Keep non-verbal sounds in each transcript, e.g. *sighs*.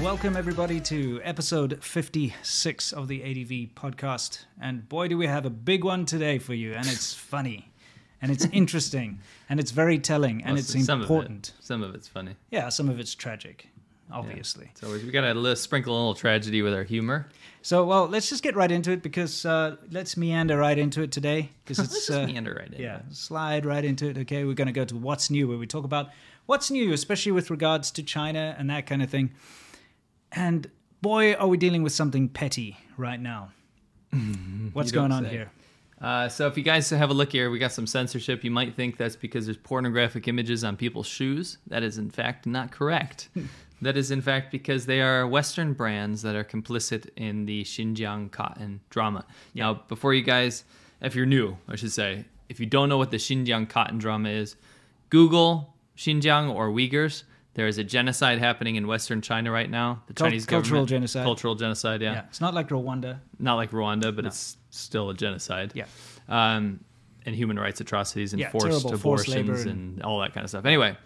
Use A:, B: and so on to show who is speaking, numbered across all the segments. A: welcome everybody to episode 56 of the ADV podcast. And boy, do we have a big one today for you. And
B: *laughs*
A: it's funny, and it's interesting, and it's very telling, and
B: Well,
A: it's
B: s- some
A: important.
B: Of it, some of it's funny.
A: Yeah, some of it's tragic,
B: Yeah.
A: obviously.
B: It's always we gotta li- sprinkle a little tragedy with our humor.
A: So, well, let's just get right into it because uh, let's meander right into it today because
B: *laughs* Let's
A: it's
B: just
A: uh,
B: meander right in.
A: yeah, slide right into it. Okay, we're going to go to what's new, where we talk about what's new, especially with regards to China and that kind of thing. And boy, are we dealing with something petty right now. What's
B: You don't
A: going on
B: say.
A: here?
B: Uh, so if you guys have a look here, we got some censorship. You might think that's because there's pornographic images on people's shoes. That is in fact not correct.
A: Hmm.
B: that is in fact because they are Western brands that are complicit in the Xinjiang cotton drama. Now, before you guys, if you're new, I should say, if you don't know what the Xinjiang cotton drama is, Google Xinjiang or Uyghurs. There is a genocide happening in Western China right now. The
A: Cul-
B: Chinese
A: cultural
B: government-
A: genocide.
B: Cultural genocide,
A: Yeah.
B: yeah
A: it's not like Rwanda.
B: not like Rwanda, but it's still a genocide.
A: Yeah.
B: Um, and human rights atrocities and
A: Yeah,
B: forced
A: terrible forced labor
B: abortions
A: and- Hmm.
B: and... all that kind of stuff. Anyway,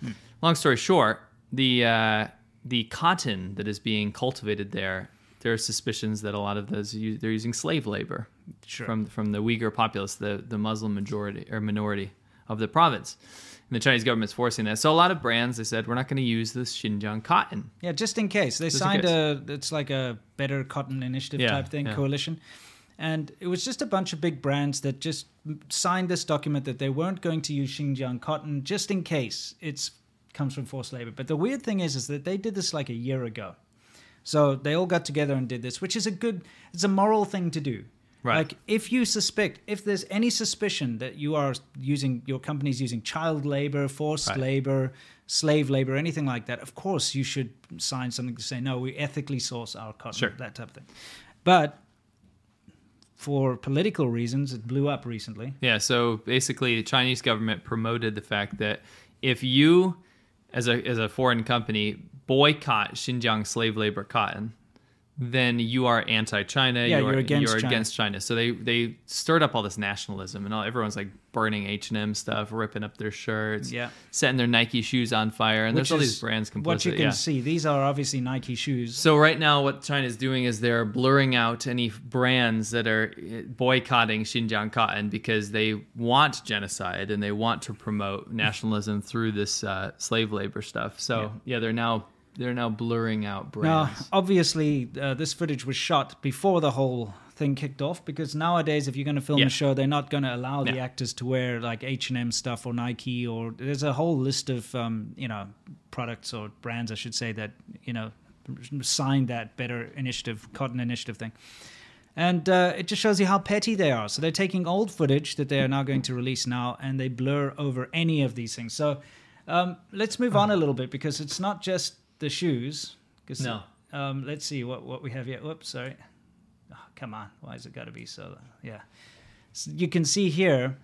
B: long story short, the uh, the cotton that is being cultivated there, there are suspicions that a lot of those u- they're using slave labor
A: Sure.
B: from from the Uyghur populace, the the Muslim majority or minority of the province. And the Chinese government's forcing that. So a lot of brands they said we're not going to use this Xinjiang cotton.
A: Yeah, just in case they
B: in
A: signed
B: case.
A: a it's like a better cotton initiative
B: Yeah,
A: type thing
B: yeah.
A: coalition, and it was just a bunch of big brands that just signed this document that they weren't going to use Xinjiang cotton just in case it comes from forced labor. But the weird thing is, is that they did this like a year ago, so they all got together and did this, which is a good, it's a moral thing to do.
B: Right.
A: Like if you suspect, if there's any suspicion that you are using your company's using child labor, forced
B: Right.
A: labor, slave labor, anything like that, of course you should sign something to say no, we ethically source our cotton,
B: Sure.
A: that type of thing. But for political reasons, it blew up recently.
B: Yeah, so basically the Chinese government promoted the fact that if you as a as a foreign company boycott Xinjiang slave labor cotton, then you are anti-China,
A: Yeah,
B: you are,
A: you're against
B: you're
A: China.
B: against China. So they they stirred up all this nationalism and all everyone's like burning H&M stuff, ripping up their shirts,
A: Yeah.
B: setting their Nike shoes on fire and
A: which
B: there's all
A: is
B: these brands complicit.
A: What you can
B: yeah.
A: see, these are obviously Nike shoes.
B: So right now, what China's doing is they're blurring out any brands that are eh, boycotting Xinjiang cotton because they want genocide and they want to promote nationalism through this uh, slave labor stuff. So yeah. they're now they're now blurring out
A: Now,
B: brands.
A: obviously, uh, this footage was shot before the whole thing kicked off because nowadays, if you're going to film
B: Yeah.
A: a show, they're not going to allow the
B: No.
A: actors to wear like H and M stuff or Nike or there's a whole list of um, you know products or brands, I should say, that you know signed that better initiative, cotton initiative thing. And uh, it just shows you how petty they are. So they're taking old footage that they are now going to release now, and they blur over any of these things. So um, let's move on a little bit because it's not just the shoes. 'cause,
B: No.
A: Um, let's see what, what we have here. Whoops, sorry. Oh, come on. Why has it got to be so? Yeah. So you can see here.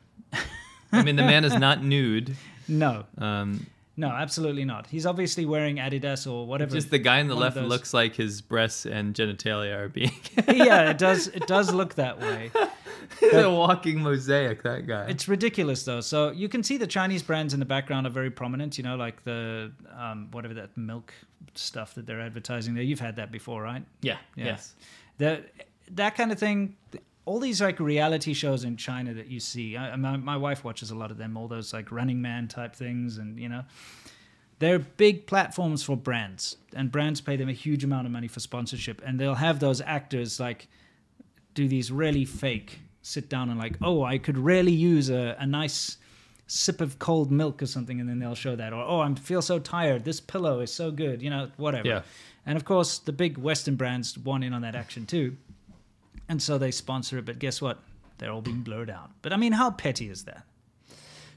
B: I mean, the man is not nude.
A: No,
B: Um,
A: no, absolutely not. He's obviously wearing Adidas or whatever.
B: just the guy on the
A: One of
B: left
A: those.
B: looks like his breasts and genitalia are being
A: *laughs*
B: *laughs*
A: *laughs* yeah, it does. It does look that way.
B: he's a walking mosaic. That guy.
A: It's ridiculous though. So you can see the Chinese brands in the background are very prominent. You know, like the um, whatever that milk stuff that they're advertising there. You've had that before, right?
B: yeah.
A: Yeah.
B: Yes.
A: The, that kind of thing. All these like reality shows in China that you see. I, my, my wife watches a lot of them. All those like Running Man type things, and you know, they're big platforms for brands, and brands pay them a huge amount of money for sponsorship, and they'll have those actors like do these really fake sit down and like, oh, I could really use a, a nice sip of cold milk or something, and then they'll show that, or oh, I feel so tired. This pillow is so good, you know, whatever.
B: Yeah.
A: And of course, the big Western brands want in on that action too, and so they sponsor it. But guess what? They're all being blurred out. But I mean, how petty is that?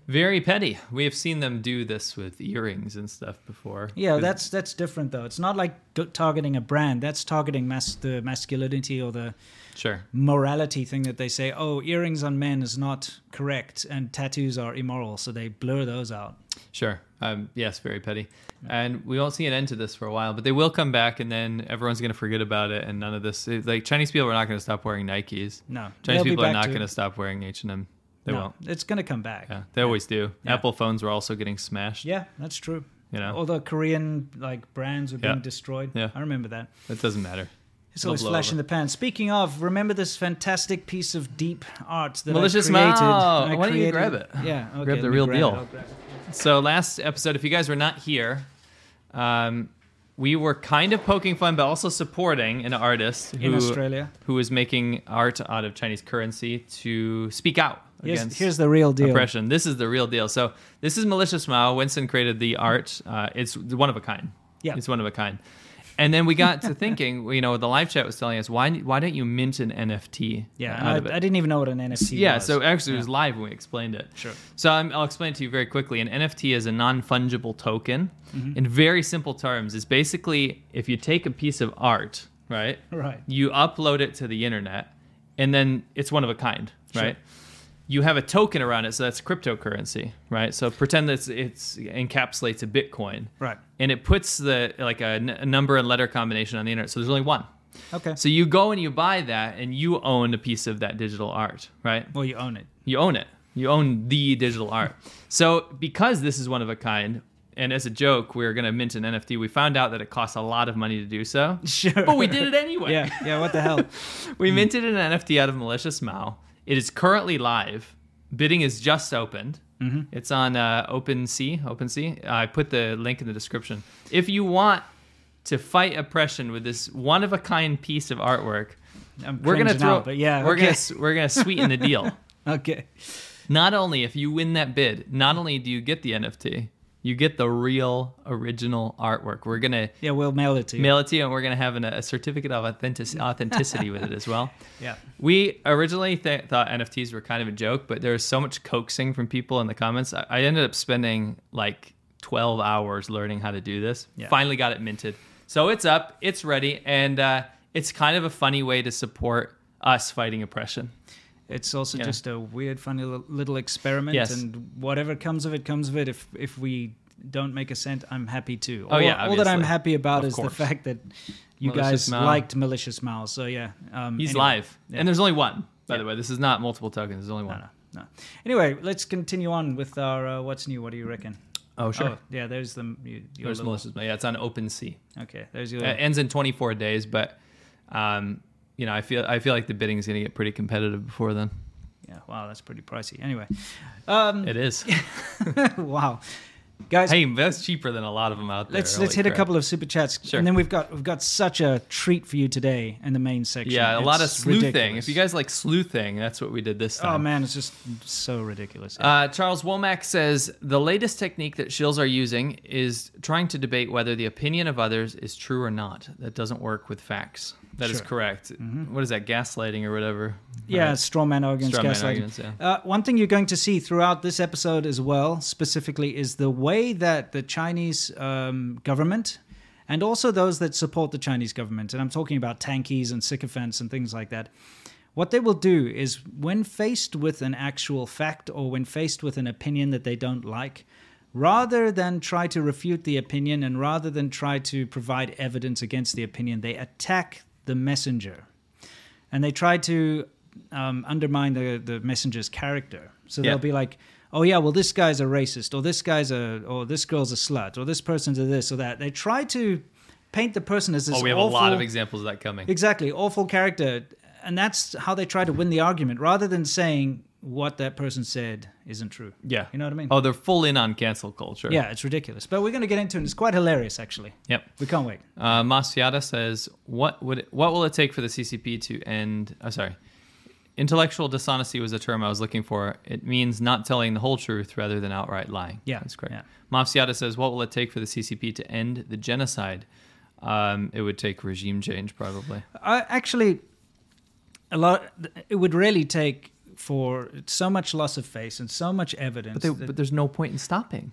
B: Very petty. We have seen them do this with earrings and stuff before.
A: Yeah,
B: 'Cause-
A: that's that's different though. It's not like go- targeting a brand. That's targeting mas- the masculinity or the
B: sure.
A: morality thing that they say. Oh, earrings on men is not correct, and tattoos are immoral. So they blur those out.
B: Sure. Um, yes, very petty. And we won't see an end to this for a while, but they will come back, and then everyone's going to forget about it. And none of this, it- like Chinese people are not going to stop wearing Nikes.
A: No,
B: Chinese
A: they'll be
B: people are
A: back
B: not
A: to-
B: going to stop wearing H and M. They
A: no,
B: won't.
A: It's gonna come back.
B: Yeah, they always do.
A: Yeah.
B: Apple phones were also getting smashed.
A: Yeah, that's true.
B: You know,
A: all the Korean like brands were being
B: Yeah.
A: destroyed.
B: Yeah.
A: I remember that.
B: it doesn't matter.
A: It's
B: It'll
A: always
B: blow
A: flash in
B: over.
A: the pan. Speaking of, remember this fantastic piece of deep art that
B: Malicious
A: I created.
B: Mao.
A: I
B: Why don't
A: created-
B: you grab it?
A: Yeah, okay,
B: the
A: let me
B: real
A: grab
B: deal.
A: it. I'll grab it.
B: So last episode, if you guys were not here, um, we were kind of poking fun, but also supporting an artist
A: In
B: who-
A: Australia.
B: who is making art out of Chinese currency to speak out
A: Here's,
B: against
A: here's the real deal.
B: oppression. This is the real deal. So this is malicious Mao. Winston created the art. Uh, it's one of a kind.
A: Yeah.
B: it's one of a kind. And then we got to *laughs* thinking. You know, the live chat was telling us why why don't you mint an NFT?
A: Yeah,
B: out
A: I,
B: of it?
A: I didn't even know what an NFT
B: yeah,
A: was.
B: so actually it was live when we explained it.
A: Sure.
B: So I'm, I'll explain it to you very quickly. An NFT is a non-fungible token.
A: Mm-hmm.
B: In very simple terms, it's basically if you take a piece of art, right?
A: Right.
B: You upload it to the internet, and then it's one of a kind,
A: Sure.
B: right? You have a token around it, so that's cryptocurrency, right? So pretend that it's, it's encapsulates a Bitcoin,
A: Right.
B: And it puts the like a, n- a number and letter combination on the internet. So there's only one.
A: Okay.
B: So you go and you buy that, and you own a piece of that digital art, right?
A: well, you own it.
B: You own it. You own the
A: *laughs*
B: digital art. So because this is one of a kind, and as a joke, we are going to mint an NFT. We found out that it costs a lot of money to do so.
A: Sure.
B: But we did it anyway.
A: Yeah, yeah, what the hell? Mm.
B: We minted an NFT out of Malicious Mao. It is currently live. Bidding is just opened.
A: Mm-hmm.
B: It's on uh, OpenSea. OpenSea. I put the link in the description. If you want to fight oppression with this one of a kind piece of artwork,
A: I'm
B: we're gonna
A: cringing
B: throw.
A: out, but yeah,
B: we're
A: okay.
B: gonna s- we're gonna sweeten
A: *laughs*
B: the deal.
A: Okay.
B: Not only if you win that bid, not only do you get the NFT, you get the real original artwork. We're gonna
A: Yeah, we'll mail it to you.
B: mail it to you, and we're gonna have an, a certificate of authentic- authenticity with it
A: *laughs*
B: as well.
A: Yeah.
B: We originally th- thought NFTs were kind of a joke, but there was so much coaxing from people in the comments. I, I ended up spending like 12 hours learning how to do this.
A: Yeah.
B: Finally got it minted. So it's up, it's ready, and uh, it's kind of a funny way to support us fighting oppression.
A: It's also
B: Yeah.
A: just a weird, funny li- little experiment,
B: Yes.
A: and whatever comes of it, comes of it. If if we don't make a cent, I'm happy too.
B: Oh,
A: all,
B: yeah,
A: all that I'm
B: obviously.
A: happy about
B: Of
A: is
B: course.
A: the fact that you
B: Malicious
A: guys
B: Mao.
A: liked malicious Mal. So yeah, um,
B: He's
A: anyway.
B: live,
A: Yeah.
B: and there's only one. By the
A: Yeah.
B: way, this is not multiple tokens. There's only
A: No,
B: one.
A: no, no. Anyway, let's continue on with our uh, what's new. What do you reckon?
B: Oh,
A: Oh, yeah, there's the you, your
B: there's
A: little,
B: Melissa's. Yeah, it's on OpenSea.
A: Okay, there's your.
B: It ends in 24 days, but um, you know, I feel I feel like the bidding's gonna get pretty competitive before then.
A: yeah, wow, that's pretty pricey. Anyway, *laughs* um,
B: It is.
A: wow, guys,
B: hey, that's cheaper than a lot of them out there.
A: let's
B: Holy
A: let's hit a
B: crap.
A: couple of super chats,
B: Sure.
A: and then we've got we've got such a treat for you today in the main section.
B: Yeah, a lot of
A: It's
B: sleuthing.
A: ridiculous.
B: If you guys like sleuthing, that's what we did this time.
A: Oh man, it's just so ridiculous.
B: Uh, Charles Womack says the latest technique that shills are using is trying to debate whether the opinion of others is true or not. That doesn't work with facts. That is
A: Sure. Mm-hmm.
B: correct. What is that? Gaslighting or whatever.
A: yeah,
B: Right?
A: straw man arguments,
B: Straw man
A: gaslighting.
B: arguments, yeah.
A: uh, one thing you're going to see throughout this episode as well, specifically, is the way that the Chinese um, government and also those that support the Chinese government, and I'm talking about tankies and sycophants and things like that, what they will do is when faced with an actual fact or when faced with an opinion that they don't like, rather than try to refute the opinion and rather than try to provide evidence against the opinion, they attack the messenger and they try to um, undermine the, the messenger's character. So
B: Yeah.
A: they'll be like, "Oh yeah, well this guy's a racist, or this guy's a, or this girl's a slut, or this person's a this or that." They try to paint the person as this.
B: Oh, we have
A: awful,
B: a lot of examples of that coming.
A: exactly awful character, and that's how they try to win the argument, rather than saying what that person said isn't true.
B: yeah.
A: you know what I mean.
B: Oh, they're full in on cancel culture.
A: Yeah, it's ridiculous, but we're going to get into it. It's quite hilarious, actually.
B: Yep.
A: We can't wait.
B: Uh, Masiata says, "What would it, what will it take for the CCP to end?" Oh, sorry, intellectual dishonesty was the term I was looking for. It means not telling the whole truth rather than outright lying.
A: Yeah,
B: that's correct.
A: yeah.
B: Masiata says, "What will it take for the CCP to end the genocide?" Um, it would take regime change, probably.
A: I actually a lot. It would really take for so much loss of face and so much evidence.
B: But, they,
A: that-
B: but there's no point in stopping.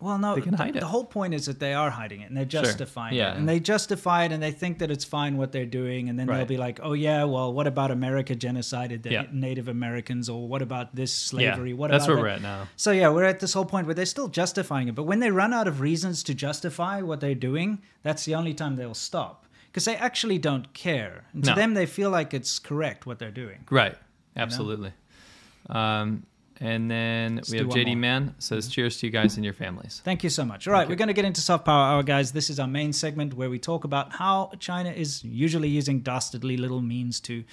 A: well, no,
B: they can
A: the-
B: hide it.
A: The whole point is that they are hiding it and they're
B: Sure.
A: justifying
B: Yeah.
A: it, and they justify it and they think that it's fine what they're doing, and then they'll
B: Right.
A: be like, "Oh yeah, well, what about America genocided the
B: Yeah.
A: Native Americans, or what about this slavery?
B: yeah,
A: What
B: that's
A: about
B: where
A: that?"
B: we're at now.
A: So yeah, we're at this whole point where they're still justifying it, but when they run out of reasons to justify what they're doing, that's the only time they'll stop because they actually don't care. And to
B: No.
A: them, they feel like it's correct what they're doing.
B: Right. Absolutely. Um, And then
A: Let's
B: we
A: do
B: have
A: one
B: JD
A: more.
B: Man says, "Cheers to you guys and your families."
A: Thank you so much. All right,
B: you.
A: we're going to get into soft power hour, guys. This is our main segment where we talk about how China is usually using dastardly little means to,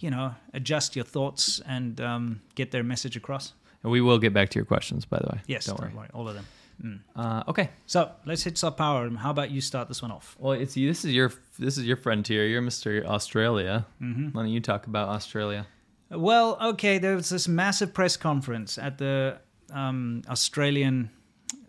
A: you know, adjust your thoughts and um, get their message across.
B: And we will get back to your questions, by the way.
A: Yes,
B: don't worry.
A: all of them.
B: Uh, okay.
A: So let's hit soft power. How about you start this one off?
B: Well, it's this is your this is your frontier. You're Mr. Australia. Why don't you talk about Australia?
A: Well, okay, there was this massive press conference at the um, Australian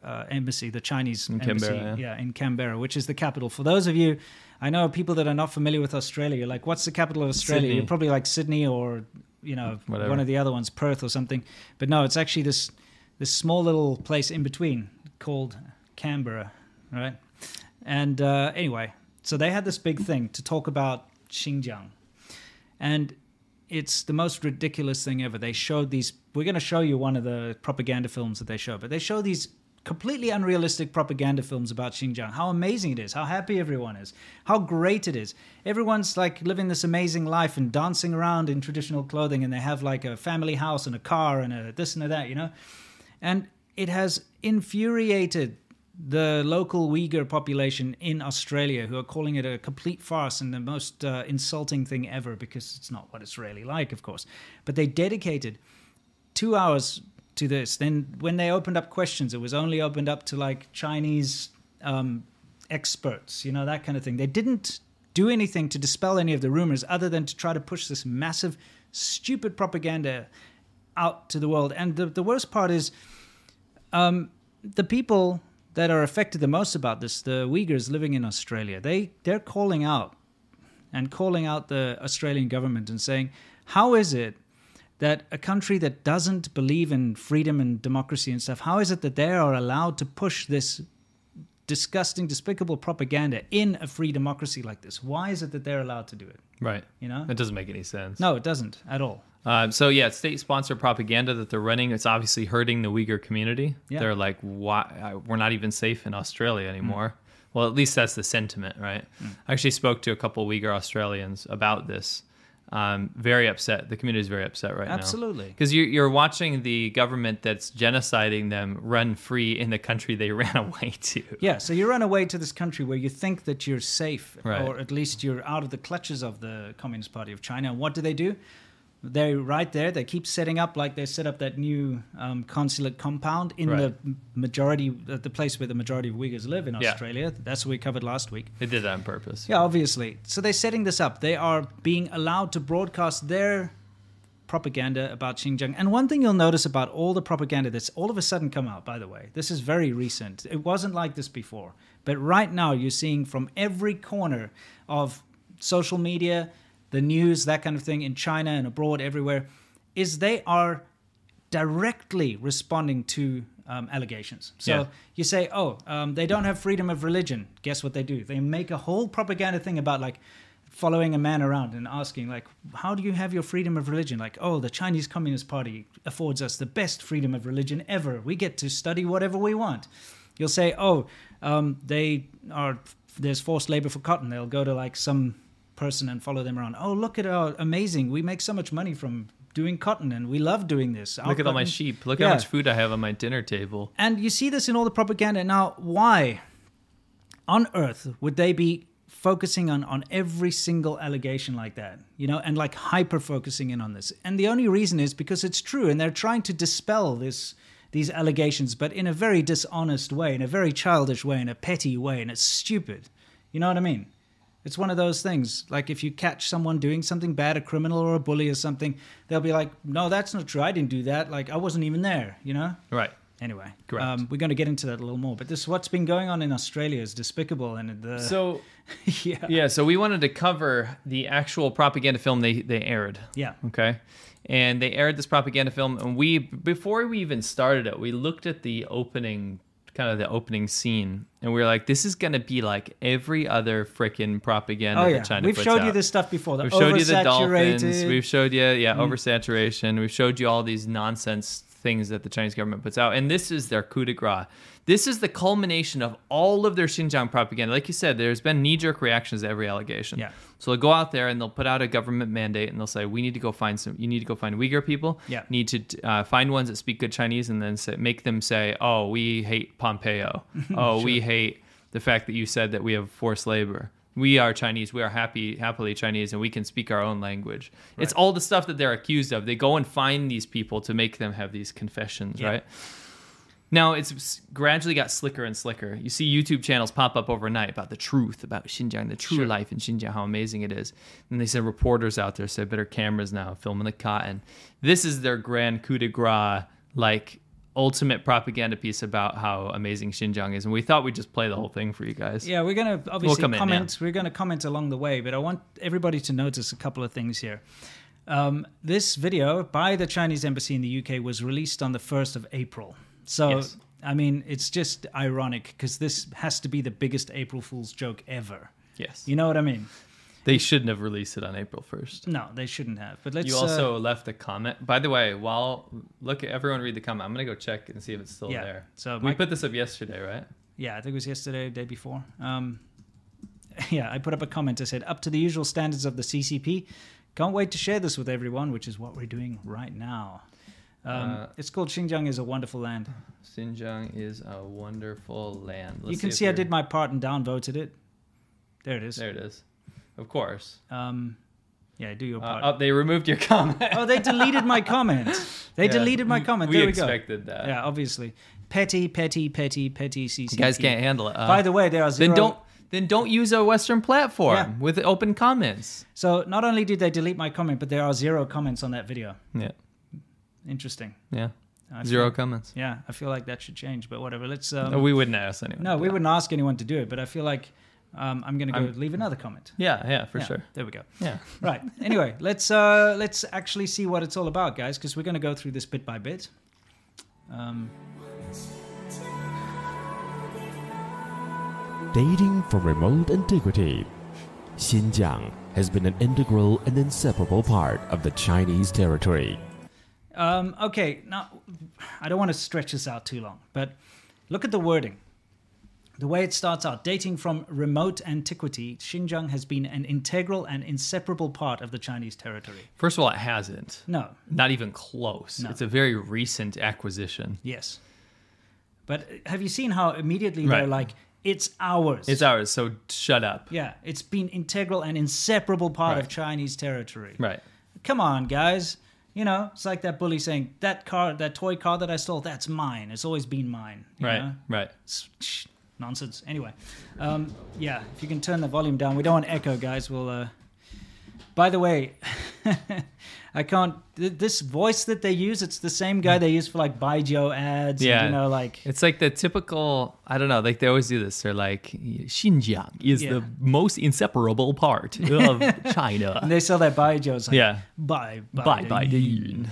A: uh, embassy, the Chinese
B: In
A: embassy,
B: Canberra,
A: yeah, in Canberra, which is the capital. For those of you, I know people that are not familiar with Australia, you're like, what's the capital of Australia?
B: Sydney.
A: You're probably like Sydney or you know
B: Whatever.
A: one of the other ones, Perth or something. But no, it's actually this this small little place in between called Canberra, right? And uh, anyway, so they had this big thing to talk about Xinjiang, and it's the most ridiculous thing ever. They showed these. We're going to show you one of the propaganda films that they show, but they show these completely unrealistic propaganda films about Xinjiang. How amazing it is! How happy everyone is! How great it is! Everyone's like living this amazing life and dancing around in traditional clothing, and they have like a family house and a car and a this and a that, you know. And it has infuriated the local Uyghur population in Australia, who are calling it a complete farce and the most uh, insulting thing ever because it's not what it's really like, of course. But they dedicated two hours to this. Then when they opened up questions, it was only opened up to like Chinese um, experts, you know, that kind of thing. They didn't do anything to dispel any of the rumors other than to try to push this massive, stupid propaganda out to the world. And the, the worst part is the people that are affected the most about this, the Uyghurs living in Australia, they they're calling out and calling out the Australian government and saying, how is it that a country that doesn't believe in freedom and democracy and stuff, how is it that they are allowed to push this disgusting, despicable propaganda in a free democracy like this? Why is it that they're allowed to do it?
B: Right.
A: You know?
B: That doesn't make any sense.
A: No, it doesn't at all.
B: Uh, so yeah, state-sponsored propaganda that they're running. It's obviously hurting the Uyghur community.
A: Yeah.
B: They're like, why? I- We're not even safe in Australia anymore. Well, at least that's the sentiment, right? I actually spoke to a couple Uyghur Australians about this. Um, very upset. The community is very upset right now.
A: Absolutely.
B: Because you're, you're watching the government that's genociding them run free in the country they *laughs* ran away to.
A: Yeah, so you run away to this country where you think that you're safe,
B: Right.
A: or at least you're out of the clutches of the Communist Party of China. And what do they do? They're right there. They keep setting up, like they set up that new um, consulate compound in the
B: Right.
A: m- majority, uh, the place where the majority of Uyghurs live in
B: Yeah.
A: Australia. That's what we covered last week.
B: They did that on purpose.
A: Yeah, obviously. So they're setting this up. They are being allowed to broadcast their propaganda about Xinjiang. And one thing you'll notice about all the propaganda that's all of a sudden come out, by the way, this is very recent. It wasn't like this before. But right now, you're seeing from every corner of social media, the news, that kind of thing in China and abroad, everywhere, is they are directly responding to um, allegations. So
B: Yeah.
A: you say, oh, um, they don't have freedom of religion. Guess what they do? They make a whole propaganda thing about like following a man around and asking like, how do you have your freedom of religion? Like, oh, the Chinese Communist Party affords us the best freedom of religion ever. We get to study whatever we want. You'll say, oh, um, they are there's forced labor for cotton. They'll go to like some person and follow them around. Oh, look at our amazing! We make so much money from doing cotton, and we love doing this. Our
B: Look at all my
A: cotton-
B: sheep. Look
A: Yeah.
B: how much food I have on my dinner table.
A: and you see this in all the propaganda. Now, why on earth would they be focusing on, on every single allegation like that, you know, and like hyper focusing in on this? And the only reason is because it's true and they're trying to dispel this these allegations, but in a very dishonest way, in a very childish way, in a petty way, and it's stupid. You know what I mean? It's one of those things. Like if you catch someone doing something bad, a criminal or a bully or something, they'll be like, "No, that's not true. I didn't do that. Like I wasn't even there." You know?
B: Right.
A: Anyway,
B: Correct.
A: Um, we're going to get into that a little more, but this what's been going on in Australia is despicable, and the
B: So
A: *laughs* yeah,
B: yeah, so we wanted to cover the actual propaganda film they, they aired.
A: yeah,
B: Okay. And they aired this propaganda film and we before we even started it, we looked at the opening kind of the opening scene and we were like, this is gonna be like every other freaking propaganda
A: oh
B: that
A: yeah.
B: China
A: We've
B: puts
A: showed you
B: out.
A: this stuff before. The
B: We've showed you the
A: oversaturated- Mm-hmm.
B: dolphins. We've showed you yeah, oversaturation. We've showed you all these nonsense things that the Chinese government puts out. And this is their coup de grace. This is the culmination of all of their Xinjiang propaganda. Like you said, there's been knee jerk reactions to every allegation.
A: Yeah.
B: So they'll go out there and they'll put out a government mandate and they'll say, we need to go find some, you need to go find Uyghur people.
A: Yeah.
B: Need to uh, find ones that speak good Chinese and then say, make them say, oh, we hate Pompeo. Oh, we hate the fact that you said that we have forced labor. We are Chinese. We are happy, happily Chinese, and we can speak our own language. It's all the stuff that they're accused of. They go and find these people to make them have these confessions,
A: Yeah.
B: right? Now it's s- gradually got slicker and slicker. You see YouTube channels pop up overnight about the truth about Xinjiang, the true life in Xinjiang, how amazing it is. And they send reporters out there, say better cameras now, filming the cotton. This is their grand coup de grace, like ultimate propaganda piece about how amazing Xinjiang is. And we thought we'd just play the whole thing for you guys.
A: Yeah, we're going to obviously
B: come in, yeah.
A: comment. We're going to comment along the way, but I want everybody to notice a couple of things here. Um, this video by the Chinese embassy in the UK was released on the 1st of April. So,
B: Yes.
A: I mean, it's just ironic because this has to be the biggest April Fool's joke ever.
B: Yes.
A: You know what I mean?
B: They shouldn't have released it on April 1st.
A: No, they shouldn't have. But let's
B: You
A: uh,
B: also left a comment. By the way, while look at everyone read the comment, I'm gonna go check and see if it's still
A: Yeah.
B: there.
A: So
B: we
A: Mike-
B: put this up yesterday, right?
A: yeah, I think it was yesterday, day before. Um, *laughs* yeah, I put up a comment. I said, up to the usual standards of the CCP. Can't wait to share this with everyone, which is what we're doing right now. Um,
B: Uh,
A: it's called Xinjiang is a wonderful land.
B: Xinjiang is a wonderful land. Let's
A: you can
B: if
A: see, I
B: you're-
A: did my part and downvoted it. There it is.
B: There it is. Of course.
A: Um, yeah, do your
B: Uh,
A: part.
B: oh, they removed your *laughs* comment.
A: oh, they deleted my
B: *laughs*
A: comment. They
B: Yeah,
A: deleted my comment.
B: We
A: there we go.
B: expected that.
A: Yeah, obviously. Petty, petty, petty, petty CCP.
B: You guys can't handle it. Uh,
A: By the way, there are zero.
B: then don't then don't use a Western platform
A: Yeah.
B: with open comments.
A: So not only did they delete my comment, but there are zero comments on that video.
B: Yeah.
A: Interesting.
B: Yeah.
A: I
B: Zero
A: Feel,
B: comments.
A: yeah, I feel like that should change, but whatever. Let's. Um,
B: no, we wouldn't ask anyone.
A: no, we wouldn't ask anyone to do it, but I feel like um, I'm going to go
B: I'm-
A: leave another comment.
B: Yeah, yeah, for
A: Yeah,
B: sure.
A: There we go.
B: Yeah.
A: Right. Anyway, *laughs* let's uh, let's actually see what it's all about, guys, because we're going to go through this bit by bit. Um,
C: Dating from remote antiquity, Xinjiang has been an integral and inseparable part of the Chinese territory.
A: um, okay. Now, I don't want to stretch this out too long, but look at the wording. The way it starts out, dating from remote antiquity, Xinjiang has been an integral and inseparable part of the Chinese territory.
B: First of all, it hasn't.
A: No,
B: Not even close.
A: No.
B: It's a very recent acquisition.
A: yes. But uh, have you seen how immediately they're
B: Right.
A: like, it's ours?
B: It's ours, so shut up.
A: yeah, it's been integral and inseparable part of
B: Right.
A: Chinese territory.
B: Right.
A: come on guys you know it's like that bully saying that car that toy car that i stole that's mine it's always been mine you
B: Right.
A: know?
B: Right.
A: It's- shh, nonsense anyway um, yeah if you can turn the volume down we don't want echo guys we'll uh... by the way *laughs* i can't th- this voice that they use it's the same guy they use for like baijiu ads and,
B: Hmm. Yeah.
A: you know like
B: It's like the typical, I don't know, like they always do this. They're like, Xinjiang is
A: Yeah.
B: the most inseparable
A: *laughs*
B: part of
A: and
B: China.
A: they sell their baijiu's like
B: yeah.
A: bye
B: Bye bye, the Yun.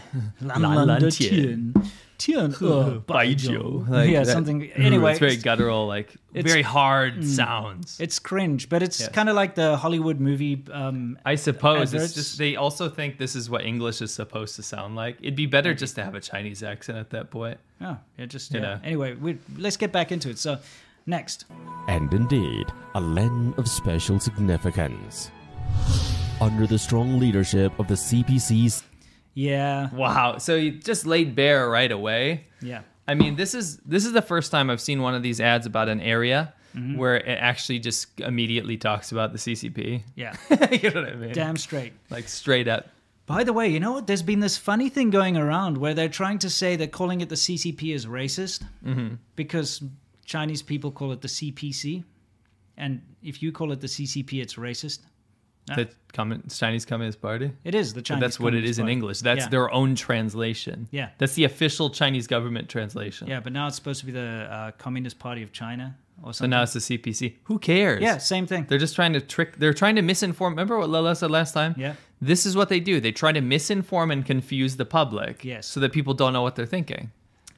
A: lan
B: Lan
A: lan
B: lan
A: de
B: tian. Oh,
A: tian tian e baijiu
B: Like
A: yeah
B: that-
A: something
B: Ooh,
A: anyway
B: It's very
A: it's-
B: guttural, like
A: it's- mm.
B: very hard sounds.
A: It's cringe, but it's
B: Yes.
A: kind of like the Hollywood movie. Um,
B: I suppose
A: adverts.
B: it's just they also think this is what English is supposed to sound like. It'd be better just to have a Chinese accent at that point.
A: oh, yeah, just yeah.
B: You know.
A: Anyway, we let's get back into it. So, next,
C: and indeed a land of special significance. Under the strong leadership of the CPC's
A: yeah,
B: Wow. So you just laid bare right away.
A: yeah,
B: *laughs* I mean, this is this is the first time I've seen one of these ads about an area
A: Mm-hmm.
B: where it actually just immediately talks about the CCP.
A: yeah,
B: *laughs* you know what I mean?
A: damn straight.
B: Like straight up.
A: By the way, you know what? There's been this funny thing going around where they're trying to say that calling it the CCP is racist
B: Mm-hmm.
A: because Chinese people call it the CPC, and if you call it the CCP, it's racist. Ah.
B: The commun- Chinese Communist Party.
A: It is the
B: But
A: Chinese.
B: that's what it
A: Communist
B: is in
A: Party.
B: English. That's
A: Yeah.
B: their own translation.
A: Yeah.
B: That's the official Chinese government translation.
A: Yeah, but now it's supposed to be the uh, Communist Party of China or
B: So
A: something.
B: now it's the CPC. Who cares?
A: yeah, same thing.
B: They're just trying to trick. They're trying to misinform. Remember what Lala said last time?
A: Yeah.
B: This is what they do. They try to misinform and confuse the public.
A: Yes.
B: So that people don't know what they're thinking.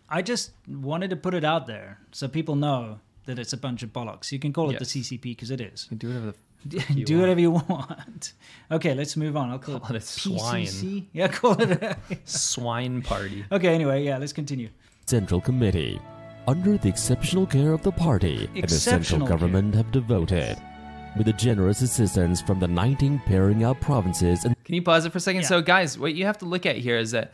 A: I just wanted to put it out there so people know that it's a bunch of bollocks. You can call it
B: Yes.
A: the CCP because it is.
B: You can do whatever the
A: *laughs*
B: you
A: do
B: want.
A: whatever you want. Okay, let's move on. I'll call,
B: Call it a
A: PCC. Yeah, call it. A,
B: Swine party.
A: okay, anyway, yeah, let's continue.
C: Central Committee, under the exceptional care of the party and the central
A: Exceptional care.
C: government have devoted, with the generous assistance from the 19 pairing up provinces and
B: Can you pause it for a second?
A: Yeah.
B: So, guys, what you have to look at here is that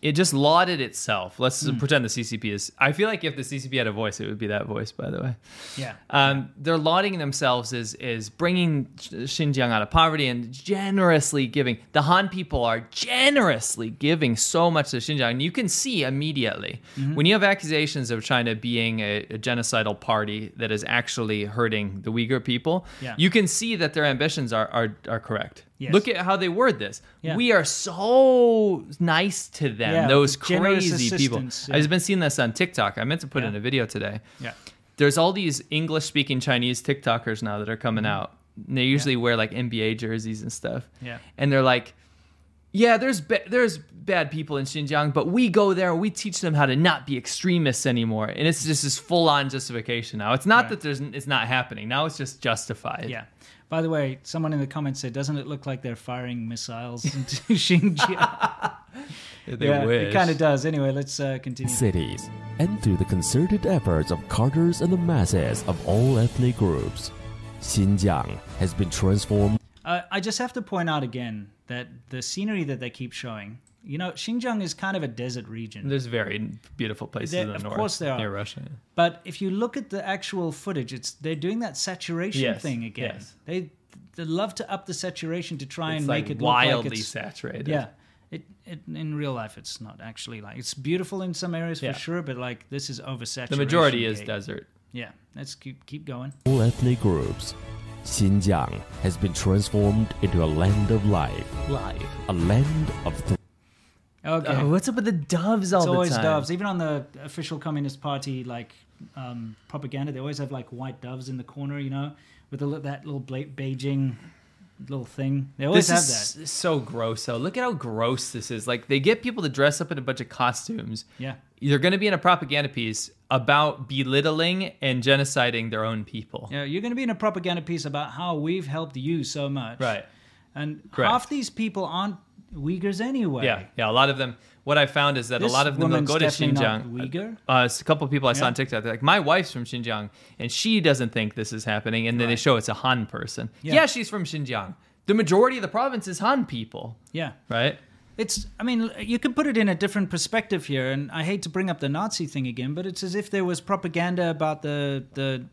B: it just lauded itself. Let's pretend the CCP is. I feel like if the CCP had a voice, it would be that voice. By the way,
A: Yeah.
B: um, they're lauding themselves as is bringing Sh- Xinjiang out of poverty and generously giving. The Han people are generously giving so much to Xinjiang. And you can see immediately
A: Mm-hmm.
B: when you have accusations of China being a, a genocidal party that is actually hurting the Uyghur people.
A: Yeah.
B: You can see that their ambitions are are, are correct.
A: Yes.
B: Look at how they word this.
A: Yeah.
B: We are so nice to them.
A: Yeah,
B: those
A: generous
B: crazy people.
A: assistance, yeah.
B: I've been seeing this on TikTok. I meant to put in a video today
A: Yeah.
B: there's all these English speaking Chinese TikTokers now that are coming
A: Mm-hmm.
B: out. And they usually wear like NBA jerseys and stuff.
A: Yeah.
B: And they're like, yeah, there's ba- there's bad people in Xinjiang, but we go there and we teach them how to not be extremists anymore. And it's just this full on justification now. It's not
A: Right.
B: that there's it's not happening. Now it's just justified.
A: Yeah. By the way, someone in the comments said, "Doesn't it look like they're firing missiles into *laughs* Xinjiang?"
B: They
A: yeah,
B: wish.
A: it kind of does. Anyway, let's uh, continue.
C: cities, and through the concerted efforts of carters and the masses of all ethnic groups. Xinjiang has been transformed
A: Uh, I just have to point out again that the scenery that they keep showing, you know, Xinjiang is kind of a desert region.
B: There's very beautiful places
A: There-
B: in the
A: of
B: north.
A: course there are.
B: Near Russia.
A: But if you look at the actual footage, it's they're doing that saturation
B: Yes,
A: thing again.
B: yes.
A: They they love to up the saturation to try
B: It's
A: and
B: like
A: make it look
B: wildly
A: like it's
B: saturated.
A: yeah. It, it in real life, it's not actually like it's beautiful in some areas
B: Yeah.
A: for sure, but like this is oversaturation.
B: The majority is
A: gate.
B: desert.
A: Yeah, let's keep keep going.
C: all ethnic groups. Xinjiang has been transformed into a land of life,
B: Live.
C: a land of th-
A: Okay,
B: Oh, what's up with the doves all
A: it's
B: the
A: always
B: time?
A: doves. Even on the official Communist Party like um, propaganda, they always have like white doves in the corner, you know, with the, li- that little bla- Beijing little thing. They always
B: This
A: have that.
B: is s- so gross. though. look at how gross this is. Like they get people to dress up in a bunch of costumes.
A: Yeah.
B: They're going to be in a propaganda piece about belittling and genociding their own people.
A: Yeah, you're going to be in a propaganda piece about how we've helped you so much.
B: Right.
A: And
B: Correct.
A: half these people aren't Uyghurs anyway.
B: Yeah. Yeah. A lot of them. What I found is that
A: This
B: a lot of them will
A: woman's
B: go to
A: definitely not
B: Xinjiang.
A: Uyghur.
B: Uh, it's a couple of people I saw
A: Yeah.
B: on TikTok. They're like, my wife's from Xinjiang and she doesn't think this is happening. And then they show it's a Han person.
A: Yeah.
B: yeah, she's from Xinjiang. The majority of the province is Han people,
A: Yeah.
B: right?
A: It's, I mean, you can put it in a different perspective here, and I hate to bring up the Nazi thing again, but it's as if there was propaganda about the the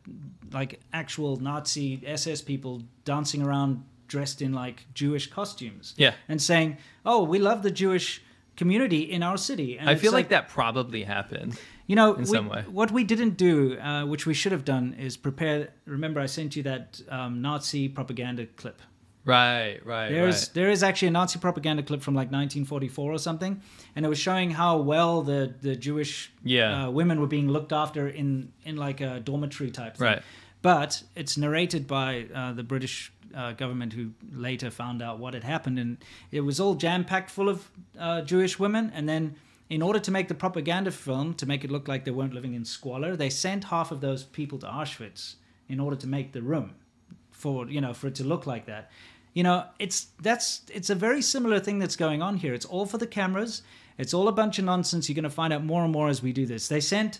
A: like actual Nazi SS people dancing around dressed in like Jewish costumes.
B: Yeah.
A: and saying, "Oh, we love the Jewish community in our city." And
B: I
A: it's
B: feel like that probably happened.
A: You know, we-
B: some way.
A: what we didn't do, uh, which we should have done, is prepare. Remember, I sent you that um, Nazi propaganda clip.
B: Right, right,
A: There's
B: right.
A: there is actually a Nazi propaganda clip from like 1944 or something, and it was showing how well the the Jewish
B: Yeah.
A: uh, women were being looked after in in like a dormitory type thing.
B: Right.
A: But it's narrated by uh, the British uh, government, who later found out what had happened, and it was all jam packed full of uh, Jewish women, and then. In order to make the propaganda film, to make it look like they weren't living in squalor, they sent half of those people to Auschwitz in order to make the room for you know for it to look like that you know it's that's it's a very similar thing that's going on here it's all for the cameras it's all a bunch of nonsense you're going to find out more and more as we do this they sent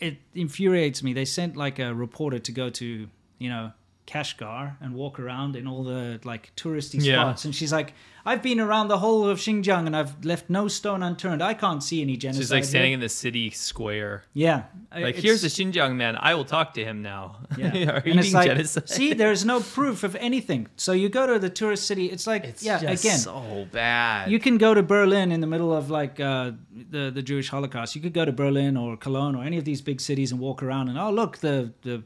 A: it infuriates me they sent like a reporter to go to you know kashgar and walk around in all the like touristy
B: Yeah.
A: spots and she's like i've been around the whole of xinjiang and i've left no stone unturned i can't see any genocide
B: She's like
A: here."
B: standing in the city square.
A: yeah
B: Like,
A: It's-
B: here's a Xinjiang man. I will talk to him now.
A: Yeah.
B: *laughs* Are you
A: and it's
B: being
A: like,
B: genocide?
A: see, there's no proof of anything. So you go to the tourist city. It's like,
B: it's
A: yeah,
B: just
A: again,
B: so bad.
A: you can go to Berlin in the middle of like uh, the the Jewish Holocaust. You could go to Berlin or Cologne or any of these big cities and walk around and oh look the the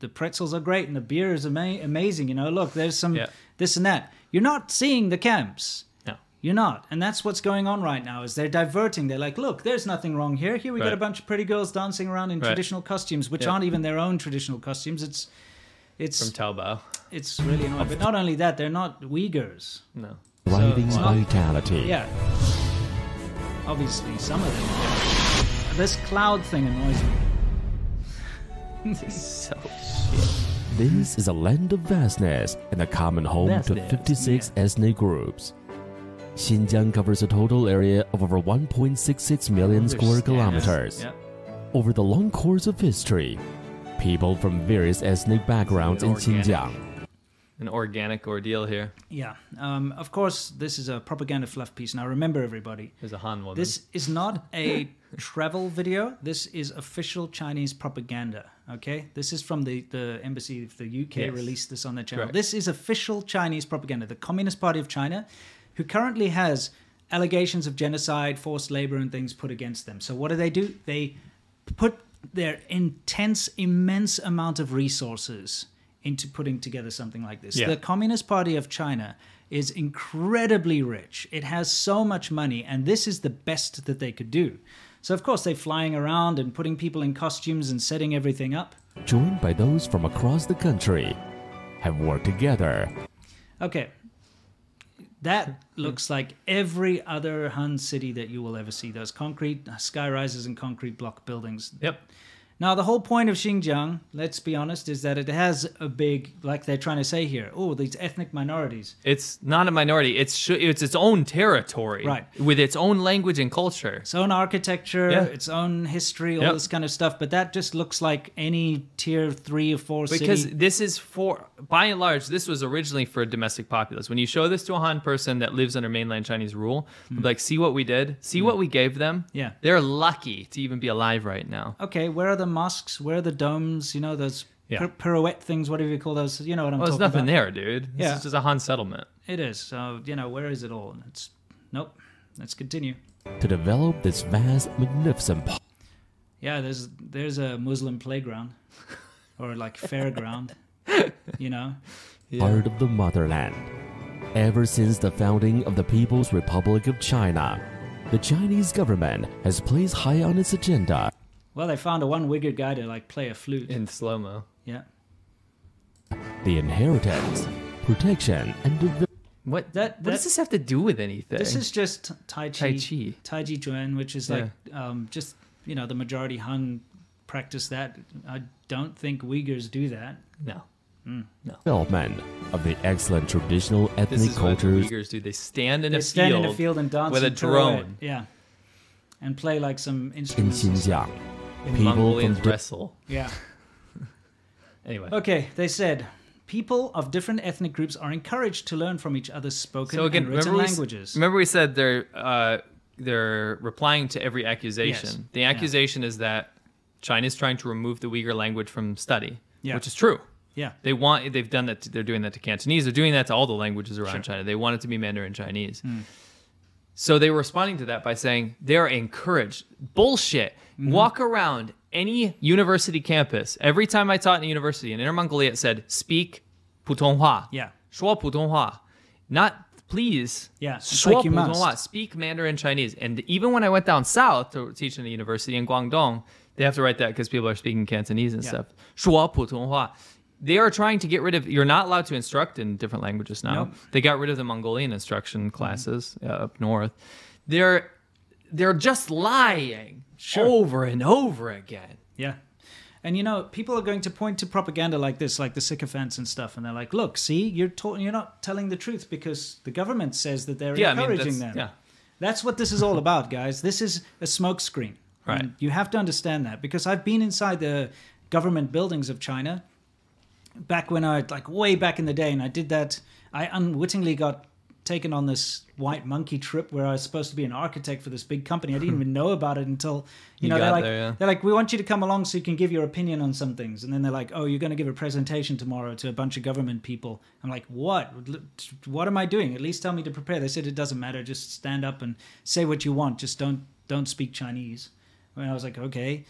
A: the pretzels are great and the beer is ama- amazing. You know, look there's some
B: Yeah.
A: this and that. You're not seeing the camps.
B: no.
A: You're not, and that's what's going on right now. Is they're diverting. They're like, look, there's nothing wrong here. Here we got
B: Right.
A: a bunch of pretty girls dancing around in
B: Right.
A: traditional costumes, which
B: Yeah.
A: aren't even their own traditional costumes. It's it's
B: From Taobao.
A: it's really annoying. But not only that, they're not Uyghurs.
B: No.
C: thriving
A: it's not-
C: vitality.
A: Yeah. Obviously, some of them. Are. This cloud thing annoys me.
B: This is so shit.
C: This is a land of vastness and a common home to
B: Vastness,
C: 56 ethnic groups. Xinjiang covers a total area of over 1.66 million square kilometers.
B: Yep.
C: Over the long course of history, people from various ethnic backgrounds in
B: Organic.
C: Xinjiang
B: An organic ordeal here.
A: Yeah. Um, of course, this is a propaganda fluff piece. Now, remember, everybody,
B: There's a Han woman.
A: this is not a travel video. This is official Chinese propaganda. Okay. This is from the, the embassy of the UK
B: Yes.
A: released this on their channel.
B: Correct.
A: This is official Chinese propaganda. The Communist Party of China, who currently has allegations of genocide, forced labor, and things put against them. So, what do they do? They put their intense, immense amount of resources into putting together something like this.
B: Yeah.
A: The Communist Party of China is incredibly rich. It has so much money, and this is the best that they could do. So, of course, they're flying around and putting people in costumes and setting everything up.
C: joined by those from across the country, have worked together.
A: Okay. That looks like every other Hun city that you will ever see. Those concrete uh, sky rises and concrete block buildings.
B: Yep.
A: Now, the whole point of Xinjiang, let's be honest, is that it has a big, like they're trying to say here, oh, these ethnic minorities.
B: It's not a minority. It's sh- it's its own territory,
A: Right.
B: With its own language and culture.
A: Its own architecture,
B: Yeah.
A: its own history, all
B: Yep.
A: this kind of stuff. But that just looks like any tier three or four
B: Because
A: city.
B: this is for, by and large, this was originally for a domestic populace. When you show this to a Han person that lives under mainland Chinese rule, they'll be like, see what we did, see what we gave them.
A: Hmm. Yeah.
B: They're lucky to even be alive right now.
A: Okay, where are the mosques? Where are the domes? You know, those
B: Yeah.
A: pir- pirouette things, whatever you call those. You know what I'm
B: Well, there's
A: talking
B: nothing
A: about.
B: there, dude. This
A: Yeah.
B: is just a Han settlement.
A: It is. So, you know, where is it all? It's nope. Let's continue.
C: to develop this vast, magnificent park.
A: Yeah, there's there's a Muslim
B: *laughs*
A: playground or like fairground, you know.
C: part of the motherland. Ever since the founding of the People's Republic of China, the Chinese government has placed high on its agenda
A: Well, they found a one wigger guy to like play a flute.
B: In slow mo.
A: yeah.
C: the inheritance, protection, and development.
B: What,
A: That-
B: what does
A: that-
B: this have to do with anything?
A: This is just Tai Chi.
B: Tai Chi.
A: Tai Chi Chuan, which is like um, just, you know, the majority Hun practice that. I don't think Uyghurs do that.
B: no.
C: development of the excellent traditional
B: This
C: ethnic
B: is what the
C: cultures
B: Uyghurs do. They stand in,
A: They
B: a,
A: stand
B: field
A: in a field and dance
B: with a
A: and pirouette.
B: drone.
A: Yeah. And play like some
C: in
A: instruments. and stuff.
C: Xinjiang. People from
B: Mongolians
C: di-
B: wrestle.
A: Yeah.
B: Anyway.
A: Okay, they said people of different ethnic groups are encouraged to learn from each other's spoken
B: So again,
A: and written
B: remember we, s-
A: languages.
B: remember we said they're uh, they're replying to every accusation.
A: Yes.
B: The accusation is that China is trying to remove the Uyghur language from study,
A: Yeah.
B: which is true.
A: yeah,
B: They want they've done that. They're doing that to Cantonese. They're doing that to all the languages around China. They want it to be Mandarin Chinese.
A: Hmm.
B: So they were responding to that by saying they're encouraged. Bullshit.
A: Mm-hmm.
B: Walk around any university campus. Every time I taught in a university in Inner Mongolia, it said speak Putonghua.
A: Yeah.
B: 说普通话. Not please.
A: Yeah, it's like you must.
B: 说普通话. Speak Mandarin Chinese. And even when I went down south to teach in a university in Guangdong, they have to write that because people are speaking Cantonese and
A: Yeah.
B: stuff. 说普通话. They are trying to get rid of. You're not allowed to instruct in different languages now.
A: Nope. Mm-hmm.
B: They got rid of the Mongolian instruction classes uh, up north. They're they're just lying over and over again.
A: yeah. And you know, people are going to point to propaganda like this, like the sycophants and stuff, and they're like, "Look, see, you're ta- you're not telling the truth because the government says that they're
B: Yeah, I mean,
A: encouraging
B: that's-
A: them."
B: yeah.
A: That's what this is all about, guys. This is a smokescreen.
B: Right.
A: And you have to understand that because I've been inside the government buildings of China back when I like way back in the day, and I did that. I unwittingly got taken on this white monkey trip where I was supposed to be an architect for this big company. I didn't
B: *laughs*
A: even know about it until you,
B: You
A: know they're
B: got
A: like
B: there, yeah.
A: they're like we want you to come along so you can give your opinion on some things, and then they're like oh you're going to give a presentation tomorrow to a bunch of government people. I'm like what what am I doing? At least tell me to prepare. They said it doesn't matter. Just stand up and say what you want. Just don't don't speak Chinese. And I was like okay.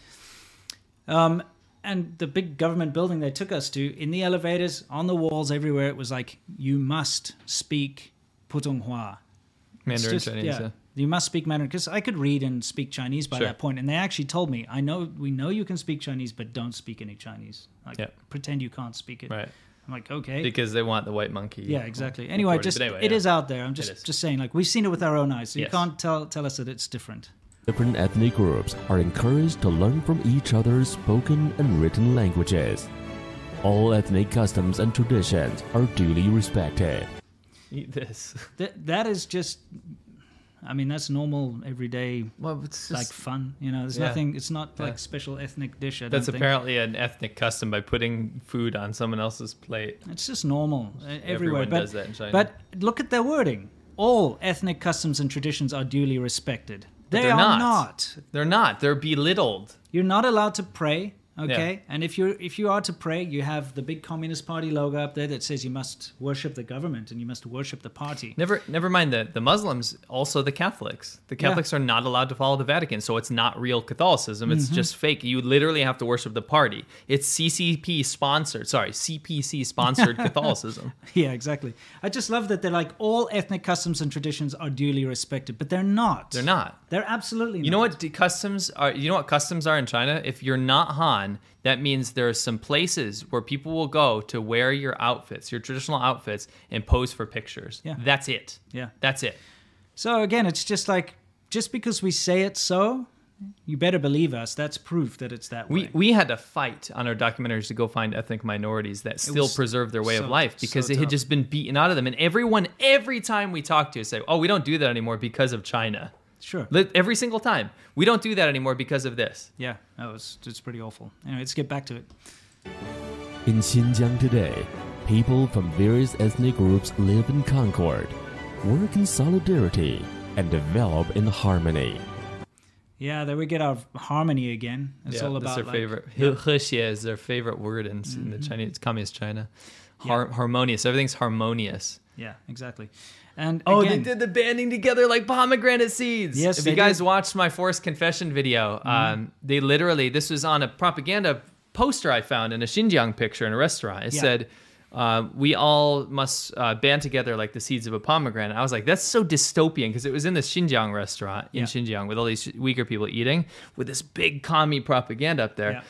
A: Um, and the big government building they took us to, in the elevators, on the walls, everywhere, it was like, you must speak Putonghua. It's
B: Mandarin
A: just-
B: Chinese. yeah.
A: You must speak Mandarin. Because I could read and speak Chinese by
B: Sure.
A: that point, And they actually told me, I know, we know you can speak Chinese, but don't speak any Chinese. Like,
B: Yeah.
A: pretend you can't speak it.
B: Right.
A: I'm like, okay.
B: Because they want the white monkey.
A: yeah, exactly. Anyway,
B: recorded.
A: just
B: But anyway,
A: it
B: yeah.
A: is out there. I'm
B: is.
A: just just saying, like we've seen it with our own eyes, so
B: Yes.
A: you can't tell tell us that it's different.
C: Different ethnic groups are encouraged to learn from each other's spoken and written languages. All ethnic customs and traditions are duly respected.
B: Eat this.
A: Th- that is just, I mean, that's normal everyday
B: Well, it's
A: like fun. You know, there's
B: Yeah.
A: nothing. It's not
B: Yeah.
A: like special ethnic dish. I
B: that's
A: don't think.
B: apparently an ethnic custom by putting food on someone else's plate.
A: It's just normal uh, everywhere.
B: Everyone
A: but,
B: does that in China.
A: But look at their wording. All ethnic customs and traditions are duly respected. They
B: they're
A: are
B: not.
A: not.
B: They're not. They're belittled.
A: You're not allowed to pray. Okay, and if you if you are to pray, you have the big Communist Party logo up there that says you must worship the government and you must worship the party.
B: Never, never mind the the Muslims. Also the Catholics. The
A: Yeah.
B: Catholics are not allowed to follow the Vatican, so it's not real Catholicism.
A: Mm-hmm.
B: It's just fake. You literally have to worship the party. It's CCP sponsored. Sorry,
A: *laughs*
B: CPC sponsored Catholicism.
A: *laughs* Yeah, exactly. I just love that they're like all ethnic customs and traditions are duly respected, but they're not.
B: They're not.
A: They're absolutely.
B: You know what d- customs are? You know what customs are in China? If you're not Han, that means there are some places where people will go to wear your outfits, your traditional outfits, and pose for pictures.
A: Yeah.
B: That's it.
A: Yeah.
B: That's it.
A: So again, it's just like just because we say it so, you better believe us. That's proof that it's that
B: We
A: way.
B: we had to fight on our documentaries to go find ethnic minorities that still
A: was
B: preserve their way
A: so-
B: of life
A: so
B: because it had
A: tough.
B: just been beaten out of them. And everyone, every time we talked to, say, "Oh, we don't do that anymore because of China."
A: Sure.
B: Li- Every single time, we don't do that anymore because of this.
A: yeah, that was it's pretty awful. Anyway, let's get back to it.
C: In Xinjiang today, people from various ethnic groups live in concord, work in solidarity, and develop in harmony.
A: Yeah, there we get our harmony again. It's all about
B: that's their
A: like, Mm-hmm.
B: favorite. He is their favorite word in, in the Chinese communist China. Har- Harmonious. Everything's harmonious.
A: Yeah, exactly. And
B: Oh,
A: again,
B: they did the banding together like pomegranate seeds.
A: Yes,
B: if
A: they
B: you guys
A: did. Mm-hmm.
B: watched my forced confession video, um, they literally this was on a propaganda poster I found in a Xinjiang picture in a restaurant. It
A: Yeah.
B: said, uh, "We all must uh, band together like the seeds of a pomegranate." I was like, "That's so dystopian," because it was in this Xinjiang restaurant in
A: Yeah.
B: Xinjiang with all these Uyghur people eating with this big commie propaganda up there.
A: Yeah.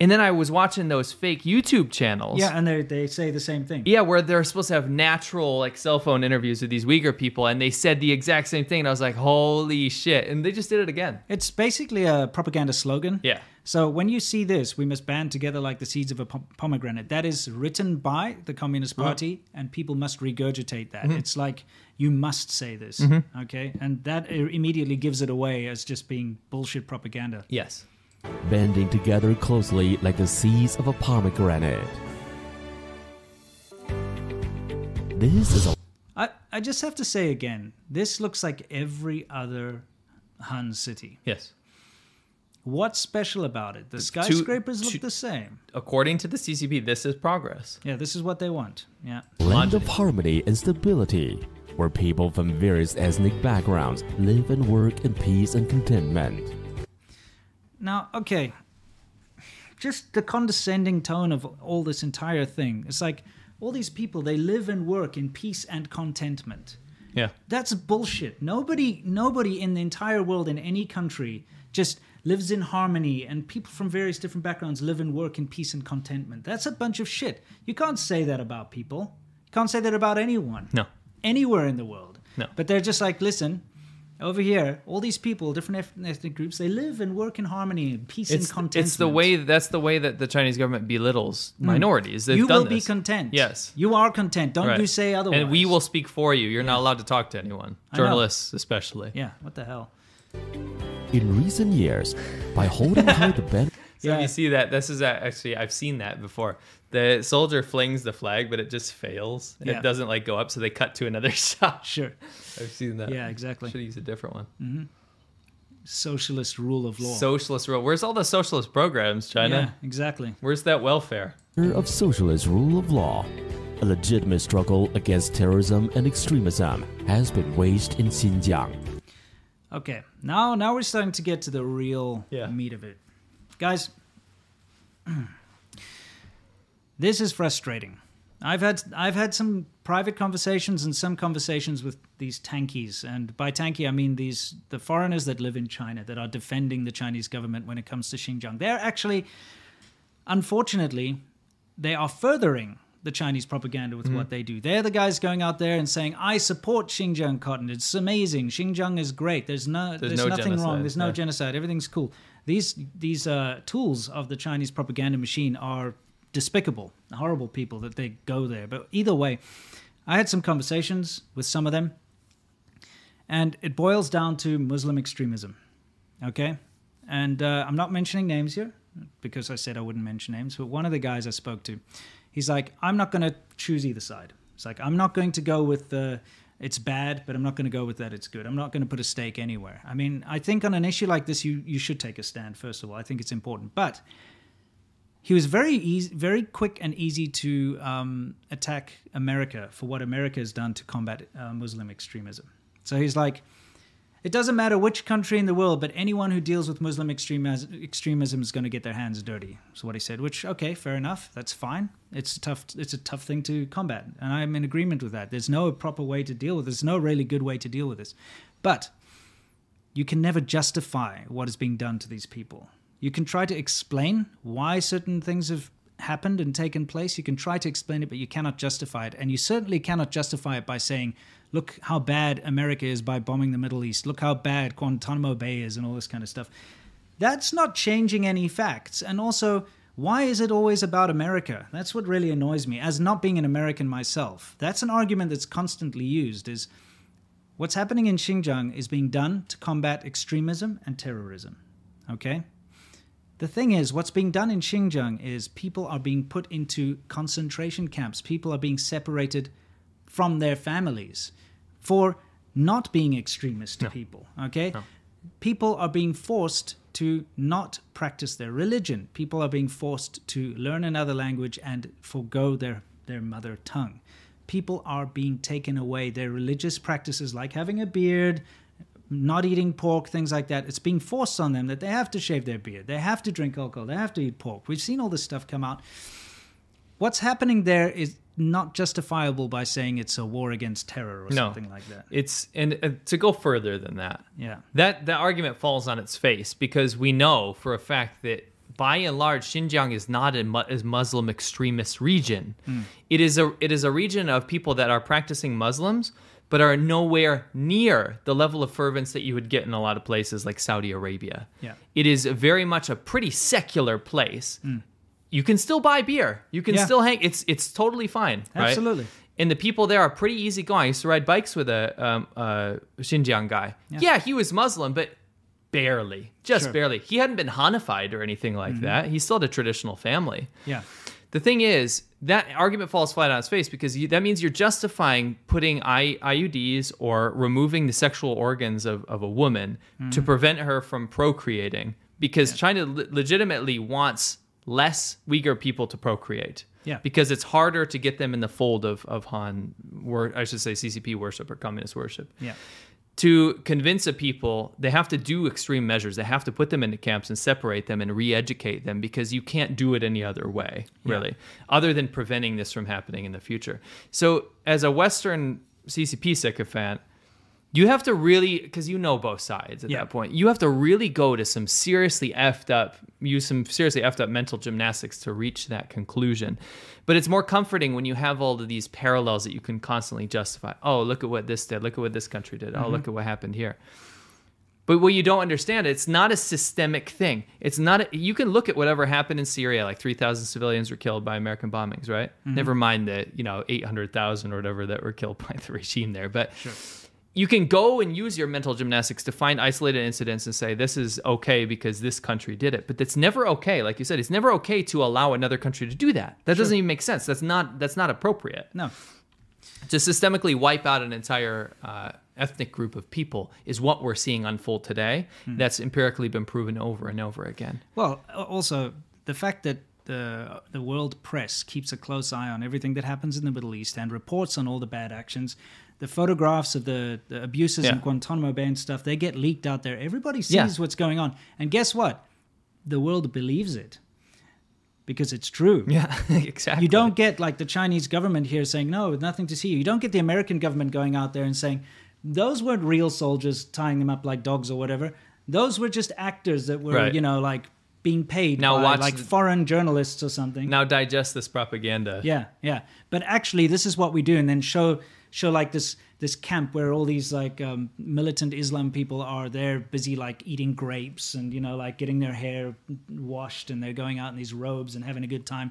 B: And then I was watching those fake YouTube channels.
A: yeah, and they they say the same thing.
B: Yeah, where they're supposed to have natural like cell phone interviews with these Uyghur people, and they said the exact same thing, and I was like, "Holy shit!" And they just did it again.
A: It's basically a propaganda slogan.
B: Yeah.
A: So when you see this, we must band together like the seeds of a pom- pomegranate. That is written by the Communist Party, and people must regurgitate that. It's like you must say this, okay? And that i- immediately gives it away as just being bullshit propaganda.
B: Yes.
C: bending together closely like the seeds of a pomegranate. This is a
A: I, I just have to say again, this looks like every other Han city.
B: Yes.
A: What's special about it? The
B: two-
A: skyscrapers
B: two-
A: look the same.
B: According to the CCP, this is progress.
A: Yeah, this is what they want. Yeah.
C: land of harmony and stability, where people from various ethnic backgrounds live and work in peace and contentment.
A: Now, okay, just the condescending tone of all this entire thing. It's like all these people they live and work in peace and contentment.
B: Yeah.
A: That's bullshit. Nobody nobody in the entire world in any country just lives in harmony and people from various different backgrounds live and work in peace and contentment. That's a bunch of shit. You can't say that about people. You can't say that about anyone
B: No.
A: anywhere in the world.
B: No.
A: But they're just like, listen, over here, all these people, different eth- ethnic groups, they live and work in harmony and peace
B: It's,
A: and contentment.
B: it's the way that's the way that the Chinese government belittles minorities. They've
A: Mm. you
B: done
A: will be
B: this.
A: content.
B: Yes.
A: you are content. Don't
B: Right.
A: you say otherwise.
B: And we will speak for you. You're not allowed to talk to anyone,
A: I know.
B: journalists especially.
A: Yeah. What the hell?
C: In recent years, by holding high the bend.
B: So if you see that, this is a- actually I've seen that before. The soldier flings the flag, but it just fails.
A: Yeah.
B: It doesn't like go up, so they cut to another *laughs* shot.
A: Sure.
B: I've seen that.
A: Yeah, exactly.
B: Should use a different one.
A: Socialist rule of law.
B: Socialist rule. Where's all the socialist programs,
A: yeah,
B: China?
A: exactly.
B: Where's that welfare?
C: of socialist rule of law. A legitimate struggle against terrorism and extremism has been waged in Xinjiang.
A: Okay. Now, now we're starting to get to the real
B: Yeah.
A: meat of it, guys. *clears throat* this is frustrating. I've had I've had some private conversations and some conversations with these tankies, and by tanky I mean these the foreigners that live in China that are defending the Chinese government when it comes to Xinjiang. They're actually, unfortunately, they are furthering the Chinese propaganda
B: Mm.
A: with what they do. They're the guys going out there and saying, "I support Xinjiang cotton. It's amazing. Xinjiang is great. There's no there's,
B: no
A: nothing wrong.
B: genocide,
A: There's no
B: yeah.
A: genocide. Everything's cool." These these uh, tools of the Chinese propaganda machine are despicable, horrible people that they go there. But either way, I had some conversations with some of them, and it boils down to Muslim extremism. Okay? And uh, I'm not mentioning names here because I said I wouldn't mention names, but one of the guys I spoke to, he's like, I'm not going to choose either side. It's like, I'm not going to go with the. It's bad, but I'm not going to go with that. It's good. I'm not going to put a stake anywhere. I mean, I think on an issue like this, you you should take a stand. First of all, I think it's important. But he was very easy, very quick and easy to um, attack America for what America has done to combat uh, Muslim extremism. So he's like, it doesn't matter which country in the world, but anyone who deals with Muslim extremis- extremism is going to get their hands dirty. Is what he said. Which, okay, fair enough. That's fine. It's a tough. It's a tough thing to combat, and I'm in agreement with that. There's no proper way to deal with. This. There's no really good way to deal with this, but you can never justify what is being done to these people. You can try to explain why certain things have happened and taken place. You can try to explain it, but you cannot justify it. And you certainly cannot justify it by saying, look how bad America is by bombing the Middle East. Look how bad Guantanamo Bay is and all this kind of stuff. That's not changing any facts. And also, why is it always about America? That's what really annoys me as not being an American myself. That's an argument that's constantly used is what's happening in Xinjiang is being done to combat extremism and terrorism. Okay? The thing is, what's being done in Xinjiang is people are being put into concentration camps. People are being separated from their families for not being extremist to people. Okay? People are being forced to not practice their religion. People are being forced to learn another language and forego their, their mother tongue. People are being taken away their religious practices, like having a beard, not eating pork, things like that. It's being forced on them that they have to shave their beard, they have to drink alcohol, they have to eat pork. We've seen all this stuff come out. What's happening there is not justifiable by saying it's a war against terror or
B: No.
A: something like that.
B: It's and uh, to go further than that.
A: Yeah.
B: That that argument falls on its face because we know for a fact that by and large Xinjiang is not a, mu- a Muslim extremist region.
A: Hmm.
B: It is a it is a region of people that are practicing Muslims but are nowhere near the level of fervence that you would get in a lot of places like Saudi Arabia.
A: Yeah.
B: It is very much a pretty secular place. You can still buy beer. You can
A: Hmm. Yeah.
B: still hang it's it's totally fine, right?
A: Absolutely.
B: And the people there are pretty easygoing. I used to ride bikes with a um, uh, Xinjiang guy. Yeah. he was Muslim, but barely, just
A: Sure. Mm-hmm.
B: barely. He hadn't been Hanified or anything like that. He still had a traditional family.
A: Yeah.
B: The thing is, that argument falls flat on its face because you, that means you're justifying putting I, IUDs or removing the sexual organs of, of a woman to prevent her from procreating because China le- legitimately wants less Uyghur people to procreate.
A: Yeah.
B: Because it's harder to get them in the fold of, of Han, wor- I should say CCP worship or communist worship
A: Yeah.
B: to convince a people they have to do extreme measures they have to put them into camps and separate them and re-educate them because you can't do it any other way really other than preventing this from happening in the future so as a western ccp sycophant you have to really because you know both sides at
A: Yeah.
B: that point you have to really go to some seriously effed up use some seriously effed up mental gymnastics to reach that conclusion but it's more comforting when you have all of these parallels that you can constantly justify oh look at what this did look at what this country did oh look at what happened here but what you don't understand, it's not a systemic thing. It's not. A, you can look at whatever happened in Syria, like three thousand civilians were killed by American bombings, right? Never mind the you know eight hundred thousand or whatever that were killed *laughs* by the regime there. But you can go and use your mental gymnastics to find isolated incidents and say this is okay because this country did it. But that's never okay. Like you said, it's never okay to allow another country to do that. That doesn't even make sense. That's not. That's not appropriate
A: No.
B: to systemically wipe out an entire uh, ethnic group of people is what we're seeing unfold today.
A: Hmm.
B: That's empirically been proven over and over again.
A: Well, a- also the fact that the the world press keeps a close eye on everything that happens in the Middle East and reports on all the bad actions. The photographs of the, the abuses in
B: Yeah.
A: Guantanamo Bay and stuff, they get leaked out there. Everybody sees
B: Yeah.
A: what's going on. And guess what? The world believes it because it's true.
B: Yeah, *laughs* exactly.
A: You don't get like the Chinese government here saying, no, with nothing to see. You don't get the American government going out there and saying, those weren't real soldiers tying them up like dogs or whatever. Those were just actors that were,
B: Right.
A: you know, like being paid
B: Now
A: by
B: watch
A: like
B: the-
A: foreign journalists or something.
B: now digest this propaganda.
A: Yeah, yeah. But actually, this is what we do, and then show show like this this camp where all these like um, militant Islam people are. They're busy like eating grapes and you know like getting their hair washed, and they're going out in these robes and having a good time.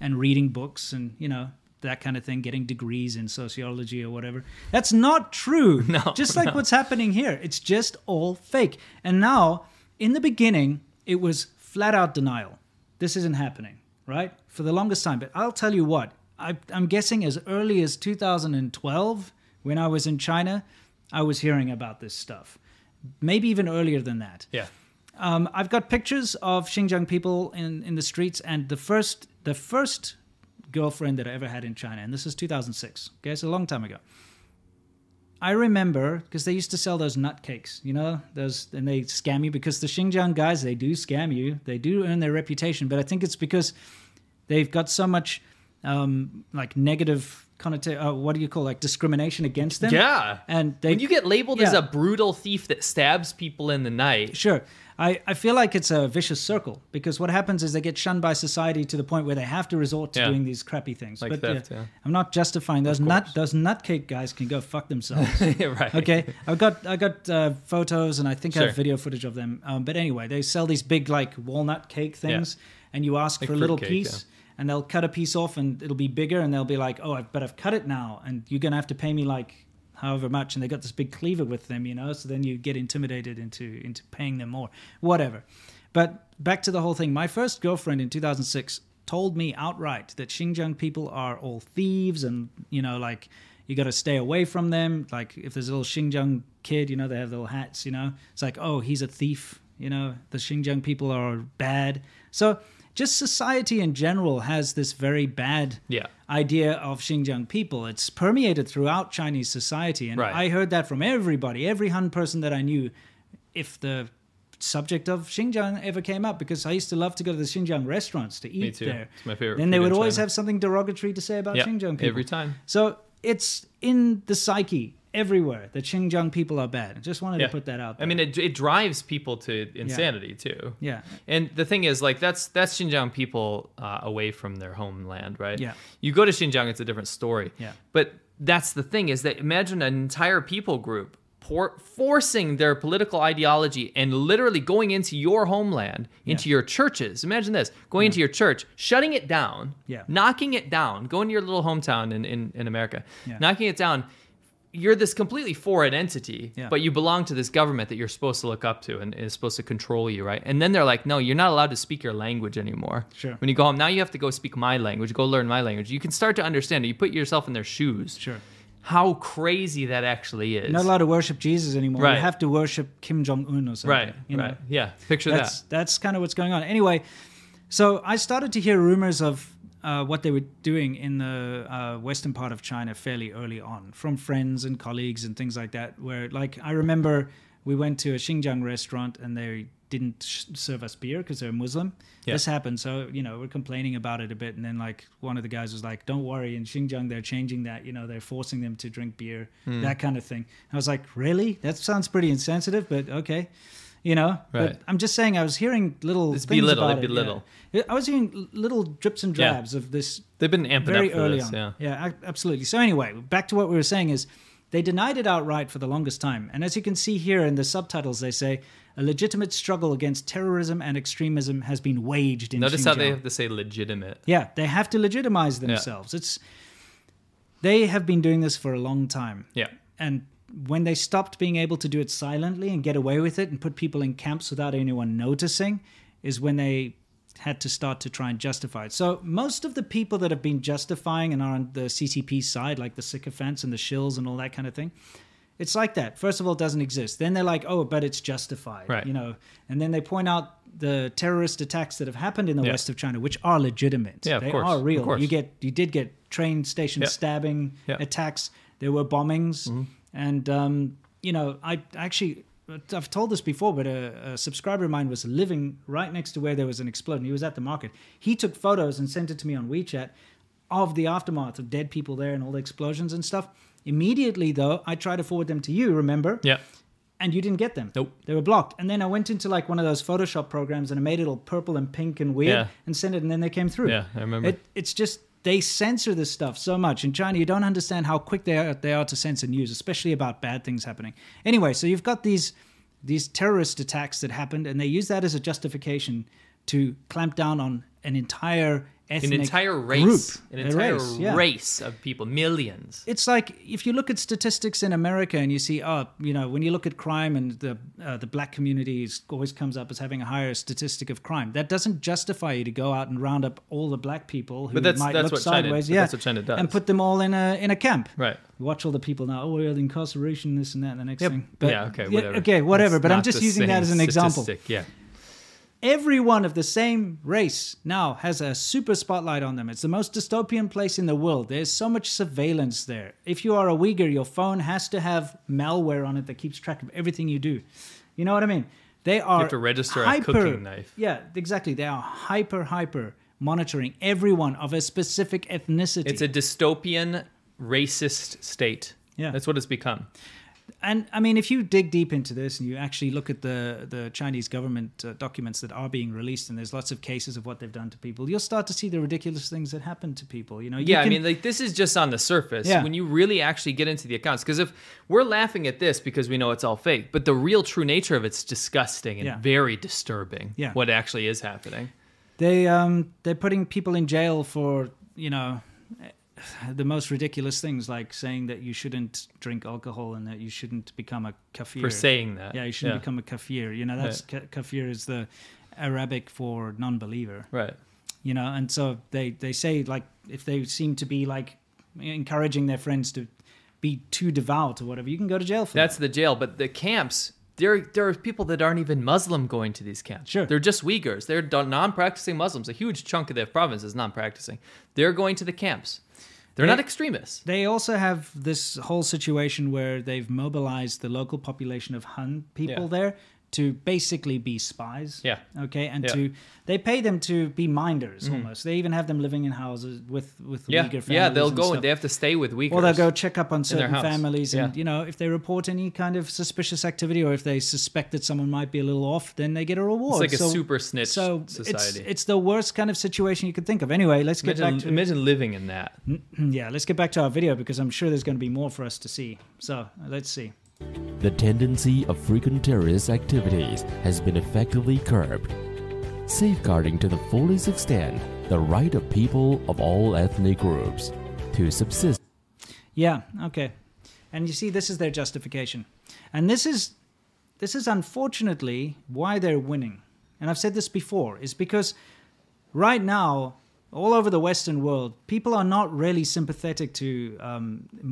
A: and reading books and you know that kind of thing, getting degrees in sociology or whatever. That's not true.
B: *laughs* No,
A: just like what's happening here, it's just all fake. And now, in the beginning, it was flat out denial. This isn't happening, right? For the longest time. But I'll tell you what. I, I'm guessing as early as 2012, when I was in China, I was hearing about this stuff. Maybe even earlier than that.
B: Yeah.
A: Um, I've got pictures of Xinjiang people in, in the streets, and the first the first girlfriend that I ever had in China, and this is 2006. Okay, it's a long time ago. I remember because they used to sell those nut cakes, you know, those, and they scam you because the Xinjiang guys they do scam you, they do earn their reputation, but I think it's because they've got so much um, like negative connotation. Uh, what do you call like discrimination against them?
B: Yeah.
A: and they
B: when you get labeled as
A: Yeah.
B: a brutal thief that stabs people in the night, *laughs*
A: Sure. I, I feel like it's a vicious circle because what happens is they get shunned by society to the point where they have to resort to
B: Yeah.
A: doing these crappy things.
B: Like
A: but
B: theft,
A: uh,
B: yeah.
A: I'm not justifying those nut those nutcake guys can go fuck themselves.
B: right?
A: okay, I've got I got uh, photos and I think I
B: Sure.
A: have video footage of them. Um, but anyway, they sell these big like walnut cake things, and you ask
B: Like
A: for a little
B: fruitcake,
A: piece, and they'll cut a piece off, and it'll be bigger, and they'll be like, "Oh, I've, but I've cut it now, and you're gonna have to pay me like however much." And they got this big cleaver with them, you know. So then you get intimidated into into paying them more, whatever. But back to the whole thing. My first girlfriend in 2006 told me outright that Xinjiang people are all thieves, and you know, like you got to stay away from them. Like if there's a little Xinjiang kid, you know, they have little hats, you know, it's like, oh, he's a thief. You know, the Xinjiang people are bad. So just society in general has this very bad
B: Yeah.
A: idea of Xinjiang people. It's permeated throughout Chinese society. And
B: Right.
A: I heard that from everybody, every Han person that I knew. If the subject of Xinjiang ever came up, because I used to love to go to the Xinjiang restaurants to eat
B: too.
A: there.
B: It's my favorite
A: Then they
B: food
A: would
B: in
A: always
B: China.
A: have something derogatory to say about
B: Yeah,
A: Xinjiang people.
B: every time.
A: So it's in the psyche everywhere that Xinjiang people are bad. I just wanted
B: Yeah.
A: to put that out
B: I
A: there.
B: mean, it, it drives people to insanity too.
A: yeah.
B: And the thing is, like, that's that's Xinjiang people uh, away from their homeland, right?
A: Yeah.
B: You go to Xinjiang, it's a different story.
A: Yeah.
B: But that's the thing is that imagine an entire people group por- forcing their political ideology and literally going into your homeland, into your churches. Imagine this going into your church, shutting it down,
A: Yeah.
B: knocking it down, going to your little hometown in, in, in America,
A: Yeah.
B: knocking it down. You're this completely foreign entity,
A: Yeah.
B: but you belong to this government that you're supposed to look up to and is supposed to control you, right? And then they're like, no, you're not allowed to speak your language anymore.
A: Sure.
B: When you go home, now you have to go speak my language, go learn my language. You can start to understand it. You put yourself in their shoes.
A: Sure.
B: How crazy that actually is.
A: Not allowed to worship Jesus anymore.
B: Right.
A: You have to worship Kim Jong Un or something.
B: right,
A: you know?
B: right. Yeah, picture
A: that's that's kind of what's going on. Anyway, so I started to hear rumors of uh, what they were doing in the uh, western part of China fairly early on from friends and colleagues and things like that. Where like I remember we went to a Xinjiang restaurant and they didn't sh- serve us beer because they're Muslim.
B: Yeah.
A: This happened, so you know we're complaining about it a bit, and then like one of the guys was like, "Don't worry, in Xinjiang they're changing that. You know they're forcing them to drink beer, that kind of thing." I was like, "Really? That sounds pretty insensitive, but okay." You know,
B: Right.
A: but I'm just saying, I was hearing little.
B: It's
A: things
B: belittle,
A: about
B: they
A: it,
B: belittle.
A: yeah. I was hearing l- little drips and
B: Yeah.
A: drabs of this
B: that. They've been amping
A: very
B: up for
A: early
B: this.
A: on.
B: Yeah.
A: ac- absolutely. So anyway, back to what we were saying is they denied it outright for the longest time. And as you can see here in the subtitles, they say a legitimate struggle against terrorism and extremism has been waged in
B: Notice how they
A: Xinjiang."
B: have to say legitimate.
A: Yeah, they have to legitimize themselves. It's they have been doing this for a long time.
B: Yeah.
A: And when they stopped being able to do it silently and get away with it and put people in camps without anyone noticing is when they had to start to try and justify it. So most of the people that have been justifying and are on the CCP side, like the sycophants and the shills and all that kind of thing, it's like that. First of all, it doesn't exist. Then they're like, oh, but it's justified,
B: Right.
A: you know. And then they point out the terrorist attacks that have happened in the
B: Yeah.
A: west of China, which are legitimate.
B: Yeah, of
A: they
B: course,
A: are
B: of
A: real.
B: course.
A: You get, you did get train station
B: Yeah.
A: stabbing
B: Yeah. Mm-hmm.
A: attacks. There were bombings, and um, you know, I actually. I've told this before, but a, a subscriber of mine was living right next to where there was an explosion. He was at the market. He took photos and sent it to me on WeChat of the aftermath of dead people there and all the explosions and stuff. Immediately, though, I tried to forward them to you, remember?
B: Yeah.
A: and you didn't get them.
B: Nope.
A: They were blocked. And then I went into like one of those Photoshop programs and I made it all purple and pink and weird
B: Yeah.
A: and sent it, and then they came through.
B: Yeah, I remember.
A: It, it's just they censor this stuff so much in China. You don't understand how quick they are they are to censor news, especially about bad things happening. Anyway, so you've got these these terrorist attacks that happened, and they use that as a justification to clamp down on an entire ethnic
D: an entire race,
A: group,
D: an
A: a
D: entire
A: race, yeah.
D: race of people, millions.
A: it's like if you look at statistics in America and you see, oh, you know, when you look at crime and the uh, the black community is- always comes up as having a higher statistic of crime. That doesn't justify you to go out and round up all the black people who
B: But that's-
A: might look
B: that's what China-
A: sideways,
B: but
A: yeah,
B: that's what China does.
A: and put them all in a in a camp.
B: Right.
A: You watch all the people now. Oh, well, incarceration, this and that, and the next thing.
B: yeah, okay, whatever.
A: okay, whatever.
B: It's
A: but I'm
B: not
A: just
B: the
A: using that
B: same
A: as an example.
B: statistic, Yeah.
A: Everyone of the same race now has a super spotlight on them. It's the most dystopian place in the world. There's so much surveillance there. If you are a Uyghur, your phone has to have malware on it that keeps track of everything you do. You know what I mean? They are
B: to register a
A: hyper,
B: cooking knife.
A: Yeah, exactly. They are hyper hyper monitoring everyone of a specific ethnicity.
B: It's a dystopian, racist state.
A: Yeah.
B: That's what it's become.
A: and I mean, if you dig deep into this and you actually look at the the Chinese government uh, documents that are being released, and there's lots of cases of what they've done to people, you'll start to see the ridiculous things that happen to people. You know, you
B: Yeah,
A: can-
B: I mean, like this is just on the surface.
A: Yeah.
B: When you really actually get into the accounts, because if we're laughing at this because we know it's all fake, but the real true nature of it's disgusting and
A: Yeah.
B: very disturbing.
A: Yeah.
B: What actually is happening.
A: they um they're putting people in jail for you know *sighs* the most ridiculous things, like saying that you shouldn't drink alcohol and that you shouldn't become a kafir.
B: For saying that.
A: yeah, you shouldn't become a kafir. You know, that's ka- kafir is the Arabic for non-believer.
B: Right.
A: you know and so they they say like if they seem to be like encouraging their friends to be too devout or whatever you can go to jail for
B: That's the jail, but the camps. There, there are people that aren't even Muslim going to these camps.
A: Sure.
B: They're just Uyghurs. They're don- non-practicing Muslims. A huge chunk of their province is non-practicing. They're going to the camps. They're not
A: Yeah.
B: extremists.
A: they also have this whole situation where they've mobilized the local population of hun people
B: Yeah.
A: there to basically be spies
B: Yeah.
A: okay and
B: Yeah. Mm-hmm.
A: to they pay them to be minders almost they even have them living in houses with with
B: Yeah,
A: Uyghur families
B: yeah. They'll
A: and
B: go
A: stuff.
B: and they have to stay with Uyghurs.
A: Or they'll go check up on
B: their
A: certain
B: house.
A: families, and
B: Yeah.
A: you know, if they report any kind of suspicious activity, or if they suspect that someone might be a little off, then they get a reward.
B: It's like a super snitch
A: so It's,
B: society.
A: it's the worst kind of situation you could think of. Anyway, let's get
B: imagine,
A: back to Mm-hmm.
B: imagine living in that.
A: *clears throat* yeah, let's get back to our video because I'm sure there's going to be more for us to see. So let's see.
C: the tendency of frequent terrorist activities has been effectively curbed, safeguarding to the fullest extent the right of people of all ethnic groups to subsist
A: Yeah, okay. And you see, this is their justification, and this is this is unfortunately why they're winning. And I've said this before, is because right now, all over the Western world, people are not really sympathetic to um,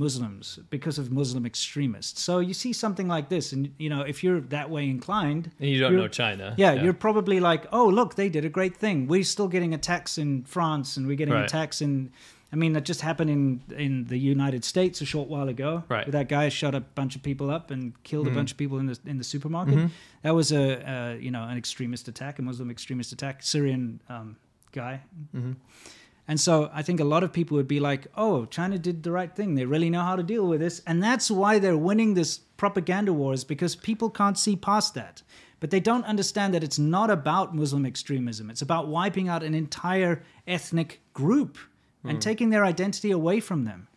A: Muslims because of Muslim extremists. So you see something like this, and you know, if you're that way inclined,
B: And you don't
A: you're-
B: know China.
A: yeah, you're probably like, oh, look, they did a great thing. We're still getting attacks in France, and we're getting
B: Right.
A: attacks in. I mean, that just happened in in the United States a short while ago.
B: Right.
A: where that guy shot a bunch of people up and killed a bunch of people in the in the supermarket. That was a, a you know an extremist attack, a Muslim extremist attack, Syrian um, guy. And so I think a lot of people would be like, oh, China did the right thing. They really know how to deal with this. And that's why they're winning this propaganda war is because people can't see past that. But they don't understand that it's not about Muslim extremism. It's about wiping out an entire ethnic group
B: Mm.
A: and taking their identity away from them.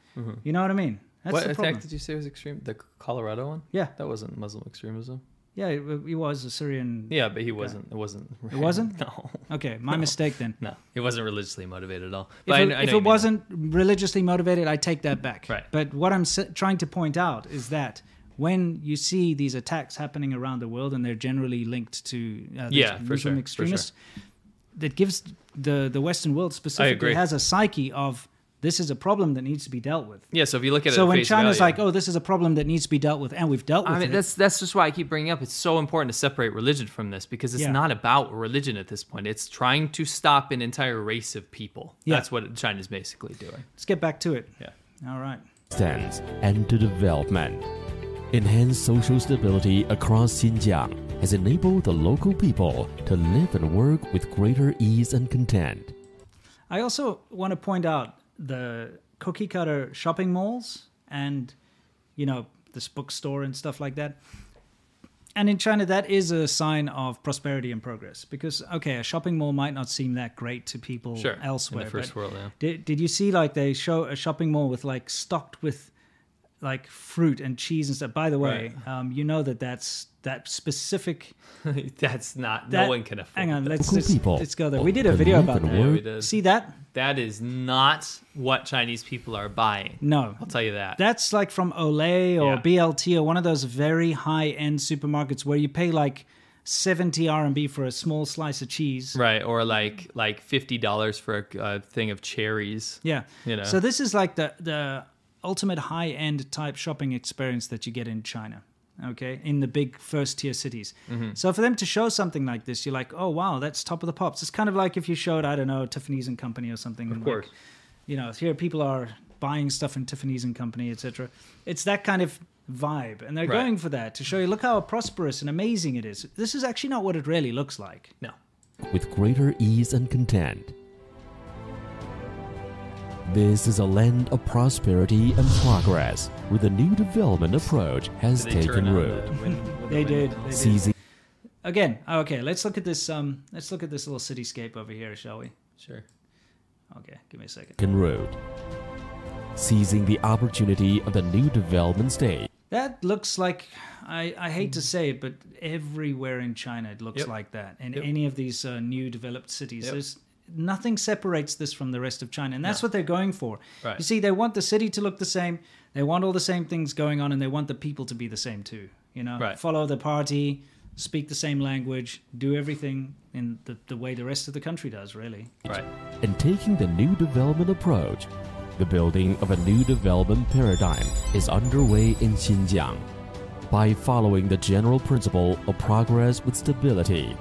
A: You know what I mean? That's
B: Mm-hmm. what
A: the
B: attack
A: problem.
B: did you say was extreme? The Colorado one?
A: Yeah.
B: That wasn't Muslim extremism.
A: yeah, it- he was a Syrian.
B: Yeah, but he wasn't. It wasn't. It
A: wasn't?
B: *laughs* No.
A: Okay, my mistake then.
B: No, it wasn't religiously motivated at all.
A: If
B: But I
A: it,
B: kn- I know
A: if
B: you
A: it
B: mean
A: wasn't religiously motivated, I take that back.
B: Right.
A: But what I'm s- trying to point out is that when you see these attacks happening around the world, and they're generally linked to uh, these
B: Yeah, for
A: Muslim
B: sure, for
A: extremists, that gives the the Western world specifically
B: agree.
A: has a psyche of this is a problem that needs to be dealt with.
B: Yeah, so if you look at it,
A: So
B: at
A: when
B: face
A: China's
B: value-
A: like, "Oh, this is a problem that needs to be dealt with," and we've dealt with
B: I mean,
A: it,
B: that's that's just why I keep bringing up. It's so important to separate religion from this because it's
A: Yeah.
B: not about religion at this point. It's trying to stop an entire race of people.
A: Yeah.
B: That's what China's basically doing.
A: let's get back to it.
B: Yeah. *laughs*
A: All right.
C: existence and to development. Enhanced social stability across Xinjiang has enabled the local people to live and work with greater ease and content.
A: I also want to point out the cookie cutter shopping malls and you know this bookstore and stuff like that. And in China, that is a sign of prosperity and progress because okay, a shopping mall might not seem that great to people
B: Sure, in the
A: elsewhere.
B: first
A: but
B: world, yeah.
A: Did, did you see like they show a shopping mall with like stocked with like fruit and cheese and stuff. By the way, um, you know that that's that specific.
B: That's not.
A: that-
B: no one can afford.
A: Hang on,
B: that.
A: let's
C: Cool
A: just,
C: people.
A: let's go there. We did a
C: The
A: video
C: move
A: about
C: and
A: that.
B: Yeah, we
C: work.
B: did.
A: See that?
B: that is not what Chinese people are buying.
A: No,
B: I'll tell you that.
A: that's like from Olay or
B: Yeah.
A: BLT or one of those very high-end supermarkets where you pay like seventy RMB for a small slice of cheese.
B: right, or like like fifty dollars for a, a thing of cherries.
A: Yeah.
B: You know.
A: So this is like the the ultimate high end type shopping experience that you get in China. Okay, in the big first tier cities.
B: Mm-hmm.
A: So for them to show something like this, you're like, oh wow, that's top of the pops. It's kind of like if you showed, I don't know, Tiffany's and Company or something. Of
B: course.
A: you know, here people are buying stuff in Tiffany's and Company, etc. It's that kind of vibe, and they're
B: Right.
A: going for that to show you, look how prosperous and amazing it is. This is actually not what it really looks like.
B: No.
C: with greater ease and content. This is a land of prosperity and progress, where the new development approach has
B: They turn
C: taken
B: on
C: root.
B: the win- with the
A: They
B: window.
A: did. They did.
C: Seizing
A: Again, okay. Let's look at this. Um, let's look at this little cityscape over here, shall we?
B: Sure.
A: Okay, give me a second.
C: road, seizing the opportunity of the new development stage.
A: That looks like I, I hate to say it, but everywhere in China it looks
B: Hmm. Yep.
A: like that. In
B: Yep.
A: any of these uh, new developed cities,
B: Yep.
A: there's nothing separates this from the rest of China, and that's what they're going for.
B: Right.
A: You see, they want the city to look the same. They want all the same things going on, and they want the people to be the same too. You know,
B: Right.
A: follow the party, speak the same language, do everything in the, the way the rest of the country does. Really,
B: Right.
C: and taking the new development approach. The building of a new development paradigm is underway in Xinjiang. By following the general principle of progress with stability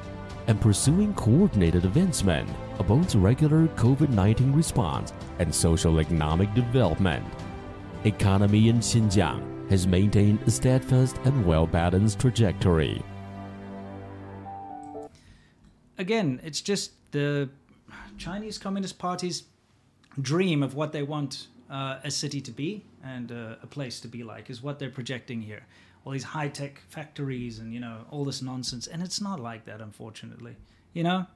C: and pursuing coordinated advancement of both regular COVID 19 response and social economic development, economy in Xinjiang has maintained a steadfast and well balanced trajectory.
A: again, it's just the Chinese Communist Party's dream of what they want uh, a city to be and uh, a place to be like is what they're projecting here. All these high tech factories and you know all this nonsense, and it's not like that, unfortunately. You know,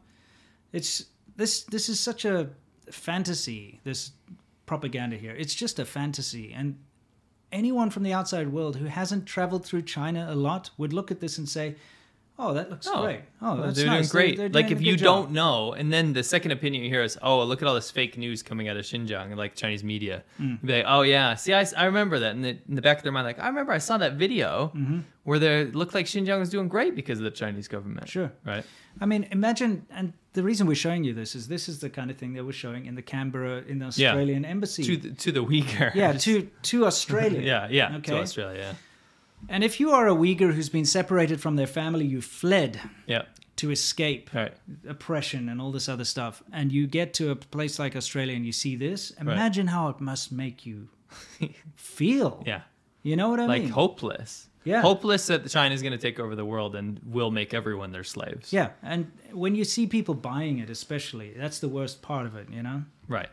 A: it's this. This is such a fantasy. This propaganda here. It's just a fantasy, and anyone from the outside world who hasn't traveled through China a lot would look at this and say, "Oh, that looks great. Oh, that's
B: they're
A: nice.
B: doing great.
A: They're- they're
B: like
A: doing
B: if
A: a
B: you
A: good job."
B: don't know, and then the second opinion you hear is, "Oh, look at all this fake news coming out of Xinjiang and like Chinese media."
A: Hmm.
B: You'd be like, "Oh yeah, see, I, s- I remember that." And the, in the back of their mind, like, "I remember I saw that video
A: Mm-hmm.
B: where there it looked like Xinjiang was doing great because of the Chinese government."
A: Sure.
B: Right.
A: I mean, imagine, and the reason we're showing you this is this is the kind of thing they were showing in the Canberra in the
B: Yeah.
A: Australian embassy.
B: To the, to the Uyghur.
A: yeah, to to Australia.
B: *laughs* yeah, yeah.
A: Okay.
B: To Australia.
A: And if you are a Uyghur who's been separated from their family, you fled
B: Yeah.
A: to escape
B: All right.
A: oppression and all this other stuff, and you get to a place like Australia and you see this. Imagine how it must make
B: *laughs*
A: you feel.
B: Yeah.
A: You know what I
B: Like
A: mean?
B: hopeless.
A: Yeah.
B: Hopeless that China's going to take over the world and will make everyone their slaves.
A: Yeah, and when you see people buying it, especially, that's the worst part of it. You know.
B: Right.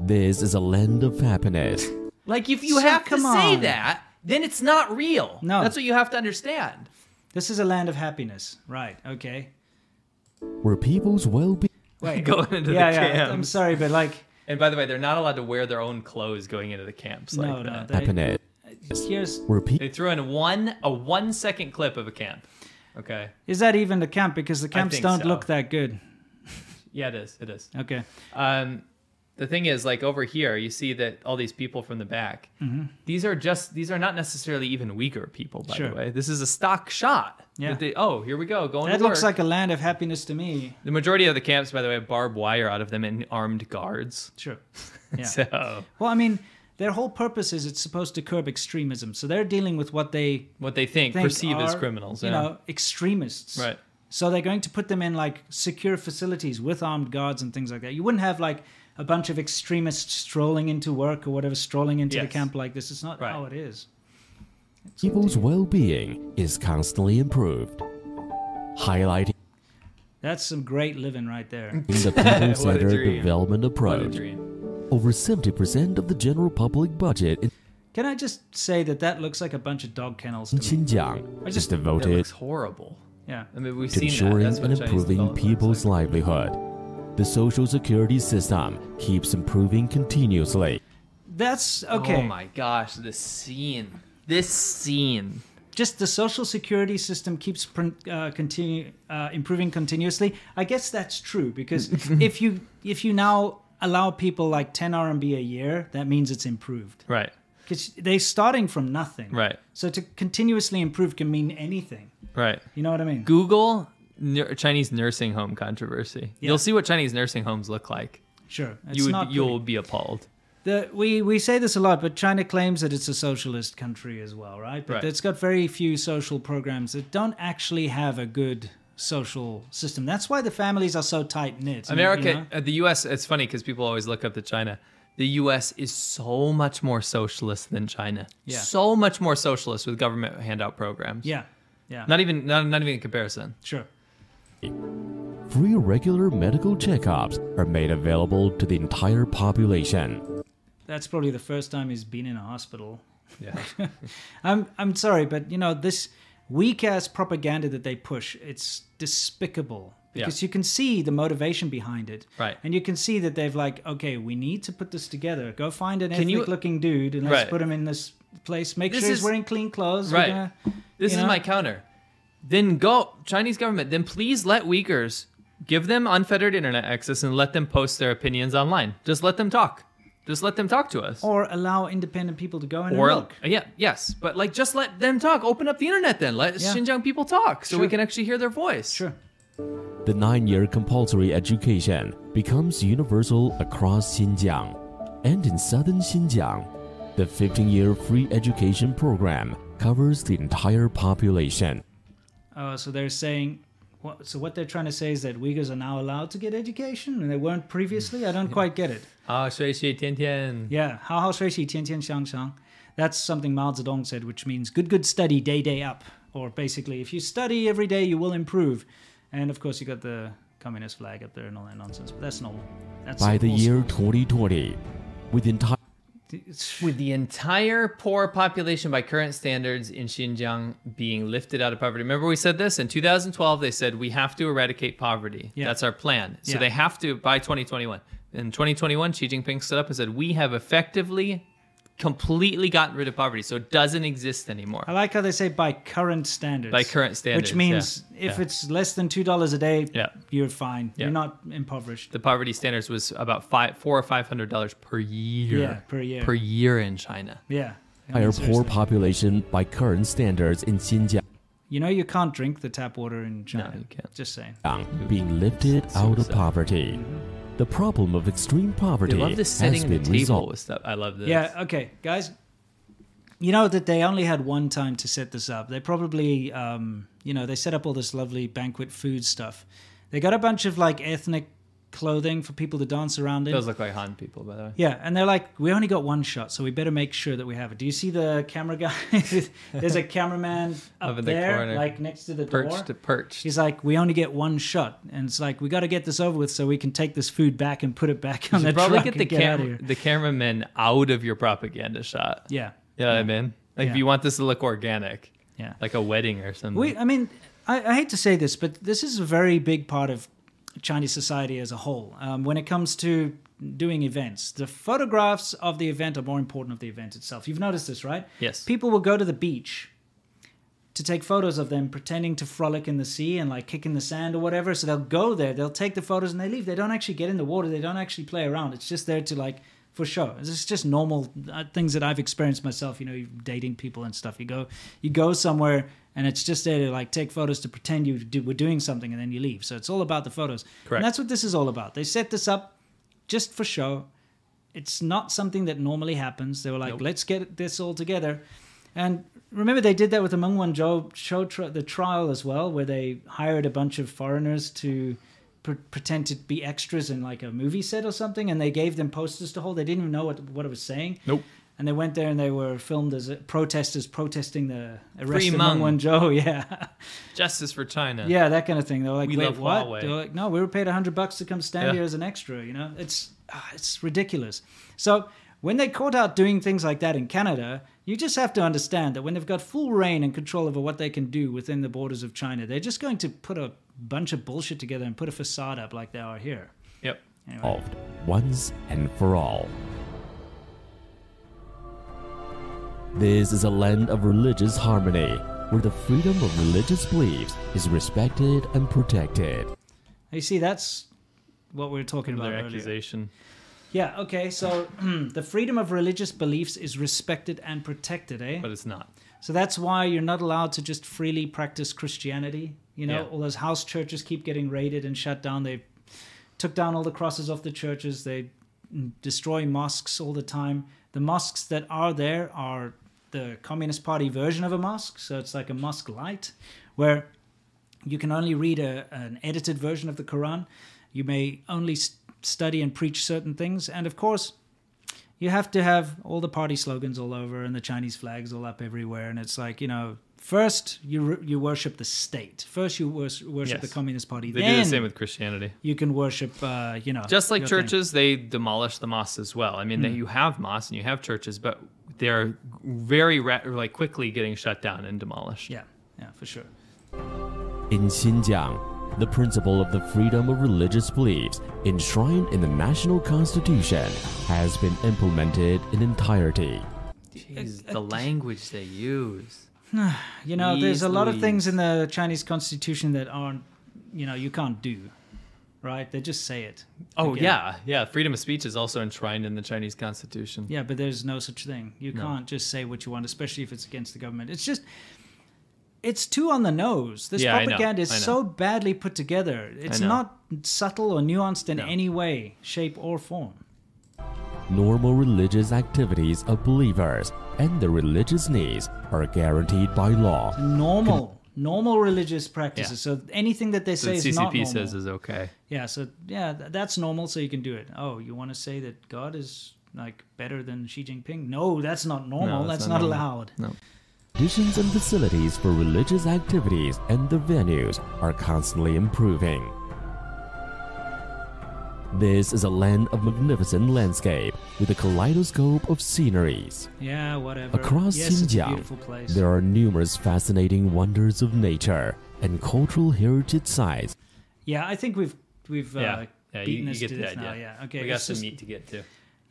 C: This is a land of happiness.
B: Like if you
A: So
B: have to
A: come
B: say
A: on.
B: that, then it's not real.
A: No.
B: That's what you have to understand.
A: This is a land of happiness, right? Okay.
C: where people's well-being
A: *laughs* Wait,
B: Going into
A: yeah,
B: the
A: yeah.
B: camps.
A: I'm sorry, but like,
B: And by the way, they're not allowed to wear their own clothes going into the camps like
A: no, no.
B: that.
A: They,
C: happiness,
A: here's
C: where people
B: They threw in one a one second clip of a camp. Okay.
A: is that even the camp? Because the camps
B: think
A: don't
B: so.
A: look that good.
B: Yeah, it is. It is.
A: Okay.
B: Um, the thing is, like over here, you see that all these people from the back.
A: Mm-hmm.
B: These are just these are not necessarily even Uyghur people, by
A: Sure.
B: the way. This is a stock shot.
A: Yeah.
B: that they- oh, here we go. Going
A: That
B: to work.
A: looks like a land of happiness to me.
B: the majority of the camps, by the way, have barbed wire out of them and armed guards.
A: Sure. Yeah.
B: *laughs* So
A: Well, I mean, their whole purpose is it's supposed to curb extremism. So they're dealing with what they
B: what they think,
A: think
B: perceive as
A: are,
B: criminals.
A: you
B: yeah.
A: know, extremists.
B: Right.
A: So they're going to put them in like secure facilities with armed guards and things like that. You wouldn't have like a bunch of extremists strolling into work or whatever, strolling into the
B: Yes.
A: camp like this. It's not
B: Right.
A: how it is.
C: people's well-being is constantly improved, highlighting
A: That's some great living right there.
B: *laughs*
C: the people-centered
B: dream.
C: development
B: What a
C: approach.
B: dream.
C: Over 70% of the general public budget in
A: Can I just say that that looks like a bunch of dog kennels to me?
C: Xinjiang is
A: just-
B: That
C: devoted
B: looks horrible.
A: Yeah.
B: I mean, we've
C: to
B: seen
C: ensuring
B: that. That's what
C: and
B: Chinese
C: improving
B: development looks
C: people's
B: like.
C: livelihood. The social security system keeps improving continuously.
A: That's okay.
B: Oh my gosh, this scene. This scene.
A: Just the social security system keeps pr- uh, continue, uh, improving continuously. I guess that's true because if you if you now allow people like 10 RMB a year, that means it's improved
B: Right.
A: because they're starting from nothing.
B: Right.
A: So to continuously improve can mean anything.
B: Right.
A: You know what I mean?
B: Google nur- Chinese nursing home controversy.
A: Yeah.
B: You'll see what Chinese nursing homes look like.
A: Sure. It's
B: you
A: not
B: would, you'll
A: pretty.
B: be appalled.
A: The, we, we say this a lot, but China claims that it's a socialist country as well, right? But
B: Right.
A: it's got very few social programs that don't actually have a good social system. That's why the families are so tight knit.
B: America, uh, the U.S. It's funny because people always look up to China. The U.S. is so much more socialist than China.
A: Yeah.
B: So much more socialist with government handout programs.
A: Yeah. Yeah.
B: Not even not, not even in comparison.
A: sure.
C: Free regular medical checkups are made available to the entire population.
A: That's probably the first time he's been in a hospital.
B: Yeah.
A: *laughs* I'm I'm sorry, but you know this weak ass propaganda that they push. It's despicable
B: Yeah.
A: because you can see the motivation behind it,
B: Right.
A: And you can see that they've like, okay, we need to put this together. Go find an
B: Can you-
A: ethnic looking dude and let's
B: Right.
A: put him in this place. Make
B: This
A: sure he's
B: is-
A: wearing clean clothes. We're
B: Right.
A: gonna-
B: This
A: You
B: is
A: know?
B: my counter. Then go Chinese government. Then please let Uyghurs give them unfettered internet access and let them post their opinions online. Just let them talk. Just let them talk to us.
A: or allow independent people to go in
B: Or- uh,
A: and look.
B: yeah, yes, but like just let them talk. Open up the internet then. Let
A: Yeah.
B: Xinjiang people talk so we
A: Sure.
B: can actually hear their voice.
A: Sure.
C: The nine year compulsory education becomes universal across Xinjiang. And in southern Xinjiang, the 15 year free education program covers the entire population.
A: Uh, so they're saying. what- So what they're trying to say is that Uyghurs are now allowed to get education, and they weren't previously. I
B: *laughs*
A: don't quite get it.
B: Ah, 所以是天天-
A: Yeah, 好好学习，天天向上. That's something Mao Zedong said, which means good, good study, day, day up. Or basically, if you study every day, you will improve. And of course, you got the communist flag up there and all that nonsense. But that's normal. That's
C: By the
A: also-
C: year 2020, with entire
A: It's-
B: With the entire poor population by current standards in Xinjiang being lifted out of poverty. Remember, we said this in 2012, they said we have to eradicate poverty.
A: Yeah.
B: That's our plan. So
A: Yeah.
B: they have to by 2021. In 2021, Xi Jinping stood up and said, We have effectively completely gotten rid of poverty. So it doesn't exist anymore.
A: I like how they say by current standards.
B: By current standards,
A: Which means if
B: yeah.
A: it's less than $2 a day,
B: Yeah.
A: you're fine.
B: Yeah.
A: You're not impoverished.
B: the poverty standards was about five, four or five hundred dollars per year.
A: Yeah, per year.
B: Per year in China.
A: Yeah. I mean,
C: entire poor
A: seriously.
C: population by current standards in Xinjiang
A: You know, you can't drink the tap water in China.
B: you can't.
A: Just saying.
B: Mm-hmm.
C: being lifted out of
B: Suicide.
C: poverty. The problem of
B: Mm-hmm.
C: extreme
B: They
C: poverty
B: love this
C: has
B: setting the
C: been
B: table
C: resolved.
B: with stuff. I love this.
A: Yeah, okay, guys. You know that they only had one time to set this up. They probably, um, you know, they set up all this lovely banquet food stuff. They got a bunch of like ethnic clothing for people to dance around in.
B: Those look like Han people, by the way.
A: yeah, and they're like, we only got one shot, so we better make sure that we have it. Do you see the camera guy? *laughs* There's a
B: *laughs*
A: cameraman up
B: Over the
A: there,
B: corner.
A: like next to the door.
B: Perched to perched.
A: He's like, we only get one shot, and it's like we got to get this over with so we can take this food back and put it back on
B: You
A: the
B: should probably
A: truck
B: get
A: and
B: the
A: out of
B: camera
A: here.
B: the cameramen out of your propaganda shot.
A: Yeah,
B: You know what I mean? Like if
A: Yeah.
B: you want this to look organic.
A: yeah.
B: Like a wedding or something.
A: We, I mean, I, I hate to say this, but this is a very big part of Chinese society as a whole. Um, when it comes to doing events, the photographs of the event are more important of the event itself. You've noticed this, right?
B: Yes.
A: People will go to the beach to take photos of them pretending to frolic in the sea and like kick in the sand or whatever. So they'll go there, they'll take the photos, and they leave. They don't actually get in the water. They don't actually play around. It's just there to like for show. It's just normal uh, things that I've experienced myself. You know, dating people and stuff. You go, you go somewhere, and it's just there to like take photos to pretend you do, were doing something, and then you leave. So it's all about the photos.
B: Correct.
A: And that's what this is all about. They set this up just for show. It's not something that normally happens. They were like,
B: Nope.
A: let's get this all together. And remember, they did that with the Mengwan Zhou show tri- the trial as well, where they hired a bunch of foreigners to pre- pretend to be extras in like a movie set or something, and they gave them posters to hold. They didn't even know what what it was saying.
B: Nope.
A: And they went there and they were filmed as uh, protesters protesting the arrest of
B: Meng.
A: Mengwan Zhou. *laughs* Yeah,
B: Justice for China.
A: yeah, that kind of thing. They were like,
B: We
A: wait,
B: love
A: what?
B: Huawei.
A: They were like, no, we were paid hundred bucks to come stand
B: Yeah.
A: here as an extra. You know, it's ah, it's ridiculous. So when they caught out doing things like that in Canada, you just have to understand that when they've got full reign and control over what they can do within the borders of China, they're just going to put a bunch of bullshit together and put a facade up like they are here.
B: Yep.
A: Anyway.
C: Once and for all. This is a land of religious harmony, where the freedom of religious beliefs is respected and protected.
A: You see, that's what we were talking about
B: Another
A: earlier.
B: accusation.
A: Yeah, okay, so *clears throat* the freedom of religious beliefs is respected and protected, eh?
B: But it's not.
A: So that's why you're not allowed to just freely practice Christianity. You know,
B: Yeah.
A: all those house churches keep getting raided and shut down. They took down all the crosses off the churches. They mm, destroy mosques all the time. The mosques that are there are the Communist Party version of a mosque. So it's like a mosque light where you can only read a, an edited version of the Quran. You may only s study and preach certain things. And of course, you have to have all the party slogans all over and the Chinese flags all up everywhere. And it's like, you know, first you, re- you worship the state. First you wors- worship
B: Yes.
A: the Communist Party.
B: They
A: then
B: do the same with Christianity.
A: you can worship, uh, you know.
B: Just like
A: your thing. Mm.
B: churches, they demolish the mosques as well. I mean, that you have mosques and you have churches, but they're very ra- like quickly getting shut down and demolished.
A: Yeah, yeah, for sure.
C: In Xinjiang, the principle of the freedom of religious beliefs enshrined in the national constitution has been implemented in entirety.
D: Jeez, the language they use.
A: You know, there's a lot of
D: Louise.
A: things in the Chinese constitution that aren't, you know, you can't do, right? They just say it.
B: Oh
A: Again.
B: yeah, yeah. Freedom of speech is also enshrined in the Chinese Constitution.
A: Yeah, but there's no such thing. You can't just say what you want, especially if it's against the government. It's just, it's too on the nose. This
B: Yeah, I know,
A: propaganda
B: I
A: is
B: know.
A: so badly put together. It's
B: know.
A: not subtle or nuanced in any way, shape, or form.
C: Normal religious activities of believers and their religious needs are guaranteed by law.
A: Normal, normal religious practices. So anything that they
B: So
A: say
B: the
A: is not
B: CCP
A: normal.
B: says is okay.
A: Yeah, so yeah, th- that's normal, so you can do it. Oh, you want to say that God is like better than Xi Jinping? No, that's not normal.
B: No,
A: that's,
B: that's
A: not,
B: not normal.
A: allowed.
B: No.
C: Conditions and facilities for religious activities and the venues are constantly improving. This is a land of magnificent landscape with a kaleidoscope of sceneries.
A: Yeah, whatever.
C: Across
A: yes, it's a beautiful
C: Xinjiang,
A: place.
C: there are numerous fascinating wonders of nature and cultural heritage sites
A: Yeah, I think we've we've uh,
B: Yeah, yeah. You,
A: beaten
B: you
A: us
B: get
A: to
B: the
A: this
B: idea.
A: now. Yeah, okay.
B: We got
A: let's
B: some
A: just-
B: meat to get to.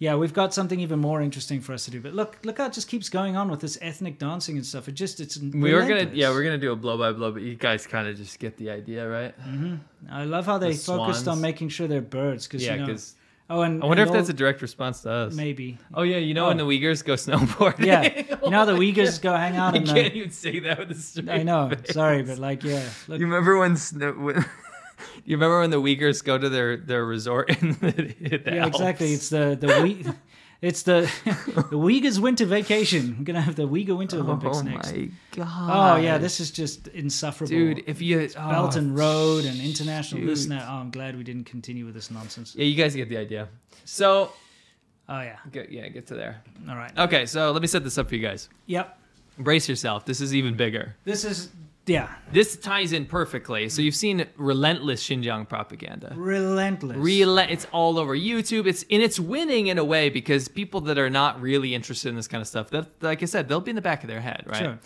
A: Yeah, we've got something even more interesting for us to do. But look, look how it just keeps going on with this ethnic dancing and stuff. It just it's
D: We are gonna, yeah, we're gonna do a blow by blow, but you guys kind of just get the idea, right?
A: I love how they
D: the
A: focused on
D: swans.
A: making sure they're birds because
B: Yeah,
A: you know.
B: 'cause-
A: Oh, and
B: I wonder
A: and
B: if that's
A: all-
B: a direct response to us. *laughs*
A: maybe.
B: Oh yeah, you know when
A: Oh.
B: the Uyghurs go snowboarding. *laughs*
A: Yeah, you know how the
B: Oh my
A: Uyghurs go hang out in
B: God. You
A: the.
B: can't even say that with a straight
A: I know.
B: face.
A: Sorry,
B: *laughs*
A: but like, yeah. Look,
D: You remember when, snow, when
B: You remember when the Uyghurs go to their, their resort *laughs* in the, the
A: yeah, exactly. It's the the we, *laughs* it's the *laughs* the Uyghurs winter vacation. We're gonna have the Uyghur Winter Olympics
D: Oh
A: next.
D: my
A: Oh
D: god!
A: yeah, this is just insufferable,
D: dude. If you oh,
A: Belton Road and international this
D: shoot.
A: and that. Oh, I'm glad we didn't continue with this nonsense.
B: Yeah, you guys get the idea. So
A: Oh yeah.
B: get, yeah, get to there.
A: All right.
B: Okay, so let me set this up for you guys.
A: Yep.
B: Brace yourself. This is even bigger.
A: This is yeah
B: This ties in perfectly. So you've seen relentless Xinjiang propaganda.
A: relentless.
B: Rela- it's all over YouTube. It's and it's winning in a way because people that are not really interested in this kind of stuff, that like I said, they'll be in the back of their head, right?
A: Sure.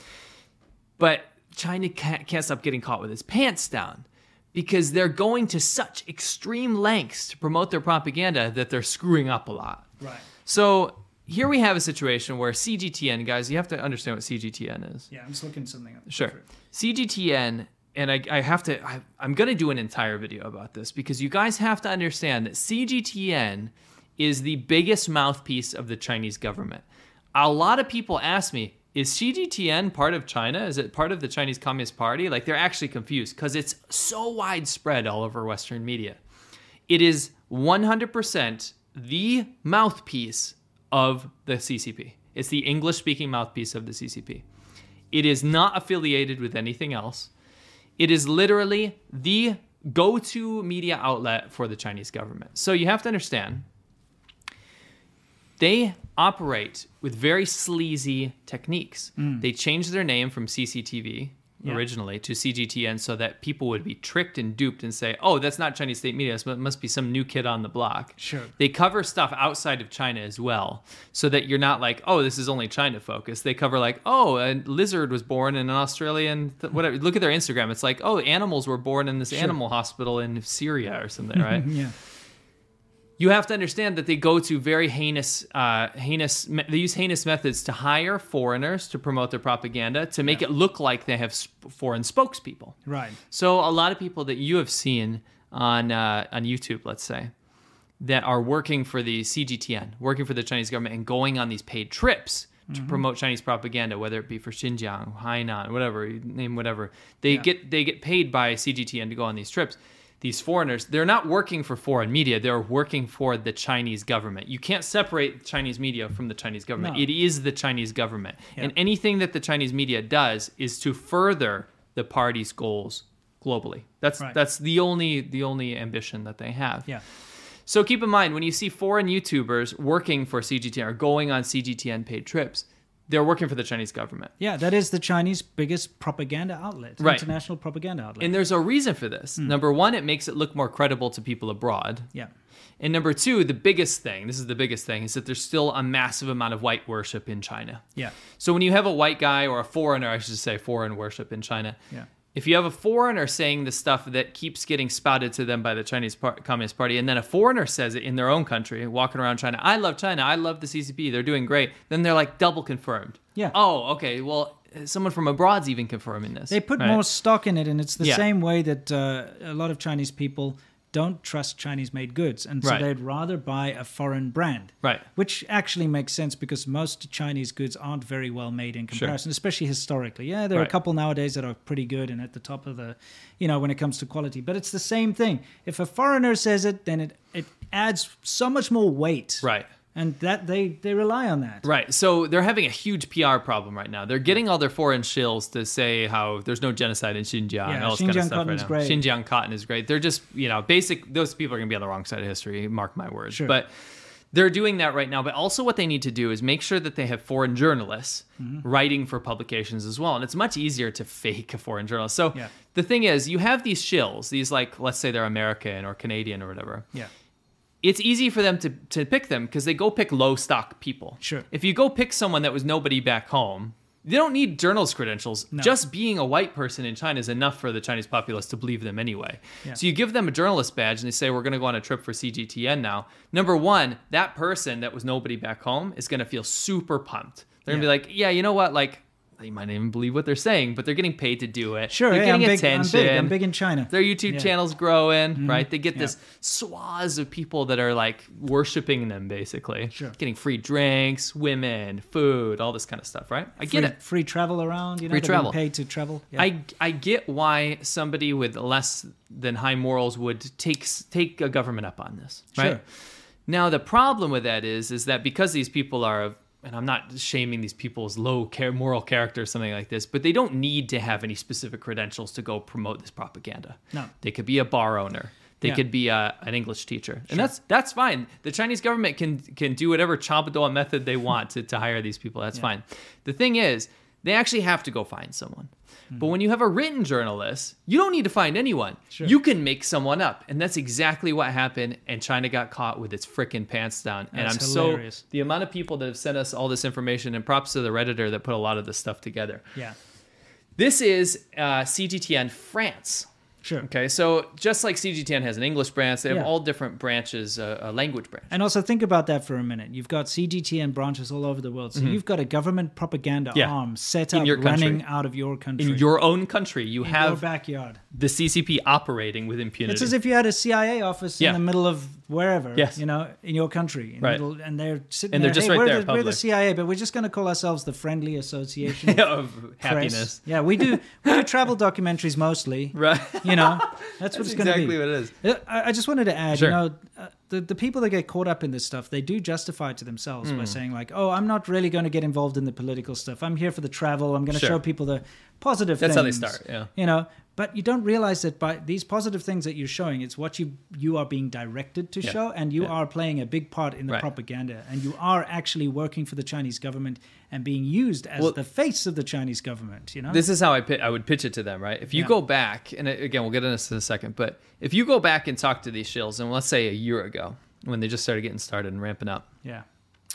B: But China can't, can't stop getting caught with his pants down because they're going to such extreme lengths to promote their propaganda that they're screwing up a lot.
A: Right.
B: So here we have a situation where CGTN, guys, you have to understand what CGTN is.
A: Yeah, I'm just looking something up.
B: Sure. CGTN, and I, I have to, I, I'm going to do an entire video about this because you guys have to understand that CGTN is the biggest mouthpiece of the Chinese government. A lot of people ask me, is CGTN part of China? Is it part of the Chinese Communist Party? Like they're actually confused because it's so widespread all over Western media. It is 100% the mouthpiece of the CCP. It's the English speaking mouthpiece of the CCP. It is not affiliated with anything else. It is literally the go to media outlet for the Chinese government. So you have to understand they operate with very sleazy techniques. They changed their name from CCTV originally to CGTN so that people would be tricked and duped and say, oh, that's not Chinese state media. It must be some new kid on the block.
A: Sure.
B: They cover stuff outside of China as well so that you're not like, oh, this is only China focused. They cover like, oh, a lizard was born in an Australian, th- whatever. Look at their Instagram. It's like,
A: Mm-hmm.
B: oh, animals were born in this animal hospital in Syria or something, right?
A: Yeah.
B: you have to understand that they go to very heinous, uh, heinous. me- They use heinous methods to hire foreigners to promote their propaganda to make it look like they have sp- foreign spokespeople.
A: Right.
B: So a lot of people that you have seen on uh, on YouTube, let's say, that are working for the CGTN, working for the Chinese government, and going on these paid trips to promote Chinese propaganda, whether it be for Xinjiang, Hainan, whatever you name, whatever they get they get paid by CGTN to go on these trips. These foreigners, they're not working for foreign media. They're working for the Chinese government. You can't separate Chinese media from the Chinese government.
A: No.
B: It is the Chinese government. And anything that the Chinese media does is to further the party's goals globally. That's
A: Right.
B: that's the only the only ambition that they have.
A: Yeah.
B: So keep in mind when you see foreign YouTubers working for CGTN or going on CGTN paid trips, they're working for the Chinese government.
A: Yeah, that is the Chinese biggest propaganda outlet,
B: Right.
A: international propaganda outlet.
B: And there's a reason for this.
A: Hmm.
B: Number 1, it makes it look more credible to people abroad.
A: yeah.
B: And number 2, the biggest thing, this is the biggest thing, is that there's still a massive amount of white worship in China.
A: Yeah.
B: So when you have a white guy or a foreigner, I should say foreign worship in China.
A: Yeah.
B: If you have a foreigner saying the stuff that keeps getting spouted to them by the Chinese par- Communist Party, and then a foreigner says it in their own country, walking around China, I love China, I love the CCP, they're doing great, then they're like double confirmed.
A: Yeah.
B: Oh, okay. Well, someone from abroad's even confirming this.
A: They put
B: Right.
A: more stock in it, and it's the
B: Yeah.
A: same way that uh, a lot of Chinese people don't trust Chinese made goods, and so
B: Right.
A: they'd rather buy a foreign brand.
B: Right.
A: Which actually makes sense because most Chinese goods aren't very well made in comparison, especially historically. Yeah, there are a
B: Right.
A: couple nowadays that are pretty good and at the top of the, you know, when it comes to quality, but it's the same thing. If a foreigner says it, then it, it adds so much more weight.
B: Right.
A: And that they, they rely on that.
B: Right. So they're having a huge PR problem right now. They're getting all their foreign shills to say how there's no genocide in Xinjiang.
A: Yeah,
B: all this kind
A: Xinjiang
B: of stuff
A: cotton
B: right
A: is
B: now.
A: great.
B: Xinjiang cotton is great. They're just, you know, basic, those people are going to be on the wrong side of history, mark my words.
A: Sure.
B: But they're doing that right now. But also, what they need to do is make sure that they have foreign journalists
A: Mm-hmm.
B: writing for publications as well. And it's much easier to fake a foreign journalist. So
A: Yeah.
B: the thing is, you have these shills, these, like, let's say they're American or Canadian or whatever
A: Yeah.
B: it's easy for them to, to pick them because they go pick low stock people.
A: Sure.
B: If you go pick someone that was nobody back home, they don't need journalist credentials. Just being a white person in China is enough for the Chinese populace to believe them anyway.
A: Yeah.
B: So you give them a journalist badge and they say, We're going to go on a trip for CGTN now. Number one, that person that was nobody back home is going to feel super pumped. They're going to
A: Yeah.
B: be like, Yeah, you know what? Like, they might not even believe what they're saying, but they're getting paid to do it.
A: Sure.
B: They're
A: hey, I'm,
B: getting
A: big, I'm
B: attention.
A: big. I'm big in China.
B: Their YouTube
A: Yeah. Mm-hmm.
B: channel's growing, right? They get this swaths of people that are like worshiping them, basically.
A: Sure.
B: Getting free drinks, women, food, all this kind of stuff, right? I get
A: free,
B: it.
A: free travel around. You know,
B: Free
A: they're being
B: travel.
A: paid to travel. Yeah.
B: I, I get why somebody with less than high morals would take take a government up on this, right?
A: Sure.
B: Now the problem with that is is that because these people are of- and I'm not shaming these people's low care, moral character or something like this, but they don't need to have any specific credentials to go promote this propaganda.
A: No.
B: They could be a bar owner. They
A: Yeah.
B: could be a, an English teacher. And that's that's fine. The Chinese government can can do whatever Chabadoa method they want to, to hire these people. That's fine. The thing is, they actually have to go find someone.
A: Mm-hmm.
B: But when you have a written journalist, you don't need to find anyone. You can make someone up. And that's exactly what happened. And China got caught with its freaking pants down. and I'm
A: That's hilarious.
B: so the amount of people that have sent us all this information and props to the Redditor that put a lot of this stuff together.
A: yeah.
B: This is uh, CGTN France.
A: Sure.
B: Okay, so just like CGTN has an English branch, they have
A: Yeah.
B: all different branches, uh, a language branch.
A: And also think about that for a minute. You've got CGTN branches all over the world, so you've got a government propaganda
B: Mm-hmm. Yeah.
A: arm set
B: In
A: up
B: your country.
A: running out of your country,
B: In your own country, you
A: In your
B: have
A: backyard.
B: the CCP operating with impunity.
A: It's as if you had a CIA office
B: Yeah.
A: in the middle of wherever,
B: Yes.
A: you know, in your country, in the
B: Right.
A: middle, and they're sitting
B: And
A: there.
B: they're just
A: "Hey,
B: right
A: we're
B: there,
A: The, we're the
B: public."
A: CIA, but we're just going to call ourselves the Friendly Association
B: *laughs*
A: of
B: of
A: Press."
B: happiness.
A: Yeah, we do we do travel documentaries mostly.
B: Right.
A: You know, that's what
B: That's
A: it's going to
B: exactly
A: be.
B: what it is.
A: Yeah, Uh, I, I just wanted to add,
B: Sure.
A: you know, uh, the, the people that get caught up in this stuff, they do justify it to themselves
B: Hmm.
A: by saying, like, oh, I'm not really going to get involved in the political stuff. I'm here for the travel. I'm going to
B: Sure.
A: show people the positive
B: That's how they
A: things,"
B: start, yeah.
A: You know, but you don't realize that by these positive things that you're showing, it's what you you are being directed to
B: Yeah.
A: show, and you are playing a big part in the
B: Right.
A: propaganda, and you are actually working for the Chinese government and being used as
B: Well-
A: the face of the Chinese government, you know?
B: This is how I, pi- I would pitch it to them, right? If you
A: Yeah.
B: go back, and a- again, we'll get into this in a second, but if you go back and talk to these shills, and let's say a year ago, when they just started getting started and ramping up,
A: yeah.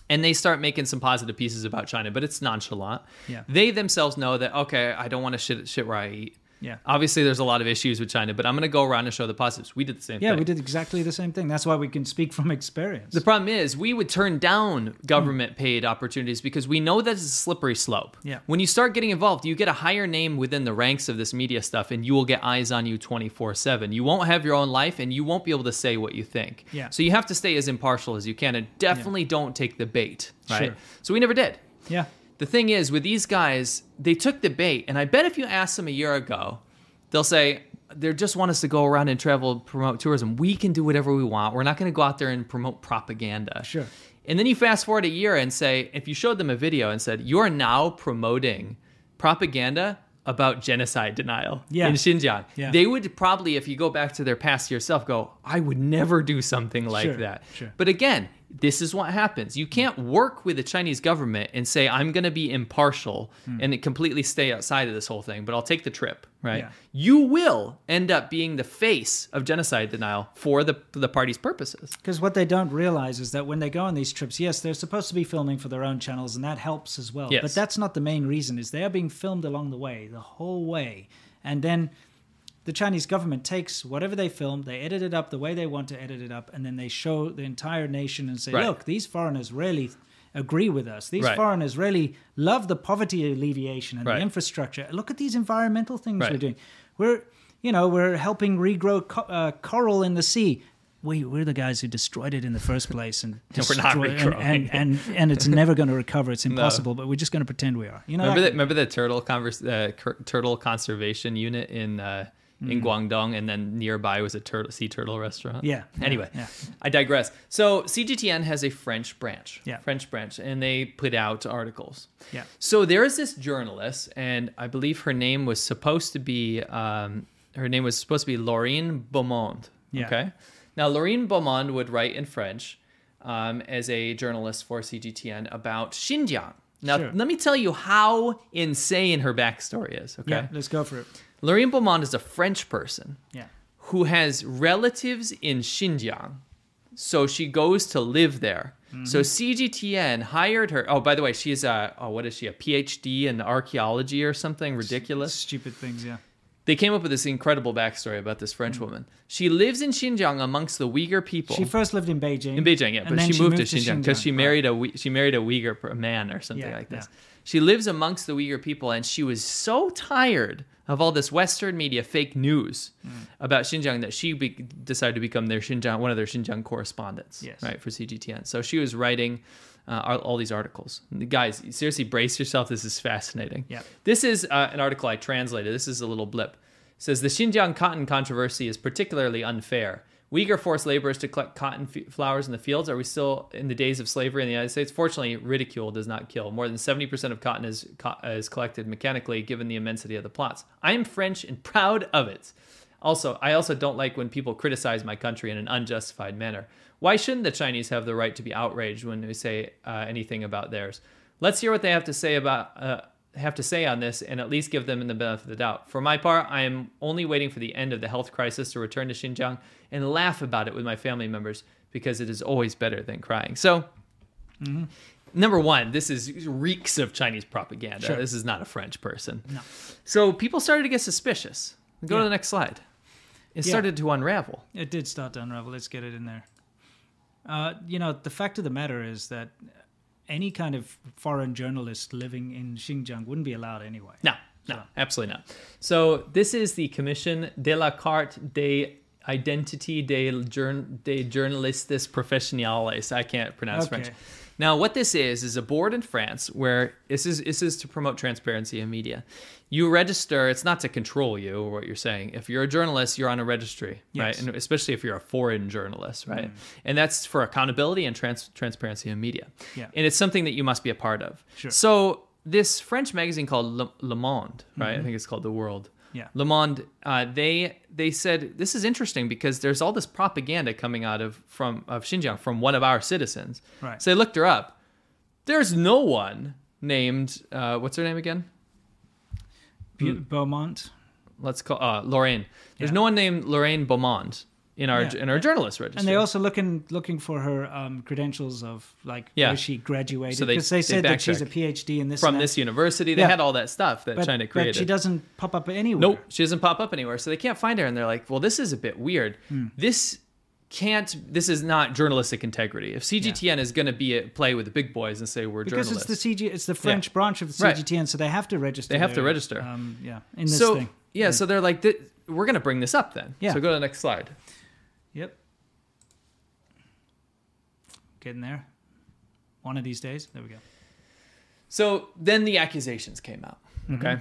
B: and they start making some positive pieces about China, but it's nonchalant.
A: Yeah.
B: They themselves know that okay, I don't want to shit shit where I eat.
A: Yeah.
B: Obviously, there's a lot of issues with China, but I'm going to go around and show the positives. We did the same
A: Yeah,
B: thing.
A: we did exactly the same thing. That's why we can speak from experience.
B: The problem is, we would turn down government paid opportunities because we know that it's a slippery slope.
A: Yeah.
B: When you start getting involved, you get a higher name within the ranks of this media stuff and you will get eyes on you 24 7. You won't have your own life and you won't be able to say what you think.
A: Yeah.
B: So you have to stay as impartial as you can and definitely don't take the bait. Right.
A: Sure.
B: So we never did.
A: yeah.
B: The thing is, with these guys, they took the bait, and I bet if you asked them a year ago, they'll say they just want us to go around and travel, promote tourism. We can do whatever we want. We're not going to go out there and promote propaganda.
A: Sure.
B: And then you fast forward a year and say, if you showed them a video and said, you are now promoting propaganda about genocide denial
A: Yeah.
B: in Xinjiang,
A: Yeah.
B: they would probably, if you go back to their past yourself, go, I would never do something like
A: Sure,
B: that.
A: sure.
B: But again, this is what happens. You can't work with the Chinese government and say, I'm going to be impartial
A: Hmm.
B: and completely stay outside of this whole thing, but I'll take the trip, right?
A: Yeah.
B: You will end up being the face of genocide denial for the, for the party's purposes.
A: Because what they don't realize is that when they go on these trips, yes, they're supposed to be filming for their own channels, and that helps as well.
B: Yes.
A: But that's not the main reason. Is they are being filmed along the way, the whole way, and then the Chinese government takes whatever they filmed, they edit it up the way they want to edit it up, and then they show the entire nation and say,
B: Right.
A: "Look, these foreigners really." Agree with us. These
B: Right.
A: foreigners really love the poverty alleviation and
B: Right.
A: the infrastructure. Look at these environmental things
B: Right.
A: we're doing. We're, you know, we're helping regrow co- uh, coral in the sea. We, we're the guys who destroyed it in the first place, and
B: *laughs* we're not
A: destroy- and,
B: regrowing
A: and, and and it's never going to recover.
B: *laughs*
A: It's impossible. But we're just going to pretend we are. You know,
B: Remember
A: that-
B: that? Remember the turtle converse, uh, cur- turtle conservation unit in uh, in Guangdong, and then nearby was a turtle sea turtle restaurant.
A: Hmm. Yeah, yeah,
B: Anyway,
A: yeah.
B: I digress. So CGTN has a French branch.
A: Yeah.
B: French branch, and they put out articles.
A: Yeah.
B: So there is this journalist, and I believe her name was supposed to be um, her name was supposed to be Laureen Beaumont.
A: Yeah.
B: Okay. Now Laureen Beaumont would write in French um, as a journalist for CGTN about Xinjiang. Now
A: Sure.
B: let me tell you how insane her backstory is. Okay.
A: yeah. Let's go for it.
B: Laureen Beaumont is a French person
A: Yeah.
B: who has relatives in Xinjiang. So she goes to live there. So CGTN hired her. Oh, by the way, she's a oh, what is she? A PhD in archaeology or something ridiculous.
A: Stupid things. Yeah.
B: They came up with this incredible backstory about this French woman. She lives in Xinjiang amongst the Uyghur people.
A: She first lived in Beijing.
B: in Beijing, yeah,
A: and
B: but
A: then
B: she, moved, to Xinjiang because she
A: Right.
B: married a Uy- she married a Uyghur per- man or something
A: Yeah,
B: like this.
A: yeah.
B: She lives amongst the Uyghur people, and she was so tired of all this Western media fake news
A: Mm.
B: about Xinjiang that she be- decided to become their Xinjiang one of their Xinjiang correspondents,
A: Yes.
B: right, for CGTN. So she was writing uh, all, all these articles. Guys, seriously, brace yourself. This is fascinating.
A: Yeah.
B: This is uh, an article I translated. This is a little blip. It says the Xinjiang cotton controversy is particularly unfair. Uyghur forced laborers to collect cotton f- flowers in the fields. Are we still in the days of slavery in the United States? Fortunately, ridicule does not kill. More than 70% of cotton is, co- uh, is collected mechanically, given the immensity of the plots. I am French and proud of it. Also, I also don't like when people criticize my country in an unjustified manner. Why shouldn't the Chinese have the right to be outraged when we say uh, anything about theirs? Let's hear what they have to say about uh, have to say on this, and at least give them the benefit of the doubt. For my part, I am only waiting for the end of the health crisis to return to Xinjiang and laugh about it with my family members because it is always better than crying. So. Number one, this is reeks of Chinese propaganda.
A: Sure.
B: This is not a French person. No. So people started to get suspicious. Go to
A: Yeah.
B: the next slide. It
A: Yeah.
B: started to unravel.
A: It did start to unravel. Let's get it in there. Uh, you know, the fact of the matter is that any kind of foreign journalist living in Xinjiang wouldn't be allowed anyway.
B: No, no, absolutely not. So this is the Commission de la Carte de Identité de, journ- de Journalistes Professionnels. I can't pronounce
A: Okay.
B: French. Now, what this is is a board in France where this is this is to promote transparency in media. You register. It's not to control you or what you're saying. If you're a journalist, you're on a registry, right?
A: Yes. Mm.
B: And especially if you're a foreign journalist, right? And that's for accountability and trans- transparency in media.
A: Yeah.
B: And it's something that you must be a part of.
A: Sure.
B: So this French magazine called Le, Le Monde, right? I think it's called The World.
A: Mm-hmm. Yeah.
B: Le Monde. Uh, they they said this is interesting because there's all this propaganda coming out of from of Xinjiang from one of our citizens.
A: Right.
B: So they looked her up. There's no one named uh, what's her name again?
A: Bu- Beaumont.
B: Mm. Let's call uh, Lorraine. There's
A: Yeah.
B: no one named Lorraine Beaumont in our
A: Yeah.
B: in our journalist registry.
A: And they're also looking looking for her um, credentials of like
B: Yeah.
A: where she graduated
B: So they-
A: because they,
B: they
A: said that she's a
B: backtrack.
A: PhD in this and
B: from
A: that,
B: this university, they
A: Yeah.
B: had all that stuff that
A: but,
B: China
A: but
B: created.
A: she doesn't pop up anywhere.
B: Nope, she doesn't pop up anywhere, so they can't find her. And they're like, "Well, this is a bit weird.
A: Hmm.
B: This can't. This is not journalistic integrity. If CGTN is going to be at play with the big boys and say we're
A: because it's
B: journalists,
A: the CG, it's the French branch of the
B: Right.
A: CGTN, so they have to register.
B: They have to
A: their,
B: register.
A: Um, yeah, in this
B: so
A: thing.
B: yeah, so they're like, "Th- we're going to bring this up then.
A: Yeah.
B: So go to the next slide.
A: Yep. Getting there. One of these days. There we go.
B: So then the accusations came out. Okay,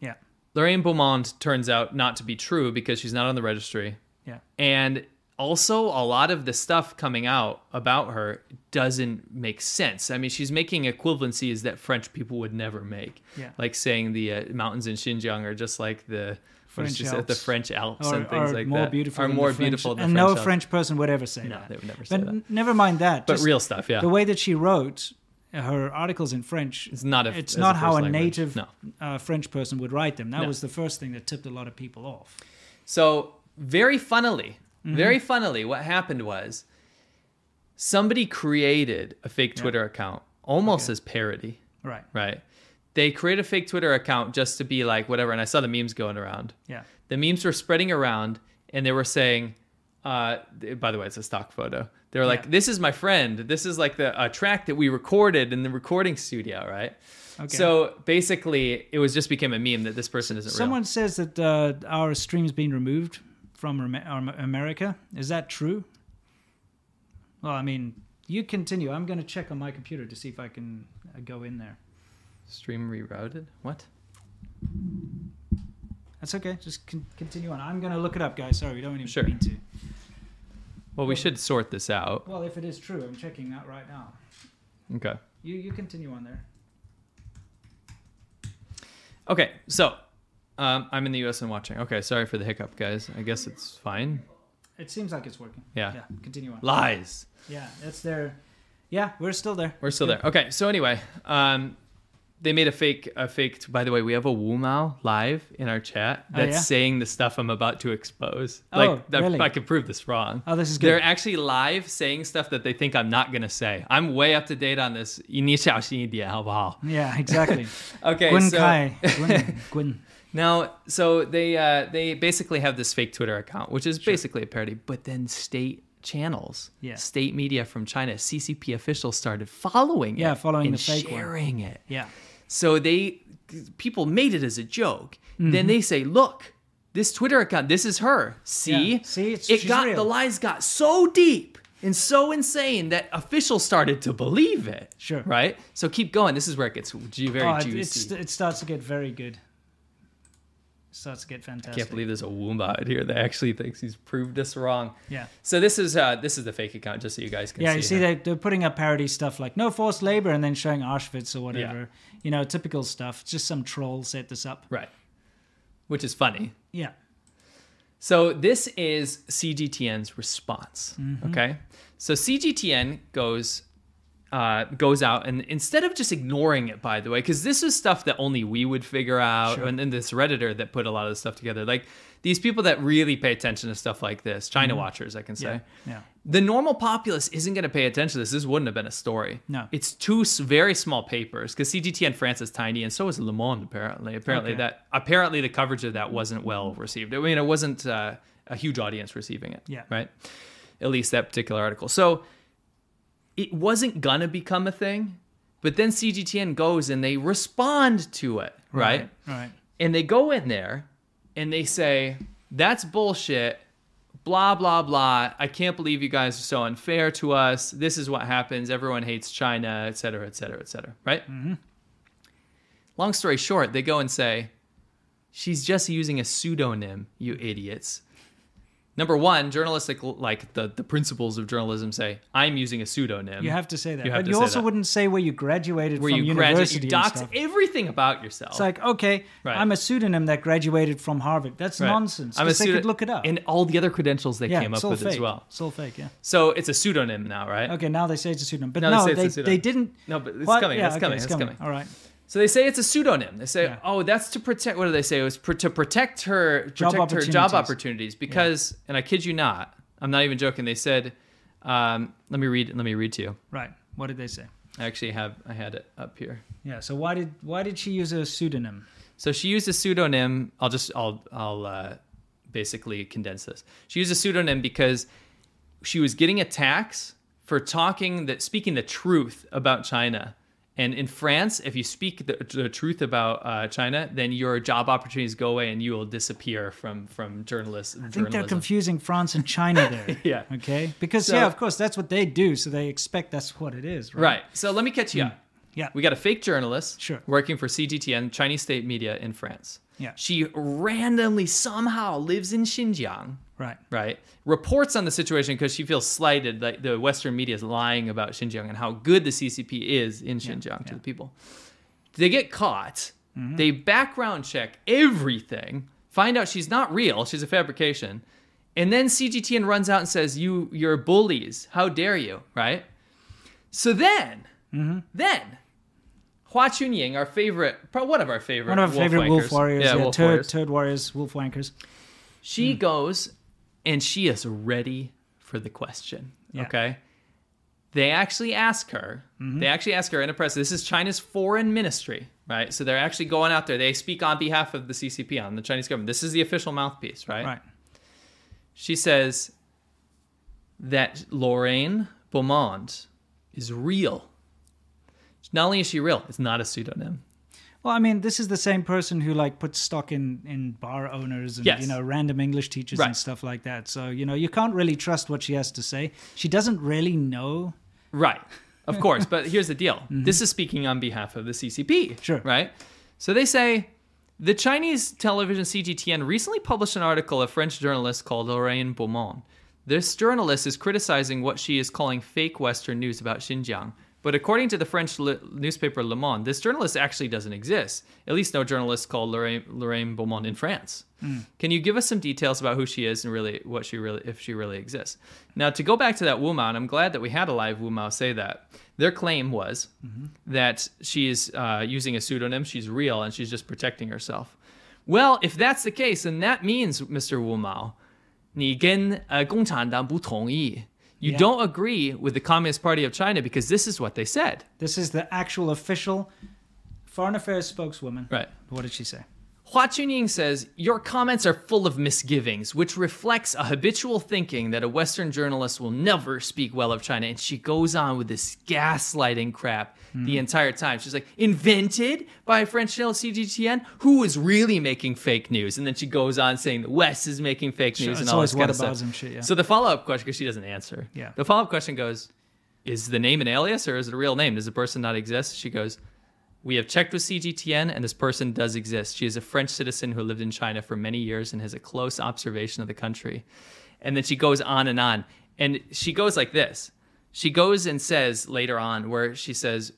A: Yeah.
B: Lorraine Beaumont turns out not to be true because she's not on the registry.
A: Yeah.
B: And also, a lot of the stuff coming out about her doesn't make sense. I mean, she's making equivalencies that French people would never make.
A: Yeah.
B: Like saying the uh, mountains in Xinjiang are just like the what did
A: French
B: she say? the
A: Alps.
B: French Alps
A: Or,
B: and things
A: or
B: like
A: more
B: that.
A: beautiful.
B: are
A: than
B: more
A: the French-
B: beautiful than
A: and
B: French
A: no
B: Alps.
A: French person would ever say
B: No,
A: that.
B: they would never say
A: But
B: that.
A: n- never mind that.
B: But
A: just
B: real stuff, yeah.
A: The way that she wrote her articles in French.
B: It's not a-
A: it's
B: as a
A: not
B: first
A: how a
B: language,
A: native
B: no.
A: uh, French person would write them. That
B: No.
A: was the first thing that tipped a lot of people off.
B: So very funnily,
A: Mm-hmm.
B: very funnily, what happened was somebody created a fake Twitter account almost as parody.
A: Right.
B: Right. They create a fake Twitter account just to be like whatever. And I saw the memes going around.
A: Yeah.
B: The memes were spreading around and they were saying, uh, th- by the way, it's a stock photo. They were like,
A: Yeah.
B: this is my friend. This is like the uh, track that we recorded in the recording studio, right?
A: Okay.
B: So basically, it was just became a meme that this person isn't
A: Someone
B: real.
A: says that uh, our stream's been removed from Rem- um, America. Is that true? Well, I mean, you continue. I'm going to check on my computer to see if I can uh, go in there.
B: Stream rerouted? What?
A: That's okay. Just con- continue on. I'm going to look it up, guys. Sorry, we don't even
B: Sure.
A: mean to.
B: Well, we should sort this out.
A: Well, if it is true, I'm checking that right now.
B: Okay.
A: You you continue on there.
B: Okay, so um, I'm in the U.S. and watching. Okay, sorry for the hiccup, guys. I guess it's fine.
A: It seems like it's working.
B: Yeah.
A: Yeah. Continue on.
B: Lies.
A: Yeah, that's there. Yeah, we're still there.
B: We're still there. Okay, so anyway, um, they made a fake, a fake. By the way, we have a Wumao live in our chat
A: Oh,
B: that's
A: yeah?
B: saying the stuff I'm about to expose.
A: Oh,
B: like that,
A: really?
B: I could prove this wrong.
A: Oh, this is
B: They're
A: good.
B: actually live saying stuff that they think I'm not gonna say. I'm way up to date
A: *laughs*
B: on this. 你小心一点，好不好？
A: Yeah, *laughs* exactly.
B: *laughs* Okay,
A: Gwen
B: so *laughs*
A: Kai. Gwen. Gwen.
B: Now, so they uh, they basically have this fake Twitter account, which is basically a parody. But then state channels,
A: Yeah.
B: state media from China, CCP officials started following it,
A: Yeah, following
B: and
A: the fake one.
B: sharing it.
A: Yeah.
B: So they people made it as a joke. Then
A: Mm-hmm.
B: they say, "Look, this Twitter account. This is her. See,
A: Yeah. See, it's-
B: it
A: she's
B: got
A: real."
B: the lies got so deep." And so insane that officials started to believe it.
A: Sure.
B: Right? So keep going. This is where it gets ju- very
A: Oh, it,
B: juicy.
A: it's, it starts to get very good. It starts to get fantastic.
B: Can't believe there's a Woomba out here that actually thinks he's proved us wrong.
A: Yeah.
B: So this is uh this is the fake account, just so you guys can
A: Yeah,
B: see.
A: you see,
B: her.
A: they, they're putting up parody stuff like no forced labor and then showing Auschwitz or whatever. You know, typical stuff. Just some troll set this up.
B: Right. Which is funny.
A: Yeah.
B: So this is CGTN's response. Okay. So CGTN goes uh, goes out and instead of just ignoring it, by the way, because this is stuff that only we would figure out, and then this redditor that put a lot of this stuff together, like these people that really pay attention to stuff like this, China watchers, I can say.
A: Yeah. Yeah.
B: the normal populace isn't going to pay attention to this. This wouldn't have been a story.
A: No.
B: It's two s- very small papers because CGTN France is tiny, and so is Le Monde. Apparently, apparently
A: Okay.
B: that apparently the coverage of that wasn't well received. I mean, it wasn't uh, a huge audience receiving it.
A: Yeah.
B: Right. At least that particular article. So it wasn't gonna become a thing, but then CGTN goes and they respond to it. right?
A: Right.
B: and they go in there and they say that's bullshit blah blah blah i can't believe you guys are so unfair to us this is what happens everyone hates china et cetera et cetera et cetera right mm-hmm. long story short they go and say she's just using a pseudonym you idiots number one journalistic like the, the principles of journalism say i'm using a pseudonym
A: You have to say that.
B: Um, You have
A: but
B: to
A: you
B: say
A: also
B: that.
A: wouldn't say where you graduated
B: where
A: from
B: you graduate
A: university
B: you
A: and
B: dox
A: stuff.
B: everything about yourself
A: It's like, okay,
B: Oh. Right.
A: I'm a pseudonym that graduated from Harvard. That's
B: Right.
A: nonsense.
B: I'm
A: Because they
B: pseudo-
A: could look it up.
B: And all the other credentials they
A: yeah,
B: came
A: it's
B: up
A: all
B: with
A: fake.
B: as well.
A: It's all fake, yeah.
B: So it's a pseudonym now, right?
A: Okay, now they say it's a pseudononym. But
B: Now they
A: no,
B: say
A: they,
B: it's a
A: they,
B: pseudonym.
A: didn't.
B: No, but it's
A: What?
B: coming,
A: Yeah,
B: it's
A: okay,
B: coming,
A: It's
B: it's
A: coming.
B: coming.
A: All right.
B: So they say it's a pseudonym. They say,
A: Yeah.
B: "Oh, that's to protect." What do they say? It was pr- to protect her,
A: Job
B: protect her job
A: opportunities.
B: opportunities because, and I kid you not, I'm not even joking. They said, um, let me read. Let me read to you.
A: Right. What did they say?
B: I actually have. I had it up here.
A: Yeah. So why did why did she use a pseudonym?
B: So she used a pseudonym. I'll just. I'll. I'll uh, basically condense this. She used a pseudonym because she was getting attacks for talking that speaking the truth about China. And in France, if you speak the, the truth about uh, China, then your job opportunities go away and you will disappear from from journalists.
A: I think they're confusing France and
B: *laughs*
A: China there.
B: Yeah.
A: Okay. Because
B: So-
A: yeah, of course, that's what they do. So they expect that's what it is, right?
B: Right. So let me catch you up.
A: Yeah.
B: We got a fake journalist
A: Hmm. Sure.
B: working for CGTN, Chinese state media in France.
A: Yeah.
B: She randomly somehow lives in Xinjiang,
A: right.
B: right? Reports on the situation because she feels slighted that the Western media is lying about Xinjiang and how good the CCP is in Xinjiang to the people. They get caught.
A: Mm-hmm.
B: They background check everything, find out she's not real, she's a fabrication. And then CGTN runs out and says, "You, you're bullies. How dare you?" Right? So then,
A: Mm-hmm.
B: then, Hua Chunying, our favorite, pro- one of our favorite,
A: One of our favorite wolf
B: wankers.
A: warriors. Yeah.
B: wolf
A: turd,
B: warriors.
A: turd warriors, wolf wankers.
B: She
A: Hmm.
B: goes and she is ready for the question.
A: Yeah. Mm-hmm.
B: Okay. They actually ask her, they actually ask her in a press. This is China's foreign ministry, right? So they're actually going out there. They speak on behalf of the CCP, on the Chinese government. This is the official mouthpiece, right?
A: Right.
B: She says that Lorraine Beaumont is real. Not only is she real, it's not a pseudonym.
A: Well, I mean, this is the same person who like puts stock in in bar owners and
B: Yes.
A: you know random English teachers
B: Right.
A: and stuff like that. So you know you can't really trust what she has to say. She doesn't really know.
B: Right. Of course. but here's the deal this is speaking on behalf of the CCP.
A: Sure.
B: Right? So they say the Chinese television CGTN recently published an article of French journalist called Lorraine Beaumont. This journalist is criticizing what she is calling fake Western news about Xinjiang. But according to the French li- newspaper Le Monde, this journalist actually doesn't exist. At least no journalist called Lorraine, Lorraine Beaumont in France. Mm. Can you give us some details about who she is and really what she really if she really exists? Now to go back to that Wu Mao, and I'm glad that we had a live Wu Mao say that. Their claim was that she is uh, using a pseudonym, she's real, and she's just protecting herself. Well, if that's the case, then that means, Mr. Wu Mao, uh, 你跟呃共产党不同意. You
A: Yeah.
B: don't agree with the Communist Party of China because this is what they said.
A: This is the actual official foreign affairs spokeswoman.
B: Right.
A: What did she say?
B: Hua Chunying says, Your comments are full of misgivings, which reflects a habitual thinking that a Western journalist will never speak well of China. And she goes on with this gaslighting crap the
A: Hmm.
B: entire time. She's like, Invented by a French channel CGTN? Who is really making fake news? And then she goes on saying, The West is making fake news and
A: it's
B: all
A: always
B: this kind of
A: whataboutism
B: stuff.
A: shit, yeah.
B: So the follow up question, because she doesn't answer.
A: Yeah.
B: The follow up question goes, Is the name an alias or is it a real name? Does the person not exist? She goes, we have checked with CGTN, and this person does exist. She is a French citizen who lived in China for many years and has a close observation of the country. And then she goes on and on. And she goes like this She goes and says later on, where she says,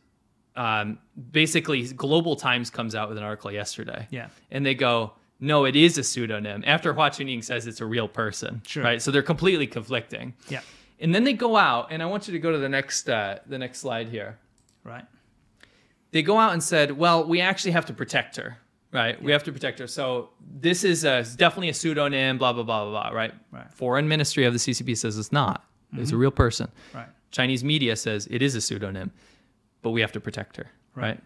B: um, basically, Global Times comes out with an article yesterday.
A: Yeah.
B: And they go, no, it is a pseudonym. After Hua Chunying says it's a real person,
A: Sure.
B: right? So they're completely conflicting.
A: Yeah.
B: And then they go out, and I want you to go to the next uh, the next slide here
A: Right.
B: they go out and said, "Well, we actually have to protect her, right? We have to protect her. So this is a, definitely a pseudonym, blah blah blah blah blah, right?
A: Right.
B: Foreign Ministry of the CCP says it's not. It's a real person.
A: Right.
B: Chinese media says it is a pseudonym, but we have to protect her, right?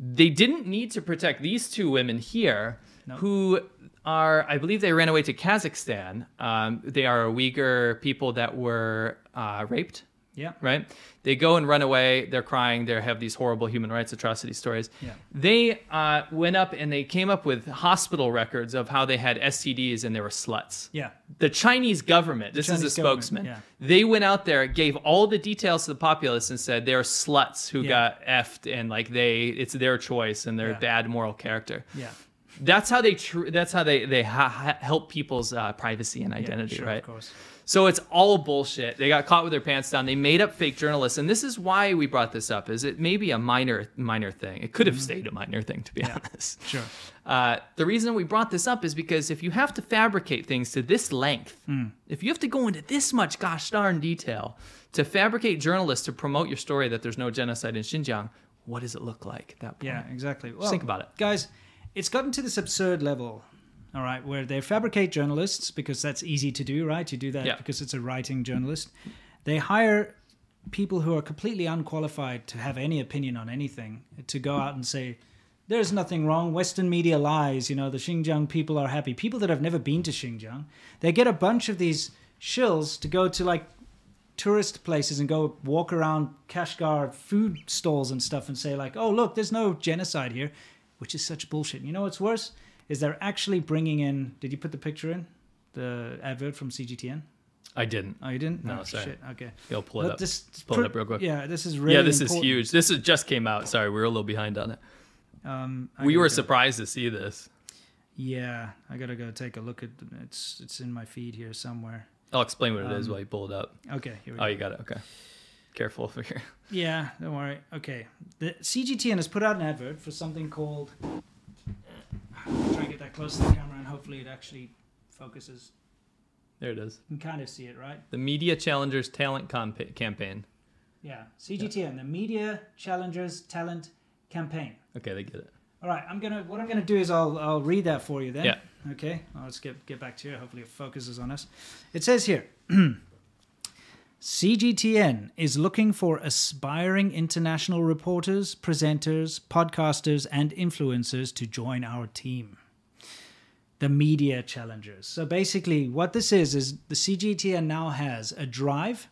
B: They didn't need to protect these two women here, who are, I believe, they ran away to Kazakhstan. Um, they are Uyghur people that were uh, raped
A: Yeah.
B: right? They go and run away. They're crying. They have these horrible human rights atrocity stories.
A: Yeah.
B: They uh, went up and they came up with hospital records of how they had STDs and they were sluts.
A: Yeah.
B: The Chinese government, this
A: Chinese
B: is a
A: government,
B: spokesman,
A: yeah.
B: they went out there, gave all the details to the populace and said they're sluts who
A: Yeah.
B: got effed and like they, it's their choice and they're
A: Yeah.
B: bad moral character.
A: Yeah.
B: That's how they, tr- that's how they, they ha- ha- help people's uh, privacy and identity,
A: sure,
B: right?
A: Of course.
B: So it's all bullshit. They got caught with their pants down. They made up fake journalists, and this is why we brought this up. Is it maybe a minor minor thing? It could
A: Mm-hmm.
B: have stayed a minor thing, to be honest.
A: Sure.
B: Uh, the reason we brought this up is because if you have to fabricate things to this length,
A: Mm.
B: if you have to go into this much gosh darn detail to fabricate journalists to promote your story that there's no genocide in Xinjiang, what does it look like at that point?
A: Yeah, exactly. Well,
B: think about it.
A: guys. It's gotten to this absurd level. All right, where they fabricate journalists because that's easy to do, right? You do that
B: Yeah.
A: because it's a writing journalist. They hire people who are completely unqualified to have any opinion on anything to go out and say, there's nothing wrong. Western media lies. You know, the Xinjiang people are happy. People that have never been to Xinjiang, they get a bunch of these shills to go to like tourist places and go walk around Kashgar food stalls and stuff and say like, "Oh, look, there's no genocide here," which is such bullshit. You know what's worse is they're actually bringing in. Did you put the picture in the advert from CGTN?
B: I didn't.
A: Oh, you didn't.
B: No,
A: oh,
B: sorry.
A: Shit. Okay.
B: Go pull it
A: Look,
B: up.
A: this-
B: pull it up real quick.
A: Yeah, this is really.
B: yeah, this
A: important.
B: is huge. This is just came out. Sorry, we were a little behind on it.
A: Um, I
B: We
A: gotta
B: were
A: go-
B: surprised to see this.
A: Yeah, I gotta go take a look at. It's it's in my feed here somewhere.
B: I'll explain
A: Um,
B: what it is while you pull it up.
A: Okay, here we
B: Oh,
A: go.
B: you got it. Okay. Careful over here. *laughs*
A: Yeah, don't worry. Okay. The CGTN has put out an advert for something called. uh, Try and get that close to the camera and hopefully it actually focuses.
B: There it is.
A: You can kind of see it, right?
B: The Media Challengers Talent compa- Campaign.
A: Yeah. CGTN, the Media Challengers Talent Campaign.
B: Okay, they get it.
A: All right, I'm gonna. What I'm gonna do is I'll I'll read that for you then.
B: Yeah.
A: Okay. Well, let's get get back to it. Hopefully, it focuses on us. It says here. *clears throat* CGTN is looking for aspiring international reporters, presenters, podcasters, and influencers to join our team. The media challengers. So basically, what this is is the CGTN now has a drive,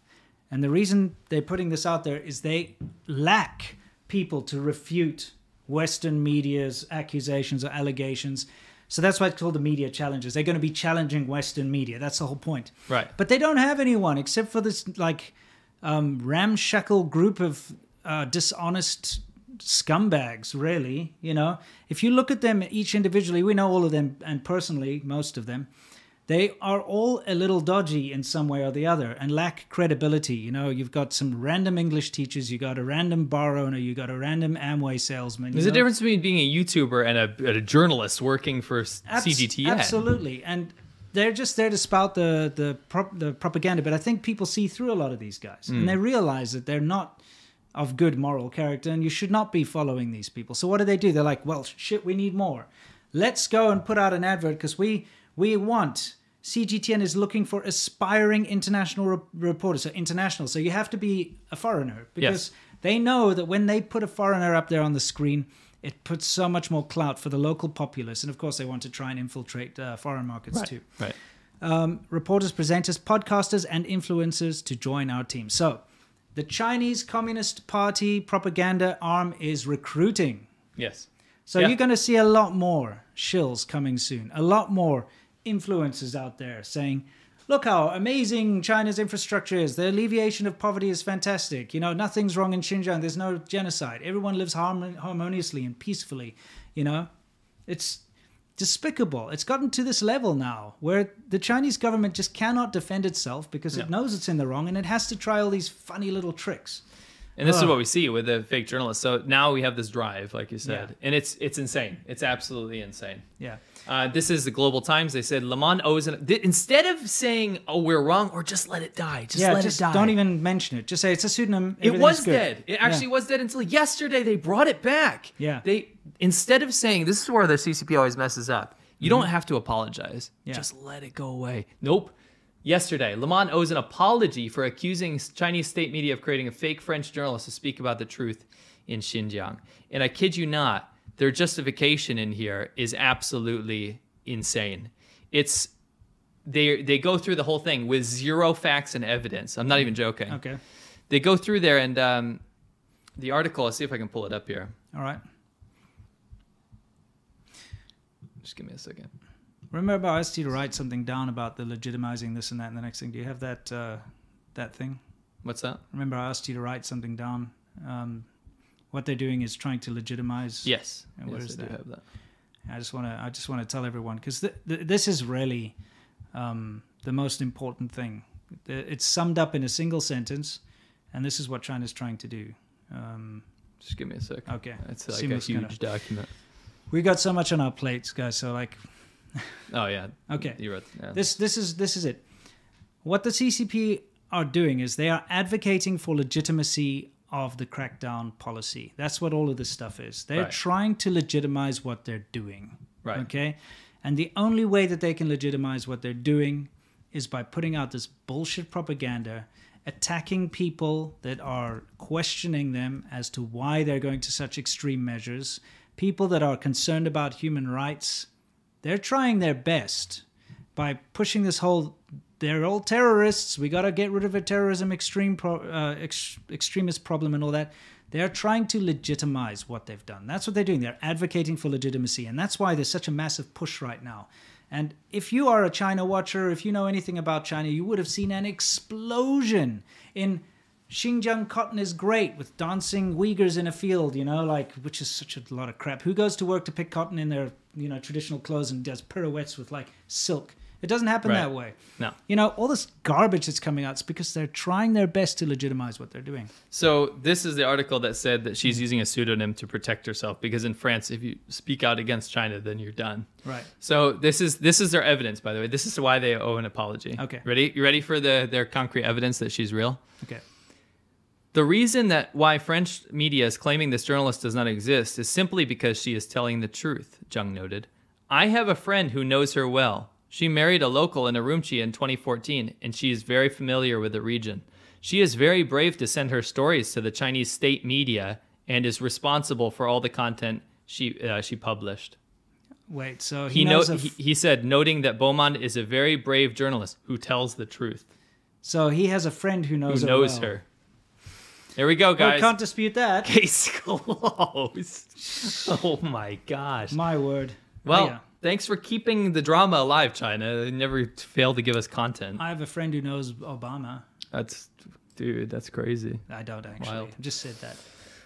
A: and the reason they're putting this out there is they lack people to refute Western media's accusations or allegations. So that's why it's called the media challengers. They're going to be challenging Western media. That's the whole point.
B: Right.
A: But they don't have anyone except for this like um, ramshackle group of uh, dishonest scumbags. Really, you know, if you look at them each individually, we know all of them, and personally, most of them. They are all a little dodgy in some way or the other and lack credibility. You know, you've got some random English teachers, you got a random bar owner, you got a random Amway salesman. you
B: There's a
A: know?
B: difference between being a YouTuber and a, and a journalist working for s-
A: Abs-
B: CGTN.
A: Absolutely, and they're just there to spout the the prop, the propaganda. But I think people see through a lot of these guys, and they realize that they're not of good moral character, and you should not be following these people. So what do they do? They're like, well, shit, we need more. Let's go and put out an advert because we we want. CGTN is looking for aspiring international re- reporters, so international. So you have to be a foreigner because they know that when they put a foreigner up there on the screen, it puts so much more clout for the local populace. And of course, they want to try and infiltrate uh, foreign markets too.
B: Right.
A: Reporters, presenters, podcasters, and influencers to join our team. So the Chinese Communist Party propaganda arm is recruiting.
B: Yes.
A: So
B: Yeah.
A: you're going to see a lot more shills coming soon, a lot more influencers out there saying, look how amazing China's infrastructure is. The alleviation of poverty is fantastic. You know, nothing's wrong in Xinjiang. There's no genocide. Everyone lives harmon- harmoniously and peacefully. You know, it's despicable. It's gotten to this level now where the Chinese government just cannot defend itself because it knows it's in the wrong and it has to try all these funny little tricks.
B: And this is
A: Ugh.
B: what we see with the fake journalists. So now we have this drive, like you said,
A: Yeah.
B: and it's it's insane. It's absolutely insane.
A: Yeah.
B: Uh, this is the Global Times. They said Lamont owes an. Th- instead of saying, "Oh, we're wrong," or just let it die, just
A: yeah,
B: let
A: just
B: it die.
A: don't even mention it. Just say it's a pseudonym.
B: It
A: everything's
B: was
A: good.
B: dead. It actually
A: Yeah.
B: was dead until yesterday. They brought it back.
A: Yeah.
B: They instead of saying this is where the CCP always messes up. You don't have to apologize.
A: Mm-hmm. Yeah.
B: Just let it go away. Nope. Yesterday, Lamont owes an apology for accusing Chinese state media of creating a fake French journalist to speak about the truth in Xinjiang. And I kid you not, their justification in here is absolutely insane. It's they they go through the whole thing with zero facts and evidence. I'm not even joking
A: Okay.
B: they go through there and um, the article. I'll see if I can pull it up here.
A: All right.
B: Just give me a second.
A: Remember, I asked you to write something down about the legitimizing this and that and the next thing. Do you have that uh, that thing?
B: What's that?
A: Remember, I asked you to write something down. Um, what they're doing is trying to legitimize.
B: Yes,
A: And where
B: yes,
A: is
B: I do
A: that?
B: have that.
A: I just want to. I just want to tell everyone because th- th- this is really um, the most important thing. Th- It's summed up in a single sentence, and this is what China's trying to do. Um,
B: Just give me a second.
A: okay.
B: It's like
A: Seamus
B: a
A: gonna-
B: huge document.
A: We got so much on our plates, guys. So like,
B: Oh yeah.
A: Okay.
B: You wrote yeah.
A: This this is this is it. What the CCP are doing is they are advocating for legitimacy of the crackdown policy. That's what all of this stuff is. They're
B: Right.
A: trying to legitimize what they're doing.
B: Right.
A: Okay. And the only way that they can legitimize what they're doing is by putting out this bullshit propaganda, attacking people that are questioning them as to why they're going to such extreme measures, people that are concerned about human rights. They're trying their best by pushing this whole they're all terrorists. We got to get rid of a terrorism extreme pro, uh, ex- extremist problem and all that. They are trying to legitimize what they've done. That's what they're doing. They're advocating for legitimacy, and that's why there's such a massive push right now. And if you are a China watcher, if you know anything about China, you would have seen an explosion in Xinjiang cotton is great with dancing Uyghurs in a field, you know, like which is such a lot of crap. Who goes to work to pick cotton in their, you know, traditional clothes and does pirouettes with like silk? It doesn't happen
D: Right.
A: that way.
D: No.
A: You know, all this garbage that's coming out, it's because they're trying their best to legitimize what they're doing.
B: So this is the article that said that she's using a pseudonym to protect herself because in France, if you speak out against China, then you're done.
A: Right.
B: So this is this is their evidence, by the way. This is why they owe an apology.
A: Okay.
B: Ready? You ready for the their concrete evidence that she's real?
A: Okay.
B: The reason that why French media is claiming this journalist does not exist is simply because she is telling the truth, Jung noted. I have a friend who knows her well. She married a local in Urumqi in 2014, and she is very familiar with the region. She is very brave to send her stories to the Chinese state media and is responsible for all the content she uh, she published.
A: Wait, so he,
B: He, no-
A: knows of,
B: he, he said, noting that Beaumont is a very brave journalist who tells the truth,
A: so he has a friend who
B: who
A: knows her
B: knows
A: well.
B: her. There we go,
A: Well,
B: guys.
A: can't dispute that.
B: case *laughs* closed. Oh my gosh.
A: My word.
B: Well,
A: Yeah.
B: thanks for keeping the drama alive, China. They never fail to give us content.
A: I have a friend who knows Obama.
B: That's dude, that's crazy.
A: I don't actually.
B: Wild.
A: I just said that.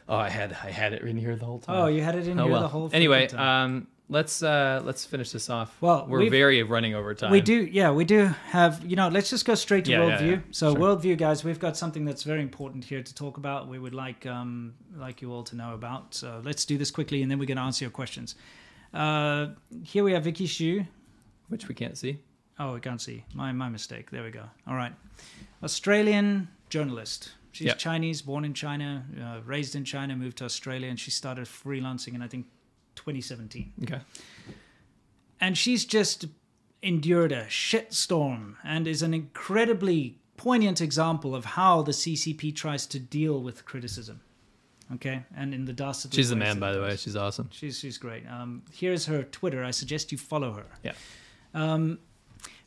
B: Oh, I had I had it in here the whole time.
A: Oh, you had it in
B: Oh,
A: here
B: well.
A: the whole freaking
B: Anyway,
A: time.
B: um let's uh let's finish this off.
A: Well,
B: we're
A: we've-
B: very running over time.
A: We do, yeah, we do have, you know, let's just go straight to
B: Um, Yeah, yeah,
A: worldview.
B: yeah.
A: So
B: Sure.
A: worldview, guys, we've got something that's very important here to talk about. We would like, um, like you all to know about. So let's do this quickly, and then we're going to answer your questions. Uh, here we have Vicky Shu.
B: which we can't see.
A: Oh, I can't see. My my mistake. There we go. All right, Australian journalist. She's
B: Yeah.
A: Chinese, born in China, uh, raised in China, moved to Australia, and she started freelancing in I think 2017
B: Okay.
A: and she's just endured a shitstorm and is an incredibly poignant example of how the CCP tries to deal with criticism. Okay, and in the dastardly.
B: She's a
A: ways
B: man,
A: that
B: by
A: it
B: the way.
A: does.
B: She's awesome.
A: She's she's great. Um, here's her Twitter. I suggest you follow her. Um,
B: Yeah.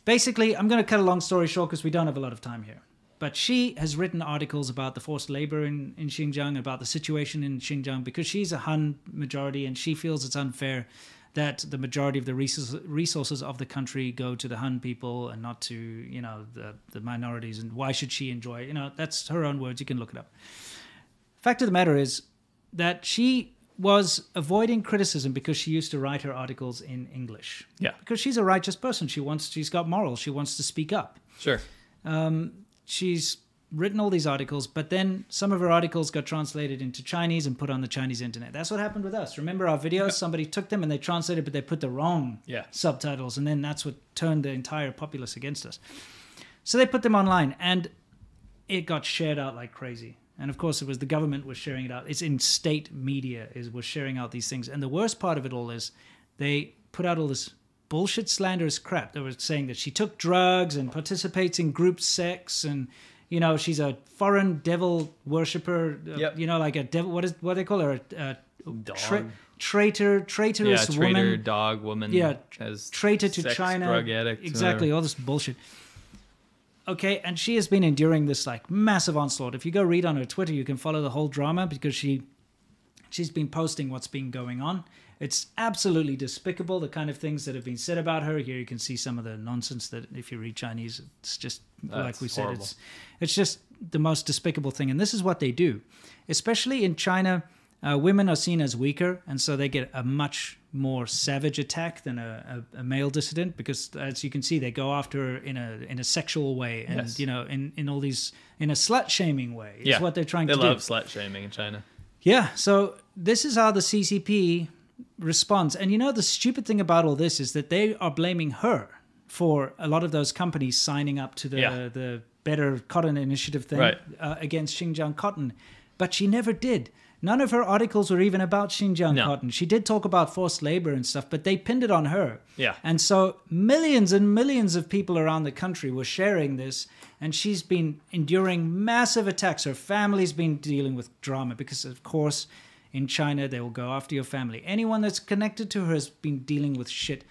A: Basically, I'm going to cut a long story short because we don't have a lot of time here. But she has written articles about the forced labor in, in Xinjiang, about the situation in Xinjiang, because she's a Han majority and she feels it's unfair that the majority of the resources, resources of the country go to the Han people and not to, you know, the, the minorities. And why should she enjoy it? You know, that's her own words. You can look it up. Fact of the matter is that she was avoiding criticism because she used to write her articles in English
B: Yeah.
A: because she's a righteous person. She wants, she's got morals. She wants to speak up.
B: Sure.
A: She's written all these articles, but then some of her articles got translated into Chinese and put on the Chinese internet. That's what happened with us. Remember our videos? Somebody took them and they translated, but they put the wrong
B: Yeah.
A: subtitles, and then that's what turned the entire populace against us. So they put them online, and it got shared out like crazy. And of course, it was the government was sharing it out. It's in state media is was sharing out these things. And the worst part of it all is they put out all this bullshit slanderous crap. They were saying that she took drugs and participates in group sex and. You know, she's a foreign devil worshiper. uh,
B: Yep.
A: You know, like a devil. What is what do they call her? A, a
B: Dog.
A: tra- traitor,
B: Yeah,
A: traitorous
B: traitor,
A: woman
B: dog, woman.
A: Yeah,
B: As
A: traitor to
B: sex,
A: China,
B: Drug addict.
A: exactly all this bullshit. Okay, and she has been enduring this like massive onslaught. If you go read on her Twitter, you can follow the whole drama because she she's been posting what's been going on. It's absolutely despicable the kind of things that have been said about her. Here you can see some of the nonsense that if you read Chinese, it's just like
B: That's
A: we said,
B: horrible.
A: it's it's just the most despicable thing. And this is what they do, especially in China. Uh, women are seen as weaker, and so they get a much more savage attack than a, a, a male dissident because, as you can see, they go after her in a in a sexual way, and
B: Yes.
A: you know, in, in all these in a slut shaming way. Is
B: Yeah.
A: what they're trying
B: They
A: to
B: love
A: do.
B: slut shaming in China.
A: Yeah, so this is how the CCP responds. And you know, the stupid thing about all this is that they are blaming her for a lot of those companies signing up to the,
B: Yeah.
A: the Better Cotton Initiative thing
B: Right.
A: uh, against Xinjiang cotton. But she never did. None of her articles were even about Xinjiang
B: No.
A: cotton. She did talk about forced labor and stuff, but they pinned it on her.
B: Yeah.
A: And so millions and millions of people around the country were sharing this, and she's been enduring massive attacks. Her family's been dealing with drama because, of course, in China, they will go after your family. Anyone that's connected to her has been dealing with shit.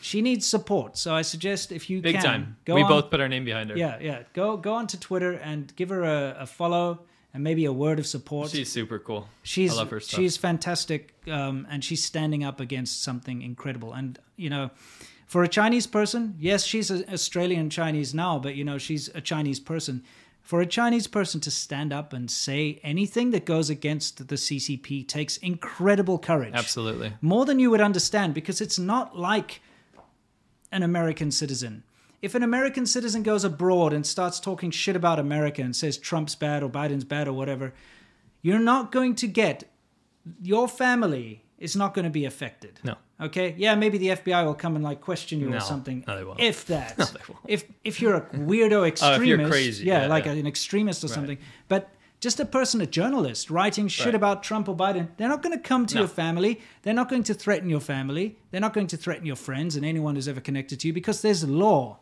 A: She needs support. So I suggest if you
B: Big
A: can
B: time.
A: go
B: we
A: on-
B: both put our name behind her.
A: yeah, yeah. Go go onto Twitter and give her a, a follow and maybe a word of support.
B: She's super cool.
A: she's
B: I love her stuff.
A: she's fantastic, um, and she's standing up against something incredible. And you know, for a Chinese person, yes, she's a Australian Chinese now, but you know, she's a Chinese person. For a Chinese person to stand up and say anything that goes against the CCP takes incredible courage
B: Absolutely.
A: more than you would understand because it's not like an American citizen. If an American citizen goes abroad and starts talking shit about America and says Trump's bad or Biden's bad or whatever, you're not going to get your family is not going to be affected.
B: No.
A: Okay? Yeah, maybe the FBI will come and like question you
B: No.
A: or something.
B: *laughs* No, they won't. Oh,
A: If that. If if you're a
B: *laughs*
A: weirdo
B: you're
A: extremist,
B: crazy,
A: yeah,
B: yeah,
A: like
B: yeah.
A: an extremist or something, but just a person, a journalist, writing shit about Trump or Biden, they're not going to come to
B: No.
A: your family. They're not going to threaten your family. They're not going to threaten your friends and anyone who's ever connected to you because there's law.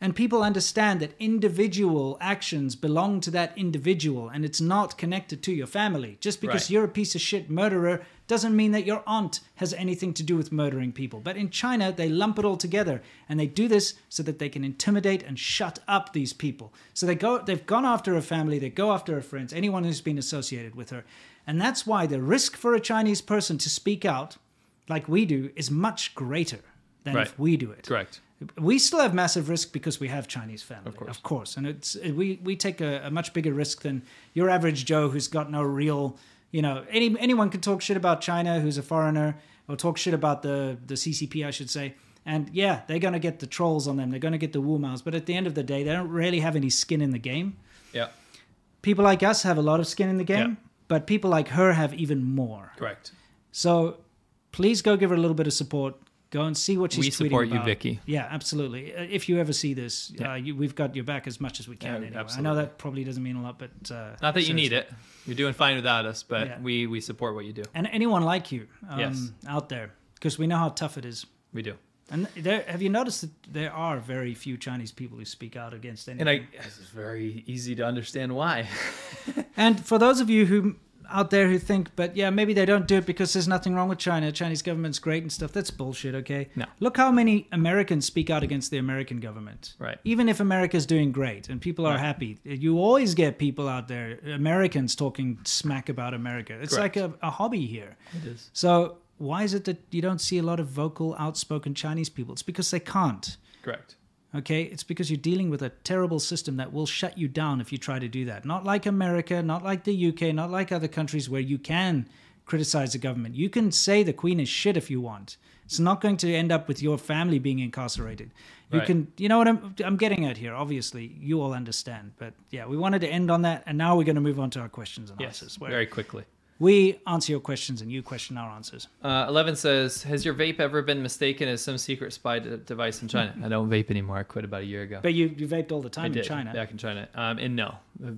A: And people understand that individual actions belong to that individual and it's not connected to your family. Just because
B: Right.
A: you're a piece of shit murderer doesn't mean that your aunt has anything to do with murdering people. But in China, they lump it all together and they do this so that they can intimidate and shut up these people. So they go they've gone after her family, they go after her friends, anyone who's been associated with her. And that's why the risk for a Chinese person to speak out like we do is much greater than if
B: Right.
A: we do it
B: Correct.
A: we still have massive risk because we have Chinese family, of course, and it's we we take a, a much bigger risk than your average Joe who's got no real, you know, any anyone can talk shit about China who's a foreigner or talk shit about the the CCP, I should say. And yeah, they're gonna get the trolls on them. They're gonna get the Wu Maos. But at the end of the day, they don't really have any skin in the game.
B: Yeah.
A: People like us have a lot of skin in the game,
B: Yeah.
A: but people like her have even more.
B: Correct.
A: So please go give her a little bit of support. Go and see what she's
D: We
A: tweeting
D: support you,
A: about.
D: Vicky.
A: Yeah, absolutely. Uh, If you ever see this, uh, you, we've got your back as much as we can. anyway. I know
B: absolutely.
A: that probably doesn't mean a lot, but uh,
B: Not that you need it. You're doing fine without us, but
A: Yeah.
B: we we support what you do.
A: and anyone like you um,
B: Yes.
A: out there, because we know how tough it is.
B: We do.
A: And there, have you noticed that there are very few Chinese people who speak out against anything?
B: And I it's very easy to understand why. *laughs*
A: And for those of you who out there who think, but yeah, maybe they don't do it because there's nothing wrong with China. Chinese government's great and stuff. That's bullshit. Okay.
B: No.
A: Look how many Americans speak out against the American government.
B: Right.
A: Even if America's doing great and people are happy, you always get people out there, Americans talking smack about America. It's
B: Correct.
A: like a, a hobby here.
B: It is.
A: So why is it that you don't see a lot of vocal, outspoken Chinese people? It's because they can't.
B: Correct.
A: Okay, it's because you're dealing with a terrible system that will shut you down if you try to do that. Not like America, not like the UK, not like other countries where you can criticize the government. You can say the queen is shit if you want. It's not going to end up with your family being incarcerated. You
B: Right.
A: can, you know what I'm, I'm getting at here. Obviously, you all understand. But yeah, we wanted to end on that, and now we're going to move on to our questions and
B: Yes.
A: answers. Where
B: Very quickly.
A: We answer your questions and you question our answers.
B: Uh, Eleven says, "Has your vape ever been mistaken as some secret spy de- device in China?" *laughs* I don't vape anymore. I quit about a year ago.
A: But you, you vaped all the time
B: I
A: in
B: did
A: China.
B: back in China. Um, and no,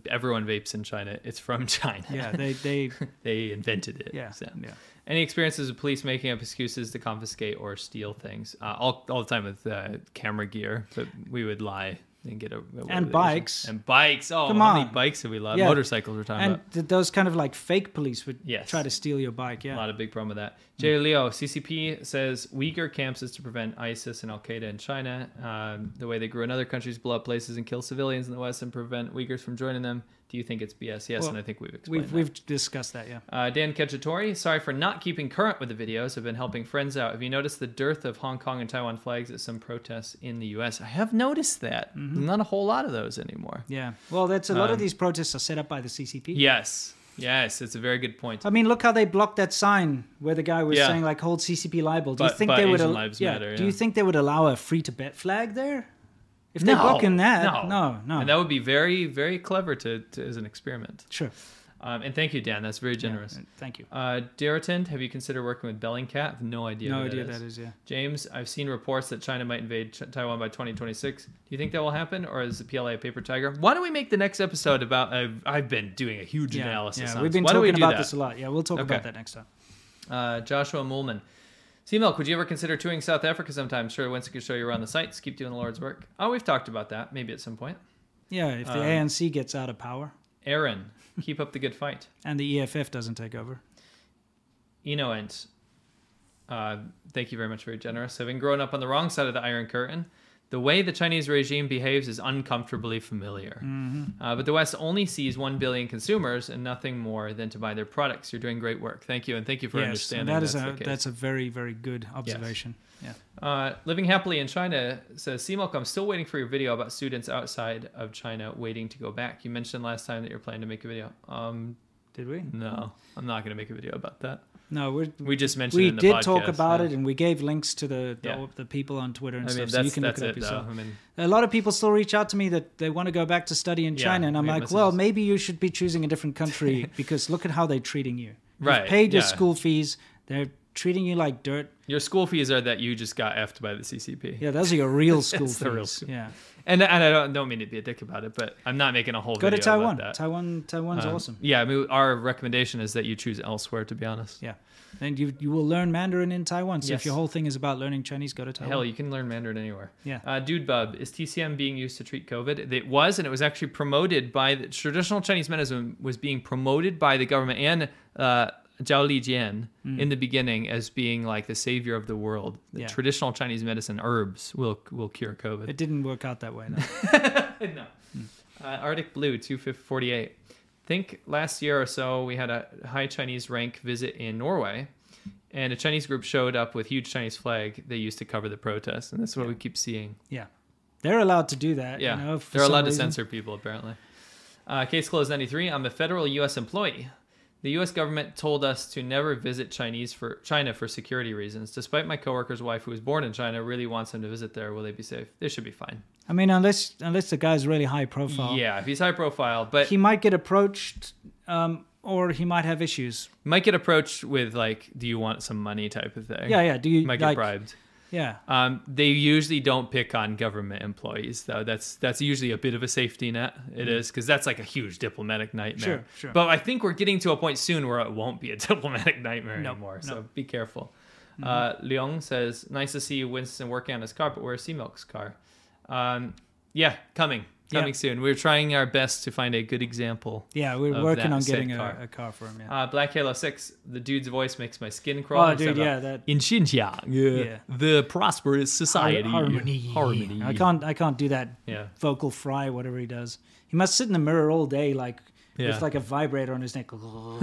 B: everyone vapes in China. It's from *laughs* China.
A: Yeah, they,
B: *laughs*
A: they,
B: they invented it.
A: yeah,
B: So.
A: yeah.
B: Any experiences with police making up excuses to confiscate or steal things? Uh, all, all the time with uh, camera gear, but we would lie and get a away with it.
A: bikes.
B: and bikes. Oh,
A: Come
B: how many
A: on.
B: bikes have we lost?
A: Yeah.
B: Motorcycles we're talking
A: and
B: about.
A: th- those kind of like fake police would
B: Yes.
A: try to steal your bike.
B: A
A: Yeah,
B: lot of big problem with that. Jay
A: Mm.
B: Leo, CCP says Uyghur camps is to prevent ISIS and Al Qaeda in China. Um, the way they grew in other countries, blow up places and kill civilians in the West and prevent Uyghurs from joining them. Do you think it's BS? Yes,
A: Well,
B: and I think we've explained
A: we've
B: that.
A: we've discussed that. Yeah,
B: Uh, Dan Cacciatore, sorry for not keeping current with the videos. I've been helping friends out. Have you noticed the dearth of Hong Kong and Taiwan flags at some protests in the U.S.? I have noticed that.
A: Mm-hmm.
B: Not a whole lot of those anymore.
A: yeah. Well, that's a lot
B: Um,
A: of these protests are set up by the CCP.
B: Yes, yes, it's a very good point.
A: I mean, look how they blocked that sign where the guy was
B: Yeah.
A: saying like "Hold CCP liable." Do you
B: But-
A: think
B: but
A: they would?
B: Asian
A: al-
B: lives
A: yeah.
B: matter,
A: Do
B: yeah.
A: you think they would allow a free to bet flag there? If they're blocking that, no, no,
B: And that would be very, very clever to, to as an experiment.
A: sure.
B: Um, and thank you, Dan. That's very generous.
A: Yeah, thank you.
B: Uh, Deritant, have you considered working with Bellingcat? I've no idea.
A: no
B: who
A: idea
B: that is.
A: that is. Yeah.
B: James, I've seen reports that China might invade Ch- Taiwan by 2026. Do you think that will happen, or is the PLA a paper tiger? Why don't we make the next episode about? I've, I've been doing a huge
A: Yeah,
B: analysis.
A: Yeah,
B: on
A: we've
B: this.
A: been
B: Why
A: talking
B: don't we do
A: about
B: that?
A: this a lot. Yeah, we'll talk about
B: Okay.
A: that next time.
B: Uh, Joshua Moolman. Sea Milk, would you ever consider touring South Africa sometime? Sure, Winston could show you around the sites. Keep doing the Lord's work. Oh, we've talked about that maybe at some point.
A: Yeah, if
B: Um,
A: the ANC gets out of power
B: Aaron, keep up the good fight.
A: and the EFF doesn't take over,
B: Inoent, uh, thank you very much, very generous. Having grown up on the wrong side of the Iron Curtain, the way the Chinese regime behaves is uncomfortably familiar.
A: Mm-hmm.
B: Uh, but the West only sees 1 billion consumers and nothing more than to buy their products. You're doing great work. Thank you, and thank you for
A: yes, and
B: understanding.
A: that is
B: that's the
A: a
B: case.
A: that's a very very good observation.
B: Uh, Living Happily in China says, Seamilk, I'm still waiting for your video about students outside of China waiting to go back. You mentioned last time that you're planning to make a video. Um,
A: Yeah, did we?
B: no, I'm not going to make a video about that.
A: No, we're,
B: We just mentioned
A: we
B: it in the
A: did talk
B: podcast,
A: about
B: yeah.
A: it, and we gave links to the the,
B: Yeah.
A: the people on Twitter and
B: I mean,
A: stuff, so
B: that's,
A: you can look
B: that's
A: it up
B: it, though.
A: yourself.
B: I mean,
A: A lot of people still reach out to me that they want to go back to study in
B: Yeah,
A: China, and I'm
B: we get
A: like, well,
B: messages.
A: maybe you should be choosing a different country
B: *laughs*
A: because look at how they're treating you. You've
B: Right,
A: paid your
B: yeah.
A: school fees. They're treating you like dirt.
B: Your school fees are that you just got effed by the CCP.
A: Yeah, those are your
B: *laughs*
A: real school
B: It's
A: fees.
B: the real school- *laughs*
A: Yeah,
B: And, and I don't, don't mean to be a dick about it, but I'm not making a whole
A: go
B: video
A: to Taiwan.
B: about that.
A: Taiwan, Taiwan's
B: Um,
A: awesome.
B: Yeah, I mean, our recommendation is that you choose elsewhere, to be honest.
A: Yeah, and you you will learn Mandarin in Taiwan. So if
B: Yes.
A: your whole thing is about learning Chinese, go to Taiwan.
B: Hell, you can learn Mandarin anywhere.
A: Yeah.
B: Uh, Dude Bub, is TCM being used to treat COVID? It was, and it was actually promoted by the traditional Chinese medicine was being promoted by the government and uh, Zhao Lijian in the beginning as being like the savior of the world. The
A: Mm. Yeah.
B: traditional Chinese medicine herbs will will cure COVID.
A: It didn't work out that way. No.
B: *laughs* no. Uh, Arctic Blue 248. Think last year or so, we had a high Chinese rank visit in Norway, and a Chinese group showed up with huge Chinese flag they used to cover the protests, and that's what we keep seeing.
A: *laughs* yeah, they're allowed to do that.
B: Yeah,
A: you know, for
B: they're
A: some
B: allowed to
A: reason.
B: censor people apparently. Uh, case closed 93. I'm a federal U.S. employee. The U.S. government told us to never visit Chinese for China for security reasons. Despite my coworker's wife, who was born in China, really wants them to visit there. Will they be safe? They should be fine.
A: I mean, unless unless the guy's really high profile,
B: Yeah, if he's high profile, but
A: he might get approached, um, or he might have issues.
B: might get approached with like, "Do you want some money?" type of thing.
A: Yeah, yeah. Do you
B: might get
A: like,
B: bribed.
A: Yeah,
B: Um, they usually don't pick on government employees, though. That's that's usually a bit of a safety net. It is because that's like a huge diplomatic nightmare.
A: Mm-hmm. Sure, sure.
B: But I think we're getting to a point soon where it won't be a *laughs* diplomatic nightmare
A: No,
B: anymore.
A: no.
B: So be careful.
A: Mm-hmm.
B: Uh, Leong says, "Nice to see you, Winston working on his car, but where's Seamilk's car?" Um, yeah, coming,
A: Yeah.
B: coming soon. We're trying our best to find a good example.
A: yeah. We're
B: Of
A: working
B: that
A: on
B: said
A: getting
B: car.
A: A, a car for him. Yeah.
B: Uh, Black Halo 6, the dude's voice makes my skin crawl.
A: oh,
B: He's
A: dude.
B: talking
A: Yeah,
B: about
A: that
D: In Xinjiang,
A: Yeah.
D: the prosperous society.
A: harmony.
D: Harmony.
A: I can't. I can't do that.
B: Yeah.
A: Vocal fry, whatever he does. He must sit in the mirror all day, like
B: Yeah.
A: with like a vibrator on his neck. *laughs*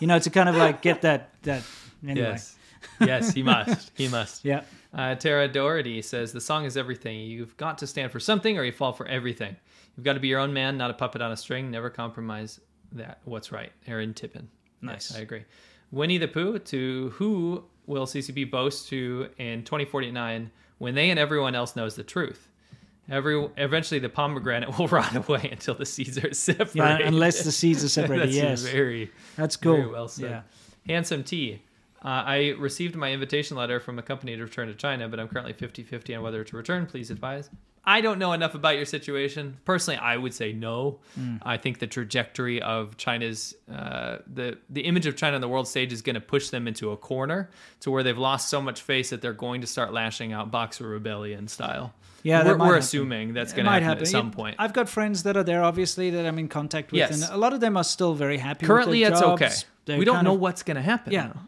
A: you know, to kind of like get that that. Anyway.
B: Yes. yes, he must. He
A: *laughs*
B: must.
A: Yeah.
B: Uh, Tara Doherty says the song is everything. You've got to stand for something or you fall for everything. You've got to be your own man, not a puppet on a string. Never compromise that. What's right? Aaron Tippin.
A: Nice.
B: Yes, I agree. Winnie the Pooh to who will CCP boast to in 2049 when they and everyone else knows the truth? Every eventually the pomegranate *laughs* will rot away until the seeds are separated.
A: Yeah. Unless the seeds
B: *laughs*
A: are separated.
B: That's
A: yes.
B: very
A: That's cool.
B: very well said.
A: Yeah.
B: Handsome T. Uh, I received my invitation letter from a company to return to China, but I'm currently 50 50 on whether to return. Please advise. I don't know enough about your situation. Personally, I would say no.
A: Hmm.
B: I think the trajectory of China's, uh, the, the image of China on the world stage is going to push them into a corner to where they've lost so much face that they're going to start lashing out Boxer Rebellion style.
A: Yeah, that
B: We're,
A: might
B: we're
A: happen.
B: assuming that's
A: It
B: going to
A: might
B: happen, at some
A: It-
B: point.
A: I've got friends that are there, obviously, that I'm in contact with,
B: Yes.
A: and a lot of them are still very happy. with their
B: Currently, it's
A: jobs.
B: okay.
A: They're
B: we don't
A: kind
B: know
A: of-
B: what's going to happen.
A: Yeah,
B: though.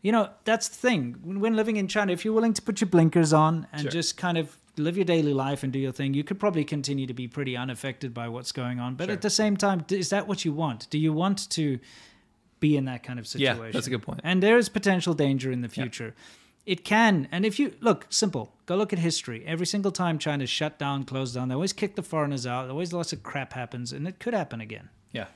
A: you know that's the thing. When- When living in China, if you're willing to put your blinkers on and
B: Sure.
A: just kind of live your daily life and do your thing, you could probably continue to be pretty unaffected by what's going on. But
B: Sure.
A: at the same time, d- is that what you want? Do you want to be in that kind of
B: Yeah, that's
A: situation?
B: a good point.
A: And there is potential danger in the future. It can, and if you look simple, go look at history. Every single time China's shut down, closed down, they always kick the foreigners out. Always lots of crap happens, and it could happen again.
B: Yeah.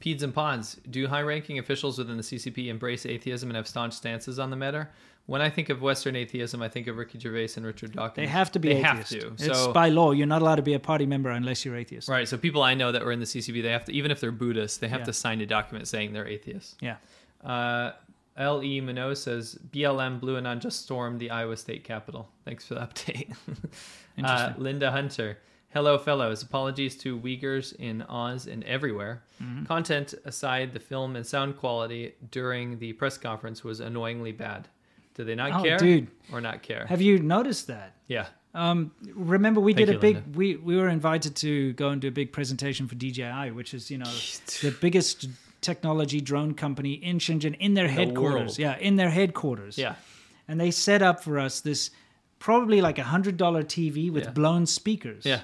B: Peds and Pons, do high ranking officials within the CCP embrace atheism and have staunch stances on the matter? When I think of Western atheism, I think of Ricky Gervais and Richard Dawkins.
A: They have to be
B: Mm. They
A: atheist.
B: have to.
A: It's
B: So
A: by law. You're not allowed to be a party member unless you're atheist.
B: right. So people I know that were in the CCB, they have to, even if they're Buddhists, they have
A: Yeah.
B: to sign a document saying they're atheists.
A: Yeah.
B: Uh, L. E. Minot says BLM Blue Anon just stormed the Iowa State Capitol. Thanks for the *laughs* update. uh,
A: Interesting.
B: Linda Hunter. Hello, fellows. Apologies to Uyghurs in Oz and everywhere.
A: Mm-hmm.
B: Content aside, the film and sound quality during the press conference was annoyingly bad. Do they not
A: Oh,
B: care
A: dude.
B: or not care?
A: Have you noticed that?
B: yeah.
A: Um, remember, we
B: Thank
A: did a
B: you,
A: big.
B: Linda.
A: We we were invited to go and do a big presentation for DJI, which is you know the biggest technology drone company in Shenzhen in their headquarters.
B: world.
A: yeah, in their headquarters.
B: Yeah.
A: and they set up for us this probably like a hundred dollar TV with
B: Yeah.
A: blown speakers.
B: Yeah.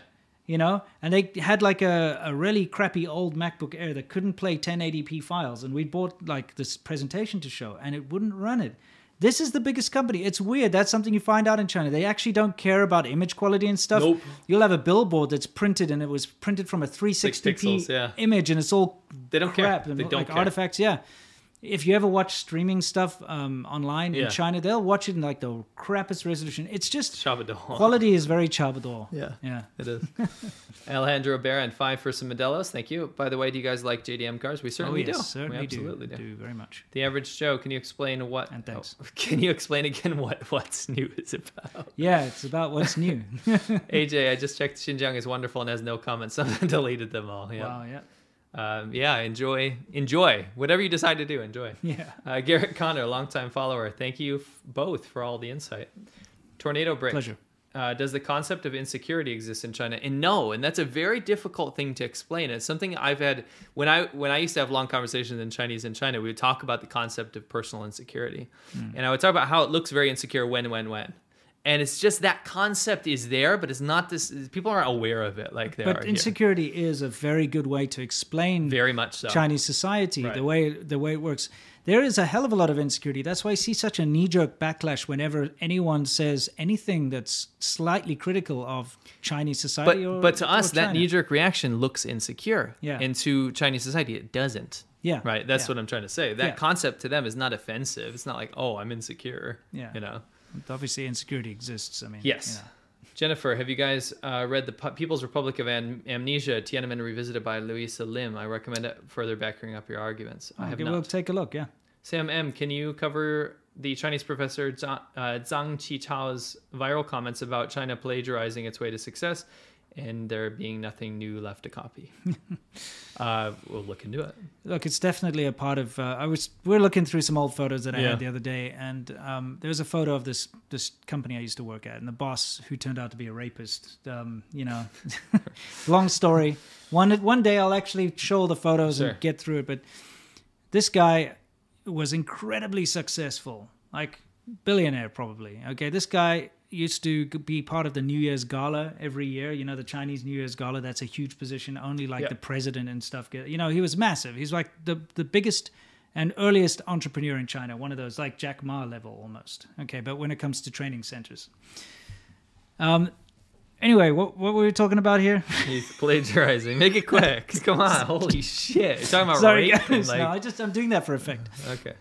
A: You know, and they had like a, a really crappy old MacBook Air that couldn't play 1080p files, and we bought like this presentation to show, and it wouldn't run it. This is the biggest company. It's weird. That's something you find out in China. They actually don't care about image quality and stuff.
B: Nope.
A: You'll have a billboard that's printed, and it was printed from a 360p
B: pixels, yeah.
A: image, and it's all
B: They don't care.
A: crap and
B: They
A: like
B: don't care.
A: artifacts. Yeah. If you ever watch streaming stuff um, online
B: Yeah.
A: in China, they'll watch it in like the crappiest resolution. It's just
B: Shabadon.
A: quality is very Chabador.
B: Yeah.
A: Yeah.
B: It is. *laughs* Alejandro Baron, five for some Modelos. Thank you. By the way, do you guys like JDM cars? We certainly do.
A: Oh, certainly
B: we
A: do.
B: absolutely do.
A: very much.
B: The average Joe, can you explain what?
A: And thanks.
B: oh, *laughs* can you explain again what what's new
A: *laughs*
B: is about?
A: Yeah, it's about what's new.
B: AJ, I just checked. Xinjiang is wonderful and has no comments. *laughs* Someone deleted them all. *laughs* Yeah.
A: Wow. Yeah.
B: Um, yeah. Enjoy. Enjoy. Whatever you decide to do, enjoy.
A: *laughs* Yeah.
B: Uh, Garrett Connor, longtime follower. Thank you f- both for all the insight. Tornado break.
A: Pleasure.
B: Uh, does the concept of insecurity exist in China? And no, and that's a very difficult thing to explain. It's something I've had when I when I used to have long conversations in Chinese in China. We would talk about the concept of personal insecurity, and I would talk about how it looks very insecure when, when, when, and it's just that concept is there, but it's not this. People aren't aware of it like they are
A: But insecurity is a very good way to explain
B: here. Very much so.
A: Chinese society,
B: Right.
A: the way the way it works. There is a hell of a lot of insecurity. That's why I see such a knee-jerk backlash whenever anyone says anything that's slightly critical of Chinese
B: but
A: society. or,
B: but to
A: or
B: us, that
A: China.
B: knee-jerk reaction looks insecure.
A: Yeah.
B: And to Chinese society, it doesn't.
A: Yeah.
B: Right. That's
A: Yeah.
B: what I'm trying to say. That
A: Yeah.
B: concept to them is not offensive. It's not like, oh, I'm insecure.
A: Yeah.
B: You know.
A: obviously insecurity exists. I mean,
B: Yes.
A: you know.
B: Jennifer, have you guys uh, read the Pu- People's Republic of Am- Amnesia, Tiananmen Revisited by Louisa Lim? I recommend it further backing up your arguments. I have
A: Okay,
B: not.
A: We'll take a look. Yeah.
B: Sam M, can you cover the Chinese professor Zha- uh, Zhang Qichao's viral comments about China plagiarizing its way to success and there being nothing new left to
A: *laughs*
B: copy? uh, we'll look into it.
A: Look, it's definitely a part of. Uh, I was we're looking through some old photos that I
B: Yeah.
A: had the other day, and um, there was a photo of this this company I used to work at, and the boss who turned out to be a rapist. Um, you know, *laughs* long story. One one day I'll actually show the photos
B: Sure.
A: and get through it. But this guy was incredibly successful, like billionaire probably. Okay, this guy used to be part of the New Year's gala every year. You know, the Chinese New Year's gala. That's a huge position. Only like
B: Yeah.
A: the president and stuff get. You know, he was massive. He's like the the biggest and earliest entrepreneur in China. One of those like Jack Ma level almost. Okay, but when it comes to training centers. Um. Anyway, what what were we talking about here?
B: He's plagiarizing. Make it
A: *laughs*
B: quick. Come on. Holy *laughs* shit. You're talking about
A: Sorry,
B: rape? and,
A: guys.
B: like-
A: no, I just I'm doing that for effect.
B: okay.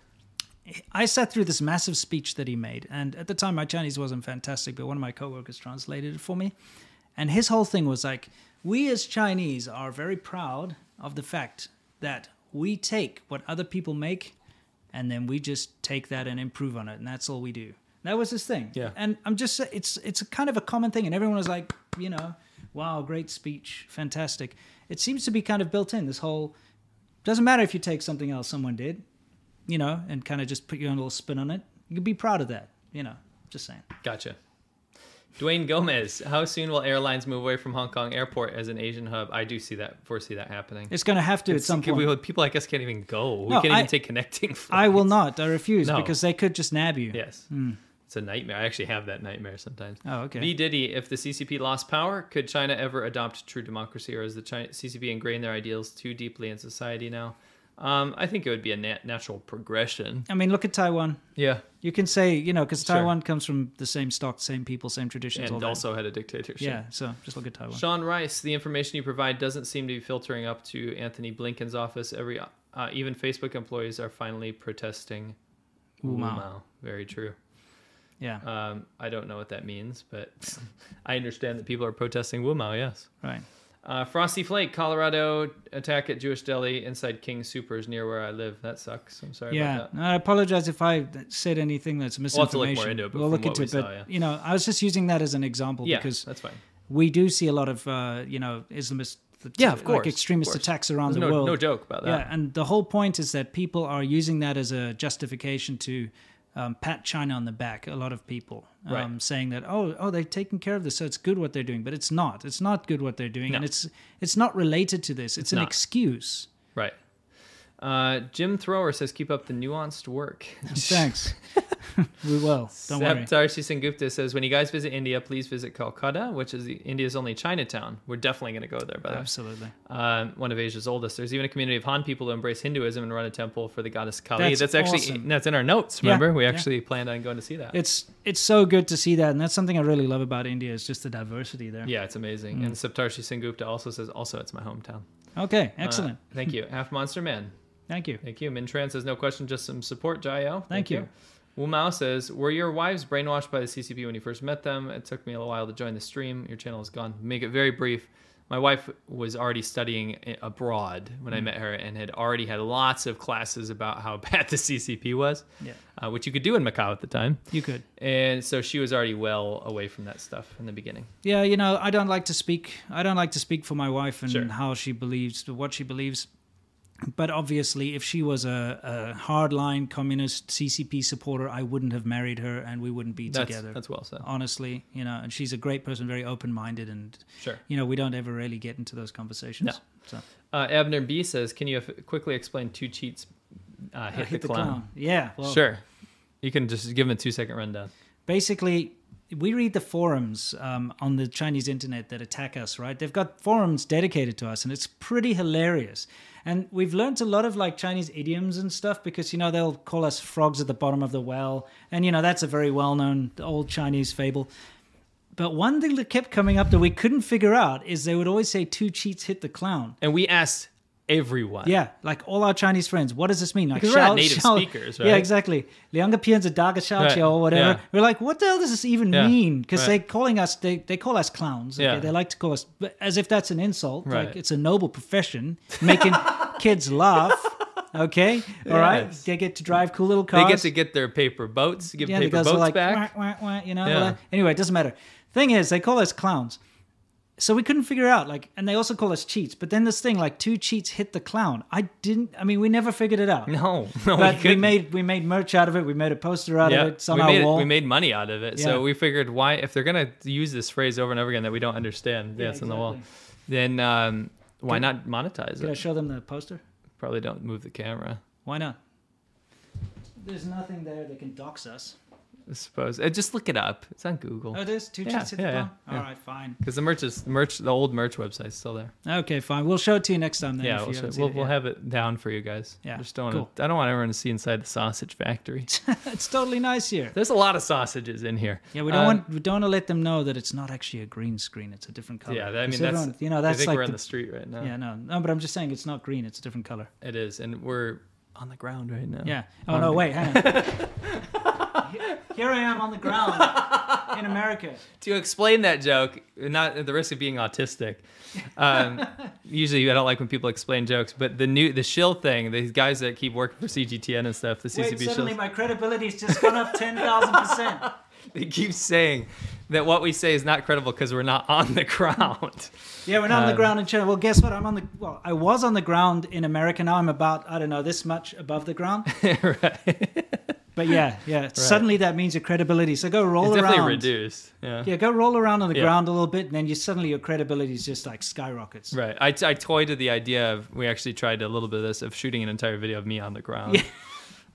A: I sat through this massive speech that he made, and at the time my Chinese wasn't fantastic, but one of my coworkers translated it for me. And his whole thing was like, we as Chinese are very proud of the fact that we take what other people make and then we just take that and improve on it, and that's all we do. That was his thing.
B: Yeah.
A: And I'm just sa- it's it's a kind of a common thing, and everyone was like, you know, wow, great speech, fantastic. It seems to be kind of built in, this whole doesn't matter if you take something else someone did, you know, and kind of just put your own little spin on it. You can be proud of that, you know. Just saying.
B: Gotcha. Dwayne Gomez, how soon will airlines move away from Hong Kong airport as an Asian hub? I do see that, foresee that happening.
A: It's going to have to at some
B: Can
A: point.
B: we- people like us can't even go. We
A: No,
B: can't even
A: I-
B: take connecting *laughs* flights.
A: I will not. I refuse
B: No.
A: because they could just nab you.
B: Yes. It's a nightmare. I actually have that nightmare sometimes.
A: Hmm. Oh, okay.
B: V Diddy, if the CCP lost power, could China ever adopt true democracy, or is the China- CCP ingrained their ideals too deeply in society now? Um, I think it would be a nat- natural progression.
A: I mean, look at Taiwan.
B: Yeah.
A: You can say, you know, because
B: Sure.
A: Taiwan comes from the same stock, same people, same traditions. all
B: And
A: that.
B: also had a dictatorship.
A: yeah. So just look at Taiwan.
B: Sean Rice, the information you provide doesn't seem to be filtering up to Anthony Blinken's office. Every uh, even Facebook employees are finally protesting.
A: Wu Mao.
B: Very true.
A: Yeah.
B: Um, I don't know what that means, but *laughs* I understand that people are protesting Wu Mao, yes.
A: right.
B: Uh, Frosty Flake, Colorado attack at Jewish deli inside King Supers near where I live. That sucks. I'm sorry
A: Yeah.
B: about that.
A: And I apologize if I said anything that's
B: have to
A: misinformation.
B: look more into it, but
A: we'll
B: from
A: look
B: what
A: into
B: we
A: it.
B: saw,
A: but
B: yeah.
A: you know, I was just using that as an example
B: Yeah,
A: because
B: that's fine.
A: we do see a lot of uh, you know Islamist,
B: Yeah, of course,
A: like extremist
B: of course.
A: attacks around
B: There's
A: the
B: no,
A: world.
B: no joke about
A: Yeah,
B: that.
A: and the whole point is that people are using that as a justification to um, pat China on the back. A lot of people um,
B: Right.
A: saying that oh oh they've taken care of this, so it's good what they're doing, but it's not. It's not good what they're doing,
B: No.
A: and it's it's not related to this. It's, an
B: not. *laughs*
A: excuse.
B: Right. Uh, Jim Thrower says, keep up the nuanced work.
A: Thanks. we will. *laughs* Don't worry.
B: Saptarshi Sengupta says, when you guys visit India, please visit Calcutta, which is the- India's only Chinatown. We're definitely going to go there, by the way.
A: Absolutely.
B: um, one of Asia's oldest. There's even a community of Han people who embrace Hinduism and run a temple for the goddess Kali. That's,
A: That's
B: actually
A: awesome.
B: that's in our notes.
A: Yeah,
B: Remember, we
A: yeah.
B: actually planned on going to see that.
A: It's it's so good to see that, and that's something I really love about India is just the diversity there.
B: yeah, it's amazing. And
A: Mm.
B: Saptarshi Sengupta also says, also it's my hometown.
A: Okay.
B: Uh,
A: Excellent.
B: thank you, Half Monster Man.
A: Thank you.
B: Thank you. Mintran says no question, just some support. Jayo.
A: Thank you.
B: Wu Mao says, were your wives brainwashed by the CCP when you first met them? It took me a little while to join the stream. Your channel is gone. Make it very brief. My wife was already studying i- abroad when I met her and had already had lots of classes about how *laughs* bad the CCP was,
A: Yeah.
B: uh, which you could do in Macau at the time.
A: You could.
B: And so she was already well away from that stuff in the beginning.
A: Yeah, you know, I don't like to speak. I don't like to speak for my wife and
B: Sure.
A: how she believes, what she believes. But obviously, if she was a, a hardline communist CCP supporter, I wouldn't have married her, and we wouldn't be
B: That's,
A: together.
B: that's well said.
A: honestly, you know, and she's a great person, very open-minded, and
B: Sure.
A: you know, we don't ever really get into those conversations.
B: No.
A: So,
B: Uh, Abner B says, can you f- quickly explain two cheats uh, hit, the, clown.
A: Yeah. Well,
B: Sure. You can just give him a two second rundown.
A: basically we read the forums um, on the chinese internet that attack us right they've got forums dedicated to us and it's pretty hilarious and we've learnt a lot of like chinese idioms and stuff because you know they'll call us frogs at the bottom of the well and you know that's a very well-known old chinese fable but one thing that kept coming up that we couldn't figure out is they would always say two cheats hit the clown
B: And we asked everyone.
A: yeah, like all our Chinese friends. What does this mean? Like
B: Because we're not native speakers, right?
A: Yeah, exactly. Lianga Pian's a Daga Xiao
B: Right,
A: Xiao or whatever.
B: yeah.
A: We're like, what the hell does this even
B: Yeah,
A: mean? Because
B: right.
A: they're calling us, they, they call us clowns. Okay?
B: Yeah.
A: They like to call us, but as if that's an insult.
B: Right.
A: Like it's a noble profession,
B: *laughs*
A: making kids laugh. Okay, all right.
B: Yes.
A: They get to drive cool little
B: They
A: cars.
B: get to get their paper boats, give
A: yeah, the
B: paper
A: guys
B: boats
A: are like,
B: back.
A: "Wah, wah, wah," you know.
B: Yeah.
A: blah. Anyway, it doesn't matter. Thing is, they call us clowns. So we couldn't figure out, like, and they also call us cheats. But then this thing, like, two cheats hit the clown. I didn't. I mean, we never figured it out.
B: *laughs* *laughs* No, no, we,
A: but we,
B: couldn't.
A: made we made merch out of it. We made a poster out
B: yeah,
A: of it. It's on
B: we
A: our
B: made it-
A: wall.
B: we made money out of it.
A: Yeah.
B: So we figured, why if they're gonna use this phrase over and over again that we don't understand, yeah, it's on the wall, then um, why not monetize
A: Did I
B: it?
A: show them the poster?
B: Probably don't move the camera.
A: Why not? There's nothing there that can dox us.
B: I suppose uh, just look it up. It's on Google
A: Oh, there's two
B: Yeah,
A: cheats hit the
B: yeah,
A: clown.
B: yeah, yeah.
A: All right, fine.
B: because the merch is merch. The old merch website's still there.
A: Okay, fine. We'll show it to you next time. Then,
B: yeah,
A: if
B: we'll,
A: you
B: show-
A: haven't seen
B: we'll,
A: it
B: we'll
A: yet.
B: have it down for you guys.
A: Yeah,
B: just don't. Wanna,
A: cool.
B: I don't want everyone to see inside the sausage
A: *laughs*
B: factory.
A: it's totally nice here.
B: There's a lot of sausages in here.
A: Yeah, we don't
B: Uh,
A: want we don't want to let them know that it's not actually a green screen; it's a different color.
B: Um, Yeah, that- I mean
A: 'Cause
B: that's
A: everyone- you know
B: I
A: that's
B: think
A: like
B: we're on
A: the-
B: the Oh. street right now.
A: yeah no no, but I'm just saying it's not green; it's a different color.
B: It is, and we're on the ground right now.
A: Yeah. Oh no, wait, hang
B: *laughs*
A: on. Here I am on the ground in
B: *laughs*
A: America.
B: To explain that joke, not at the risk of being autistic.
A: *laughs*
B: Um, usually, I don't like when people explain jokes, but the new the shill thing, these guys that keep working for CGTN and stuff, the
A: Wait,
B: CCP
A: suddenly
B: shills,
A: my credibility's just gone up ten thousand percent.
B: they keep saying that what we say is not credible because we're not on the *laughs* ground.
A: Yeah, we're not on
B: Um,
A: the ground in China. Well, guess what? I'm on the well. I was on the ground in America. Now I'm about I don't know this much above the
B: *laughs*
A: ground. But yeah, yeah. Suddenly that means your credibility. So go roll
B: It's
A: around.
B: definitely reduced. Yeah.
A: Yeah, go roll around on the
B: Yeah.
A: ground a little bit, and then you suddenly your credibility is just like skyrockets.
B: Right. I, I toyed with the idea of, we actually tried a little bit of this, of shooting an entire video of me on the ground. *laughs*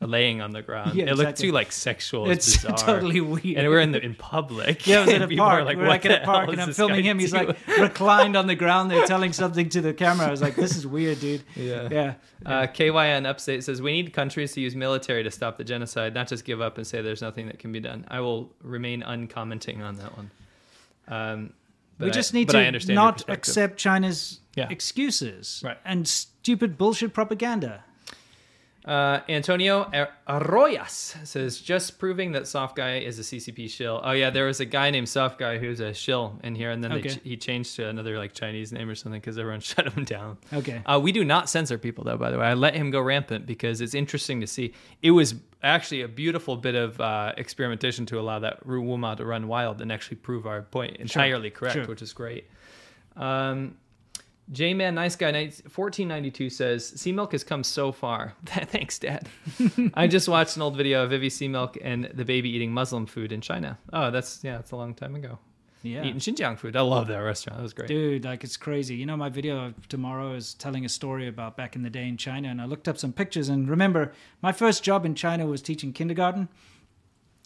B: Laying on the ground.
A: Yeah,
B: it looked
A: exactly.
B: too like sexual. It's,
A: *laughs* It's *laughs*
B: bizarre.
A: totally weird.
B: And we're in the in public.
A: yeah, I was
B: *laughs*
A: at
B: and
A: a
B: people are
A: park. we were
B: "What
A: like at
B: the
A: a park,
B: hell
A: and
B: is
A: I'm
B: this
A: filming
B: guy
A: him. He's
B: doing? *laughs*
A: like reclined on the ground there, telling something to the camera. I was like, "This is weird, dude."
B: *laughs*
A: *laughs*
B: Yeah.
A: yeah.
B: Uh, KYN Upstate says, We need countries to use military to stop the genocide, not just give up and say there's nothing that can be done. I will remain uncommenting on that one. Um, but
A: we
B: I-
A: just need
B: but I
A: to
B: understand your
A: not
B: perspective.
A: accept China's
B: Yeah.
A: excuses
B: Right.
A: and stupid bullshit propaganda.
B: Uh, Antonio Ar- Arroyas says, just proving that Soft Guy is a CCP shill. Oh, yeah, there was a guy named Soft Guy who's a shill in here, and then they
A: Okay.
B: ch- he changed to another like Chinese name or something because everyone *laughs* shut him down.
A: Okay.
B: Uh, we do not censor people, though, by the way. I let him go rampant because it's interesting to see. It was actually a beautiful bit of uh, experimentation to allow that Ruwuma to run wild and actually prove our point entirely correct,
A: Sure.
B: which is great. Um, J Man Nice Guy 1492 says, Sea Milk has come so far. *laughs*
A: *laughs*
B: Thanks, Dad. I just watched an old video of Ivy Sea Milk and the baby eating Muslim food in China. Oh, that's, yeah, that's a long time ago.
A: Yeah.
B: Eating Xinjiang food. I love that restaurant. That was great.
A: Dude, like it's crazy. You know, my video of tomorrow is telling a story about back in the day in China, and I looked up some pictures. And remember, my first job in China was teaching kindergarten,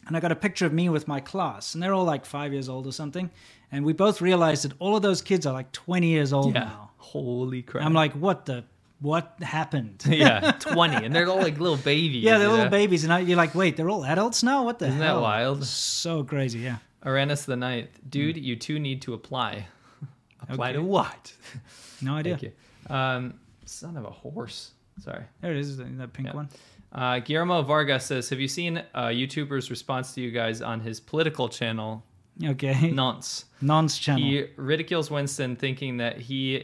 A: and I got a picture of me with my class, and they're all like five years old or something. And we both realized that all of those kids are like 20 years old
B: Yeah.
A: now.
B: Holy crap.
A: I'm like, what the, what
B: *laughs*
A: happened? *laughs*
B: yeah, 20. And they're all like little babies.
A: yeah, they're
B: you
A: little
B: know?
A: babies, and I, you're like, wait, they're all adults now? What the
B: Isn't that
A: hell?
B: wild?
A: So crazy, yeah.
B: Aranus the Ninth. Dude, you two need to apply. apply to
A: Okay.
B: what?
A: No idea.
B: *laughs* Thank you. Um, son of a horse. Sorry.
A: There it is, that pink
B: Yeah.
A: one.
B: Uh, Guillermo Vargas says Have you seen a YouTuber's response to you guys on his political channel,
A: Okay.
B: Nonce?
A: Non's channel.
B: He ridicules Winston, thinking that he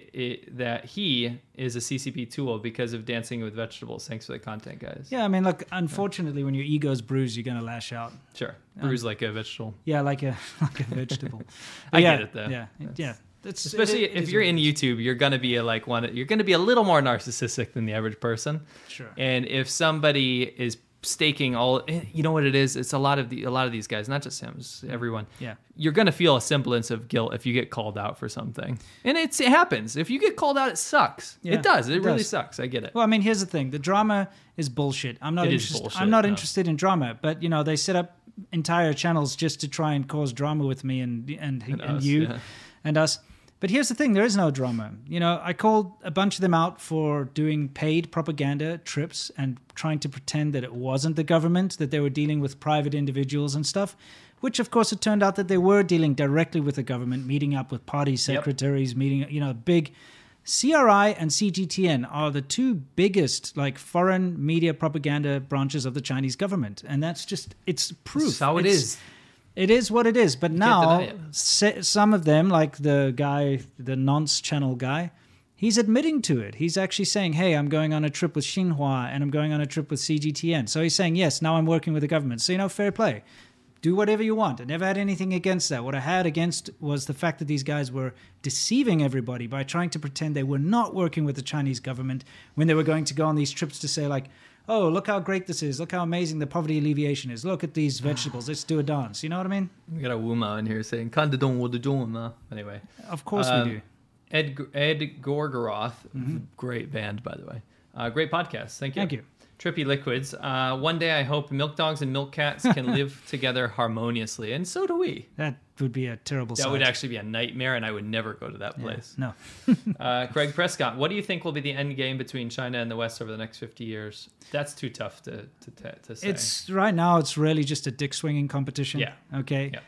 B: i that he is a CCP tool because of Dancing with Vegetables. Thanks for the content, guys.
A: Yeah, I mean, look, unfortunately, when your ego's bruised, you're going to lash out.
B: Sure. Brews like a vegetable.
A: Yeah, like a *laughs* like a
B: *laughs*
A: vegetable.
B: I
A: But yeah,
B: get it though.
A: Yeah, yeah. That's,
B: especially
A: it- it
B: if
A: is
B: you're
A: what
B: in
A: it
B: YouTube, you're gonna be a, like one. You're gonna be a little more narcissistic than the average person.
A: is. Sure.
B: And if somebody is staking all, eh, you know what it is? It's a lot of the a lot of these guys, not just him, it's everyone.
A: Yeah.
B: You're gonna feel a semblance of guilt if you get called out for something, and it's it happens. If you get called out, it sucks.
A: Yeah,
B: it does. It,
A: it
B: really
A: does.
B: sucks. I get it.
A: Well, I mean, here's the thing: the drama is bullshit. I'm not
B: It is
A: interested.
B: bullshit,
A: I'm not
B: no.
A: interested in drama, but you know, they set up entire channels just to try and cause drama with me and and and,
B: us,
A: you
B: yeah.
A: and us. But here's the thing: there is no drama. You know, I called a bunch of them out for doing paid propaganda trips and trying to pretend that it wasn't the government that they were dealing with private individuals and stuff. Which, of course, it turned out that they were dealing directly with the government, meeting up with party secretaries, meeting, you know, big CRI and CGTN are the two biggest like foreign media propaganda branches of the Chinese government, and that's just it's proof.
B: That's how it
A: it's,
B: is.
A: It is what it is. But
B: deny
A: now
B: it.
A: se- some of them, like the guy, the nonce channel guy, he's admitting to it. He's actually saying, "Hey, I'm going on a trip with Xinhua, and I'm going on a trip with CGTN." So he's saying, "Yes, now I'm working with the government." So you know, fair play. Do whatever you want. I never had anything against that. What I had against was the fact that these guys were deceiving everybody by trying to pretend they were not working with the Chinese government when they were going to go on these trips to say, like, oh, look how great this is. Look how amazing the poverty alleviation is. Look at these vegetables. Let's do a dance. You know what I mean?
B: We got a Wuma in here saying "Kandadon wudadon." Anyway,
A: Of course
B: Um,
A: we do.
B: Ed Ed Gorgoroth, great band by the way. Uh, great podcast. Thank you.
A: Mm-hmm. Thank you.
B: Trippy Liquids. Uh, one day I hope milk dogs and milk cats
A: *laughs*
B: can live together harmoniously, and so do we.
A: That would be a terrible
B: That
A: sight.
B: would actually be a nightmare, and I would never go to that
A: *laughs*
B: place.
A: No.
B: Uh, Craig Prescott, what do you think will be the end game between China and the West over the next 50 years? That's too tough to, to, to, to say.
A: It's right now. It's really just a dick swinging competition.
B: Yeah.
A: Okay.
B: Yeah.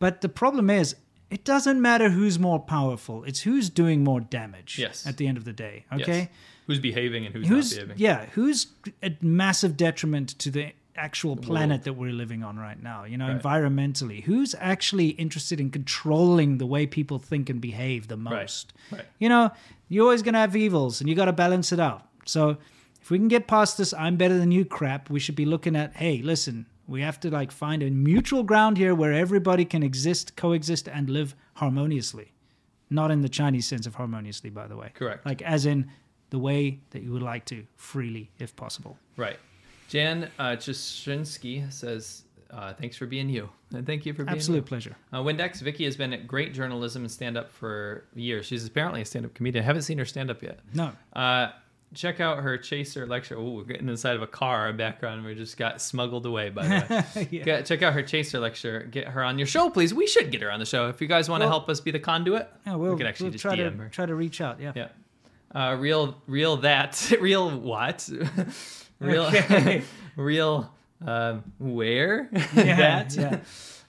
A: But the problem is, it doesn't matter who's more powerful. It's who's doing more damage.
B: Yes.
A: At the end of the day.
B: Yes.
A: Okay.
B: Who's behaving and who's,
A: Who's
B: not behaving?
A: yeah? Who's a massive detriment to the actual planet that we're living on right now? You know,
B: Right.
A: environmentally. Who's actually interested in controlling the way people think and behave the most?
B: Right.
A: You know, you're always going to have evils and you got to balance it out. So if we can get past this, I'm better than you crap, we should be looking at, hey, listen, we have to like find a mutual ground here where everybody can exist, coexist, and live harmoniously. Not in the Chinese sense of harmoniously, by the way.
B: Correct.
A: Like, as in the way that you would like to freely, if possible.
B: Right. Jan uh, Chashinsky says, uh, thanks for being you. And thank you for being you.
A: Absolute pleasure.
B: Uh, Windex Vicky has been at great journalism and stand up for years. She's apparently a stand up comedian. I haven't seen her stand up yet.
A: No.
B: Uh, check out her Chaser lecture. Oh, we're getting inside of a car. Our background. We just got smuggled away, by
A: *laughs*
B: the way.
A: Yeah.
B: Get- check out her Chaser lecture. Get her on your show, please. We should get her on the show. If you guys want to
A: Well-
B: help us be the conduit,
A: Yeah, we'll,
B: we could actually
A: we'll
B: just
A: try
B: DM
A: to
B: her.
A: try to reach out. Yeah.
B: Yeah. Uh, real, real that, *laughs* real what, real,
A: Okay.
B: *laughs* real um, where
A: *laughs* Yeah,
B: that.
A: yeah.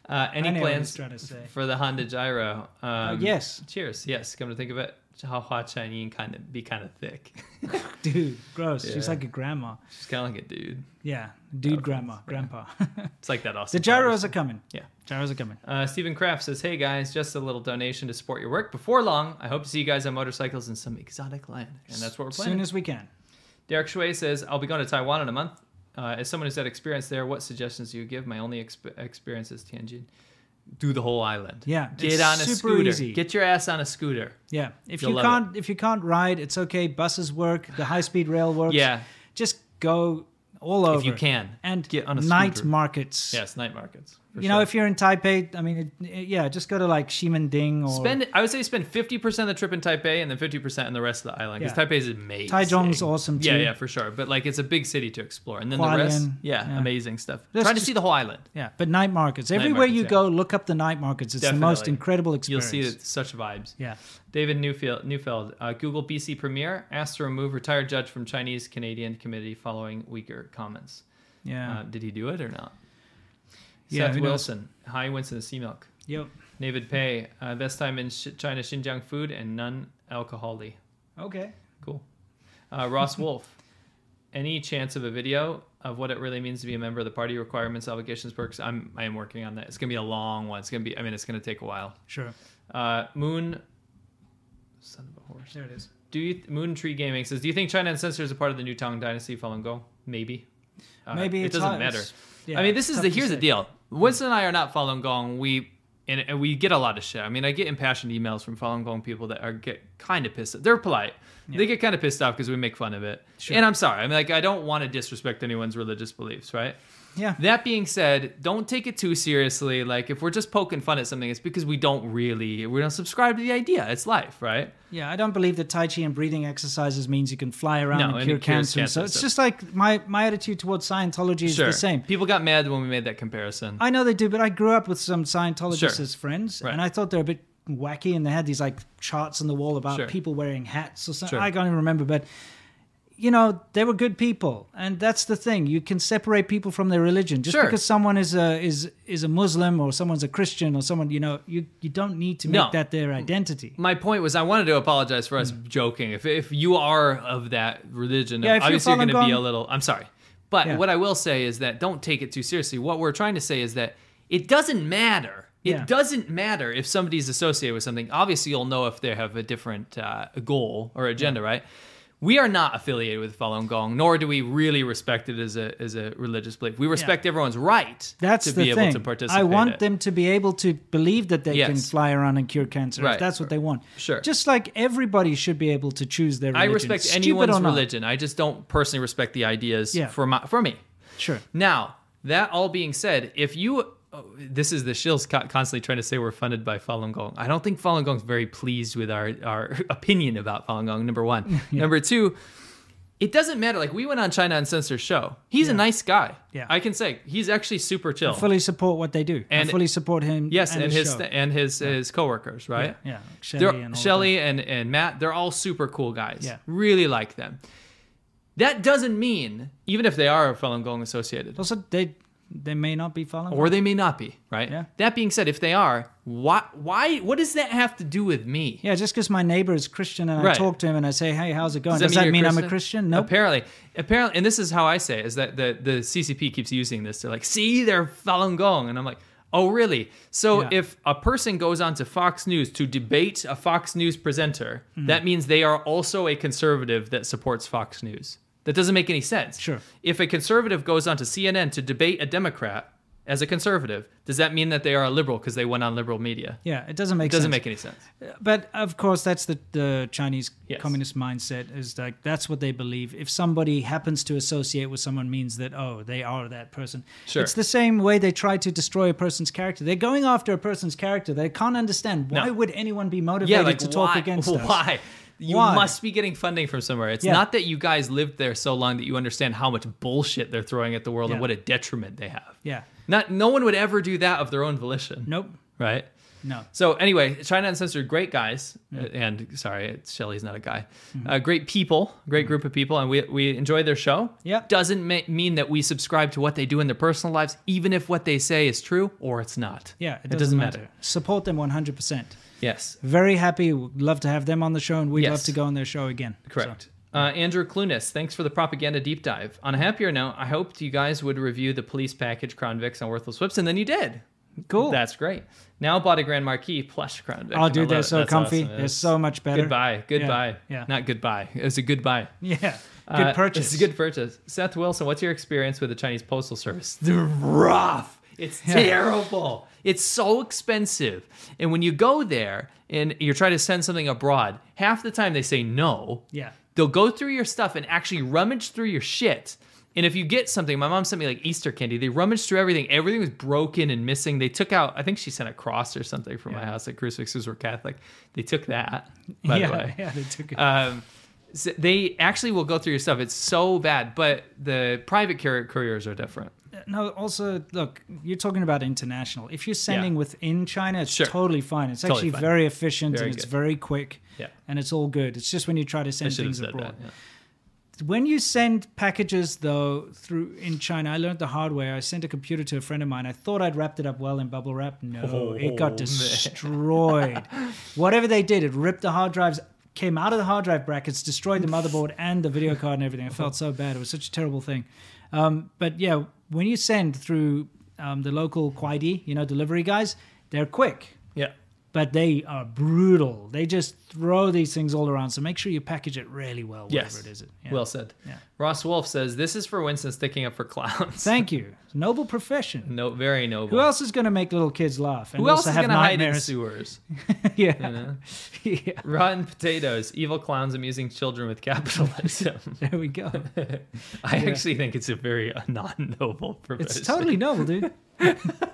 B: Uh, any
A: I know what he's
B: plans *laughs*
A: trying to say.
B: for the Honda Gyro? Um,
A: Uh, yes.
B: Cheers. Yes. Come to think of it, how hot Chinese kind of be kind of thick. *laughs*
A: Dude, gross. She's
B: Yeah.
A: like a grandma.
B: She's kind of like a dude.
A: Yeah, dude, grandma,
B: *laughs*
A: grandpa.
B: It's like that Austin.
A: the
B: Powers.
A: gyros are coming.
B: Yeah.
A: Gyros are coming.
B: Uh, Stephen Kraft says, "Hey guys, just a little donation to support your work. Before long, I hope to see you guys on motorcycles in some exotic land, and that's what we're
A: As soon
B: planning."
A: as we can.
B: Derek Shui says, "I'll be going to Taiwan in a month. Uh, as someone who's had experience there, what suggestions do you give? My only exp- experience is Tianjin. Do the whole island.
A: Yeah,
B: get
A: it's
B: on a
A: super
B: scooter.
A: easy.
B: Get your ass on a scooter.
A: Yeah. If
B: You'll
A: you
B: love
A: can't if you can't ride, it's okay. Buses work. The high speed rail works.
B: Yeah.
A: Just go all over
B: If you can,
A: and
B: get on a
A: night
B: scooter.
A: markets.
B: Yes, night markets. for
A: you know,
B: sure.
A: if you're in Taipei, I mean, it, it- yeah, just go to like Ximending or
B: spend, I would say spend fifty percent of the trip in Taipei and then fifty percent in the rest of the island because
A: Yeah.
B: Taipei is amazing.
A: Taichung's awesome,
B: Yeah,
A: too.
B: yeah, for sure. But like, it's a big city to explore, and then
A: Hualien,
B: the rest, yeah,
A: yeah.
B: amazing stuff.
A: Let's
B: Try
A: just-
B: to see the whole island.
A: Yeah, but night markets. Everywhere
B: markets,
A: you
B: yeah.
A: go, look up the night markets. It's the most
B: Definitely.
A: incredible experience.
B: You'll see that such vibes.
A: Yeah.
B: David Newfield, Newfeld, uh, Google BC Premier asked to remove retired judge from Chinese Canadian committee following weaker comments.
A: Yeah.
B: Uh, did he do it or not?
A: Yeah,
B: Seth
A: who knows?
B: Wilson, hi Winston Sea Milk.
A: yep.
B: David Pei, uh, best time in Sh- China Xinjiang food and non alcoholic.
A: Okay.
B: Cool. Uh,
A: *laughs*
B: Ross Wolf, any chance of a video of what it really means to be a member of the party requirements, obligations, perks? I'm I am working on that. It's gonna be a long one. It's gonna be. I mean, it's gonna take a while.
A: Sure.
B: Uh, Moon, son of a horse.
A: There it is.
B: Do you Moon Tree Gaming says? Do you think China and censor is a part of the New Tang Dynasty Falun Gong? Maybe. Uh,
A: Maybe
B: it
A: it's
B: doesn't
A: hard-
B: matter.
A: it's- yeah,
B: I mean, this
A: it's
B: is
A: tough
B: the
A: to
B: here's the
A: say. Hmm.
B: deal. Winston and I are not Falun Gong. We and, and we get a lot of shit. I mean, I get impassioned emails from Falun Gong people that are get kind of pissed. They're polite. They get kind of pissed off because we make fun of it.
A: Sure.
B: And I'm sorry. I mean, like I don't want to disrespect anyone's religious beliefs, right?
A: Yeah.
B: That being said, don't take it too seriously. Like if we're just poking fun at something, it's because we don't really we don't subscribe to the idea. It's life, right?
A: Yeah, I don't believe that Tai Chi and breathing exercises means you can fly around
B: No,
A: and,
B: and
A: cure
B: it cures
A: cancer.
B: cancer
A: So
B: and
A: it's
B: stuff.
A: just like my, my attitude towards Scientology is the same.
B: People got mad when we made that comparison.
A: I know they do, but I grew up with some Scientologists
B: Sure.
A: as friends,
B: Right.
A: and I thought they were a bit wacky, and they had these like charts on the wall about
B: Sure.
A: people wearing hats or something.
B: Sure.
A: I can't even remember, but you know they were good people, and that's the thing. You can separate people from their religion just
B: Sure.
A: because someone is a is is a Muslim or someone's a Christian or someone you know you you don't need to make
B: No.
A: that their identity.
B: My point was I wanted to apologize for us joking. If if you are of that religion,
A: Hmm. Yeah, if you're
B: obviously
A: Falun
B: you're, going to be
A: Gong-
B: a little I'm sorry. But
A: Yeah.
B: what I will say is that don't take it too seriously. What we're trying to say is that it doesn't matter. It
A: Yeah.
B: doesn't matter if somebody's associated with something. Obviously, you'll know if they have a different uh, goal or agenda, right? We are not affiliated with Falun Gong, nor do we really respect it as a as a religious belief. We respect everyone's right
A: That's
B: to
A: the
B: be
A: thing.
B: able to participate.
A: I want
B: in.
A: them to be able to believe that they can
B: Yes.
A: fly around and cure cancer. If
B: Right.
A: that's what they want.
B: Sure.
A: Just like everybody should be able to choose their
B: I
A: religion.
B: respect
A: stupid
B: anyone's
A: or not.
B: religion. I just don't personally respect the ideas
A: Yeah.
B: for my for me.
A: Sure.
B: Now that all being said, if you oh, this is the shills co- constantly trying to say we're funded by Falun Gong. I don't think Falun Gong's very pleased with our our *laughs* opinion about Falun Gong. Number
A: *laughs*
B: one, number two. It doesn't matter. Like we went on China Uncensored show. He's a nice guy.
A: Yeah.
B: I can say he's actually super chill.
A: fully support what they do. I
B: And-
A: fully support him.
B: yes, and, his
A: show.
B: th- and his his coworkers, right?
A: yeah, yeah, like Shelley
B: They're-
A: and all
B: Shelly and, and Matt, they're all super cool guys.
A: Yeah.
B: Really like them. That doesn't mean, even if they are Falun Gong
A: that.
B: associated,
A: Also, they they may not be following.
B: or they may not be, right?
A: Yeah.
B: That being said, if they are, why, why, what does that have to do with me?
A: yeah, just because my neighbor is Christian and I
B: Right.
A: talk to him and I say, "Hey, how's it going?" Does
B: that
A: that mean,
B: you're
A: I'm a Christian? No.
B: Apparently, apparently, and this is how I say it, is that the the CCP keeps using this. They're like, "See, they're Falun Gong," and I'm like, "Oh, really?" So
A: Yeah.
B: if a person goes on to Fox News to debate a Fox News presenter,
A: Mm-hmm.
B: that means they are also a conservative that supports Fox News. That doesn't make any sense.
A: Sure.
B: If a conservative goes on to CNN to debate a Democrat as a conservative, does that mean that they are a liberal because they went on liberal media?
A: Yeah, it doesn't make
B: It
A: sense.
B: doesn't make any sense.
A: But of course, that's the, the Chinese
B: Yes.
A: communist mindset is like that's what they believe. If somebody happens to associate with someone, means that oh, they are that person.
B: Sure.
A: It's the same way they try to destroy a person's character. They're going after a person's character. They can't understand why
B: No.
A: would anyone be
B: yeah,
A: motivated
B: like
A: to talk
B: why, *laughs*
A: against us.
B: why? You
A: Why?
B: must be getting funding from somewhere. It's
A: Yeah.
B: not that you guys lived there so long that you understand how much bullshit they're throwing at the world
A: Yeah.
B: and what a detriment they have.
A: Yeah.
B: Not no one would ever do that of their own volition.
A: Nope.
B: Right?
A: No.
B: So anyway, China Uncensored, great guys, uh, and sorry, it's Shelley's not a guy.
A: Mm-hmm.
B: Uh, great people, great group of people, and we we enjoy their show.
A: Yeah.
B: doesn't ma- mean that we subscribe to what they do in their personal lives, even if what they say is true or it's not.
A: Yeah, it doesn't,
B: matter.
A: matter. Support them 100%.
B: Yes,
A: Very happy. Would love to have them on the show, and we'd
B: Yes.
A: love to go on their show again. So,
B: Correct. Uh, Andrew Clunas, thanks for the propaganda deep dive. On a happier note, I hoped you guys would review the police package Crown Vics on Worthless Whips, and then you did.
A: cool.
B: That's great. Now bought a Grand Marquis plush Crown Vic.
A: oh,
B: and I
A: dude, they're
B: love it.
A: so
B: That's
A: comfy.
B: awesome.
A: They're
B: It's-
A: so much better.
B: Goodbye. Goodbye.
A: yeah.
B: Not goodbye. It was a goodbye.
A: *laughs* Yeah. Good
B: Uh,
A: purchase.
B: It's a good purchase. Seth Wilson, what's your experience with the Chinese Postal Service? They're rough. It's terrible. It's so expensive. And when you go there and you're trying to send something abroad, half the time they say no.
A: Yeah.
B: They'll go through your stuff and actually rummage through your shit. And if you get something, my mom sent me like Easter candy. They rummaged through everything. Everything was broken and missing. They took out, I think she sent a cross or something from my house. Like crucifixes were Catholic. They took that,
A: *laughs*
B: by
A: yeah,
B: the way
A: yeah, they took it.
B: um, s they actually will go through your stuff. It's so bad, but the private courier couriers are different.
A: no, also, look, you're talking about international. If you're sending
B: Yeah.
A: within China, it's
B: Sure.
A: totally fine. It's
B: Totally
A: actually
B: fine.
A: very efficient
B: Very
A: and it's
B: good.
A: very quick.
B: Yeah.
A: And it's all good. It's just when you try to
B: I
A: send
B: should have
A: things
B: said
A: abroad.
B: that. yeah.
A: when you send packages though through in China, I learned the hard way. I sent a computer to a friend of mine. I thought I'd wrapped it up well in bubble wrap. No,
B: Oh.
A: it got
B: *laughs*
A: destroyed. Whatever they did, it ripped the hard drives, came out of the hard drive brackets, destroyed the motherboard and the video card and everything. I felt so bad. It was such a terrible thing. Um, but yeah, when you send through um, the local Kuaidi, you know, delivery guys, they're quick
B: Yeah.
A: but they are brutal. They just throw these things all around. So make sure you package it really well, whatever
B: Yes.
A: it is.
B: Well said.
A: Yeah.
B: Ross Wolf says this is for Winston sticking up for clowns.
A: Thank you. Noble profession.
B: *laughs* no, very noble.
A: Who else is going to make little kids laugh? And
B: Mm. Who else
A: also
B: is
A: have
B: going to hide in
A: nightmares?
B: sewers?
A: *laughs* yeah. *laughs* yeah.
B: Rotten potatoes, evil clowns amusing children with capitalism. *laughs*
A: There we go.
B: I actually think it's a very uh, non-noble profession.
A: It's totally noble, dude.
B: *laughs*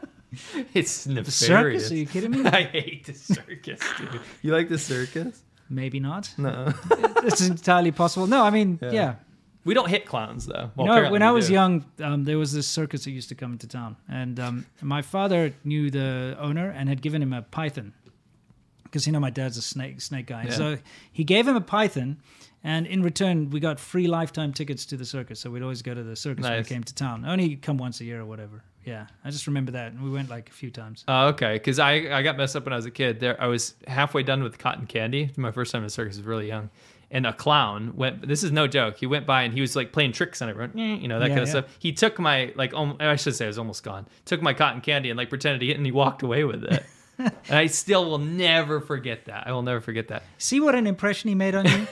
B: it's
A: The
B: nefarious.
A: circus? Are you kidding me?
B: *laughs* I hate the circus, dude.
A: *laughs*
B: You like the circus?
A: Maybe not.
B: No.
A: *laughs* It's entirely possible. No, I mean, yeah.
B: We don't hit clowns though. Well,
A: you know,
B: apparently
A: when I
B: we
A: was
B: do.
A: young, um, there was this circus that used to come into town, and um, my father knew the owner and had given him a python, because you know my dad's a snake snake guy.
B: Yeah.
A: So he gave him a python, and in return we got free lifetime tickets to the circus. So we'd always go to the circus when we
B: Nice.
A: came to town. Only come once a year or whatever. Yeah, I just remember that, and we went like a few times.
B: Oh, okay, because I, I got messed up when I was a kid. There, I was halfway done with cotton candy. My first time in a circus was really young, and a clown went. This is no joke. He went by and he was like playing tricks on everyone, eh, you know that
A: Yeah,
B: kind of
A: yeah.
B: stuff. He took my like, um, I should say, it was almost gone. Took my cotton candy and like pretended to get, and he walked away
A: *laughs*
B: with it. and I still will never forget that. I will never forget that.
A: See what an impression he made on
B: *laughs*
A: you.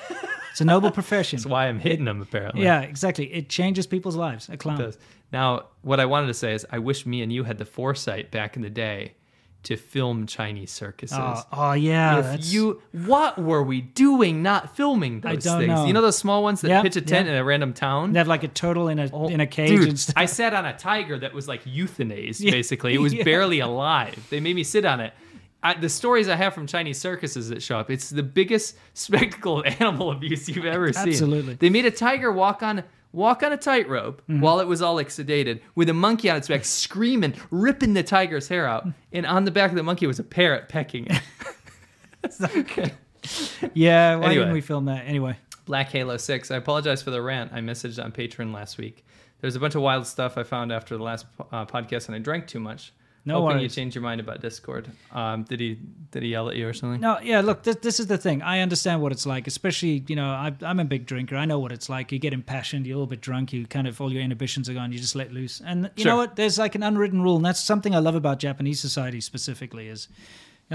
A: it's a noble profession.
B: That's why I'm hitting him apparently.
A: yeah, exactly. It changes people's lives. A clown.
B: does. Now, what I wanted to say is, I wish me and you had the foresight back in the day to film Chinese circuses.
A: Oh, oh, yeah.
B: If
A: that's-
B: you, what were we doing? Not filming those
A: I don't
B: things.
A: know.
B: You know those small ones that
A: Yeah,
B: pitch a tent
A: yeah.
B: in a random town.
A: And they had like a turtle in a
B: Oh,
A: in a cage
B: dude,
A: and stuff. *laughs*
B: I sat on a tiger that was like euthanized.
A: Yeah.
B: Basically, it
A: *laughs*
B: was
A: Yeah.
B: barely alive. They made me sit on it. I, the stories I have from Chinese circuses that show up, it's the biggest *laughs* spectacle of animal abuse you've ever seen.
A: Absolutely. Mm-hmm.
B: They made a tiger walk on walk on a tightrope while it was all exudated, with a monkey on its back screaming, ripping the tiger's hair out,
A: Mm.
B: and on the back of the monkey was a parrot pecking it.
A: Yeah, why
B: Anyway.
A: didn't we film that? Anyway,
B: Black Halo 6. I apologize for the rant I messaged on Patreon last week. There's a bunch of wild stuff I found after the last uh, podcast, and I drank too much.
A: No
B: Hoping you
A: worries.
B: changed your mind about Discord. Um, did he did he yell at you or something?
A: no, yeah, look, this, this is the thing. I understand what it's like, especially, you know, I, I'm a big drinker. I know what it's like. You get impassioned, you're a little bit drunk, you kind of, all your inhibitions are gone, you just let loose. And you
B: Sure.
A: know what? There's like an unwritten rule, and that's something I love about Japanese society specifically is, you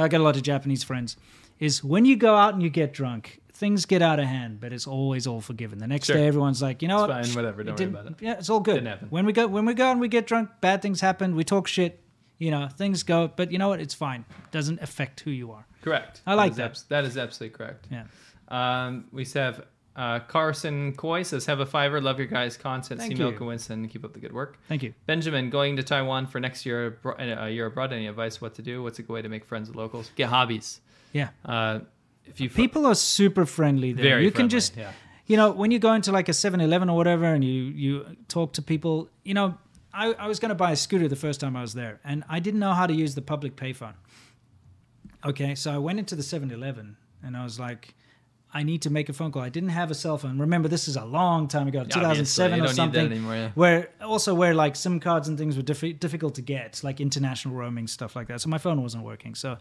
A: know, I got a lot of Japanese friends, is when you go out and you get drunk, things get out of hand, but it's always all forgiven. The next
B: Sure.
A: day, everyone's like, you know
B: It's
A: what?
B: fine, whatever, don't worry
A: didn't-
B: about it.
A: Yeah, it's all good.
B: Didn't happen.
A: When we go when we go and we get drunk, bad things happen. We talk shit, you know, things go. But you know what? It's fine. doesn't affect who you are.
B: Correct.
A: I like
B: is
A: that.
B: abs- that is absolutely correct.
A: Yeah.
B: Um, we have uh, Carson Coy says, "Have a fiver. Love your guys' content.
A: Thank
B: See
A: you.
B: Milk and Winston. Keep up the good work."
A: Thank you.
B: Benjamin, going to Taiwan for next year, abro- uh, year abroad. Any advice? What to do? What's a good way to make friends with locals? Get hobbies.
A: Yeah.
B: Uh, if you
A: People are super friendly there.
B: Very
A: you
B: friendly,
A: can just
B: yeah.
A: you know, when you go into like a 7-Eleven or whatever and you you talk to people, you know, I, I was gonna buy a scooter the first time I was there and I didn't know how to use the public payphone. Okay, so I went into the 7 Eleven and I was like, I need to make a phone call. I didn't have a cell phone. Remember, this is a long time ago, 2007
D: you don't need
A: or
D: that
A: something.
D: anymore, yeah.
A: Where also where like SIM cards and things were diffi- difficult to get, like international roaming stuff like that. So my phone wasn't working. So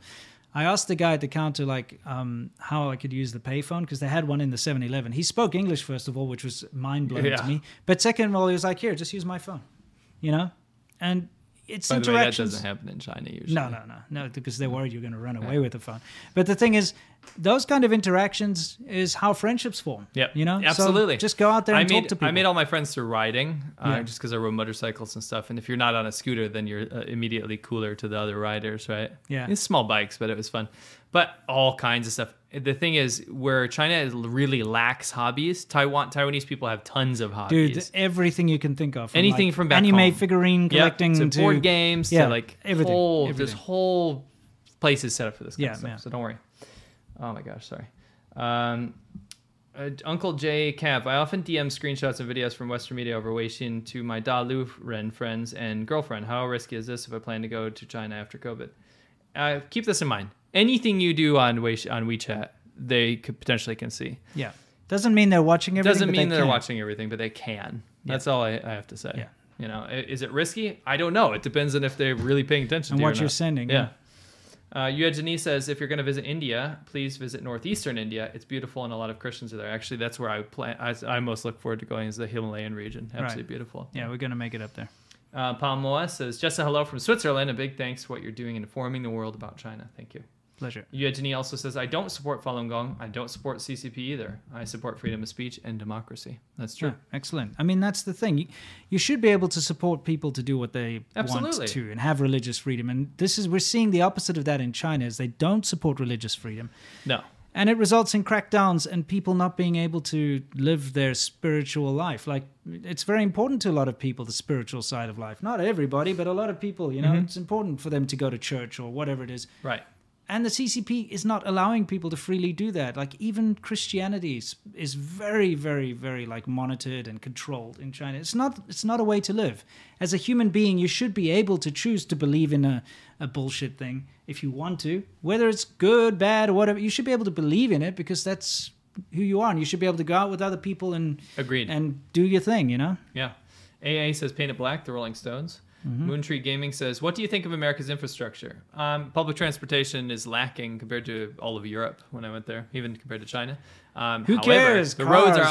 A: I asked the guy at the counter like um, how I could use the payphone because they had one in the 7-Eleven. He spoke English first of all, which was mind blowing to
B: Yeah.
A: me. But second of all, he was like, "Here, just use my phone," you know, and. It's
D: By the way, that
A: interactions.
D: doesn't happen in China usually.
A: No, no, no, no, because they're worried you're going to run away with the phone. But the thing is, those kind of interactions is how friendships form.
B: Yep.
A: you know, So
B: Absolutely.
A: just go out there and
B: I made,
A: talk to people.
B: I made all my friends through riding, uh,
A: Yeah.
B: just because I rode motorcycles and stuff. And if you're not on a scooter, then you're uh, immediately cooler to the other riders, right?
A: Yeah.
B: It's small bikes, but it was fun. But all kinds of stuff. The thing is, where China is really lacks hobbies, Taiwan Taiwanese people have tons of hobbies.
A: Dude, everything you can think of. from,
B: Anything
A: like,
B: from back
A: anime
B: home.
A: figurine
B: Yeah,
A: collecting
B: to
A: to
B: board games
A: yeah,
B: to like
A: everything,
B: whole
A: everything.
B: this whole place is set up for this kind
A: Yeah,
B: of stuff.
A: yeah.
B: So don't worry. Oh my gosh, sorry. Um, uh, Uncle J Cav, I often DM screenshots and videos from Western media over Weixin to my Dalu Ren friends and girlfriend. How risky is this if I plan to go to China after COVID? Uh, keep this in mind. Anything you do on Weixin, on WeChat, they could potentially can see.
A: Yeah, doesn't mean they're watching everything.
B: Doesn't
A: but
B: mean
A: they
B: they're
A: can.
B: watching everything, but they can. That's all I, I have to say.
A: Yeah.
B: You know, i- is it risky? I don't know. It depends on if they're really paying attention
A: And
B: to you
A: what
B: or
A: you're
B: not.
A: sending,
B: Yeah. Uh, Yue Janice says, if you're going to visit India, please visit northeastern India. It's beautiful, and a lot of Christians are there. Actually, that's where I plan. I, I most look forward to going is the Himalayan region. Absolutely
A: Right.
B: beautiful.
A: Yeah, we're gonna make it up there.
B: Uh, Palmoa says, just a hello from Switzerland. A big thanks for what you're doing and informing the world about China. Thank you.
A: Pleasure.
B: Yue also says, I don't support Falun Gong. I don't support CCP either. I support freedom of speech and democracy. That's true.
A: Yeah, excellent. I mean, that's the thing. You, you should be able to support people to do what they
B: Absolutely.
A: want to and have religious freedom. And this is we're seeing the opposite of that in China is they don't support religious freedom.
B: No.
A: And it results in crackdowns and people not being able to live their spiritual life. Like, it's very important to a lot of people, the spiritual side of life. Not everybody, but a lot of people, you know, it's important for them to go to church or whatever it is.
B: Right.
A: And the CCP is not allowing people to freely do that. Like, even Christianity is, is very, very, very, like, monitored and controlled in China. It's not, it's not a way to live. As a human being, you should be able to choose to believe in a, a bullshit thing if you want to, whether it's good, bad, or whatever. You should be able to believe in it because that's who you are. And you should be able to go out with other people and,
B: Agreed.
A: and do your thing, you know?
B: Yeah. AA says paint it black, the Rolling Stones.
A: Mm-hmm.
B: Moontree Gaming says, What do you think of America's infrastructure? Um, public transportation is lacking compared to all of Europe when I went there, even compared to China. Um,
A: Who
B: however,
A: cares?
B: The
A: Cars,
B: roads are
A: dude.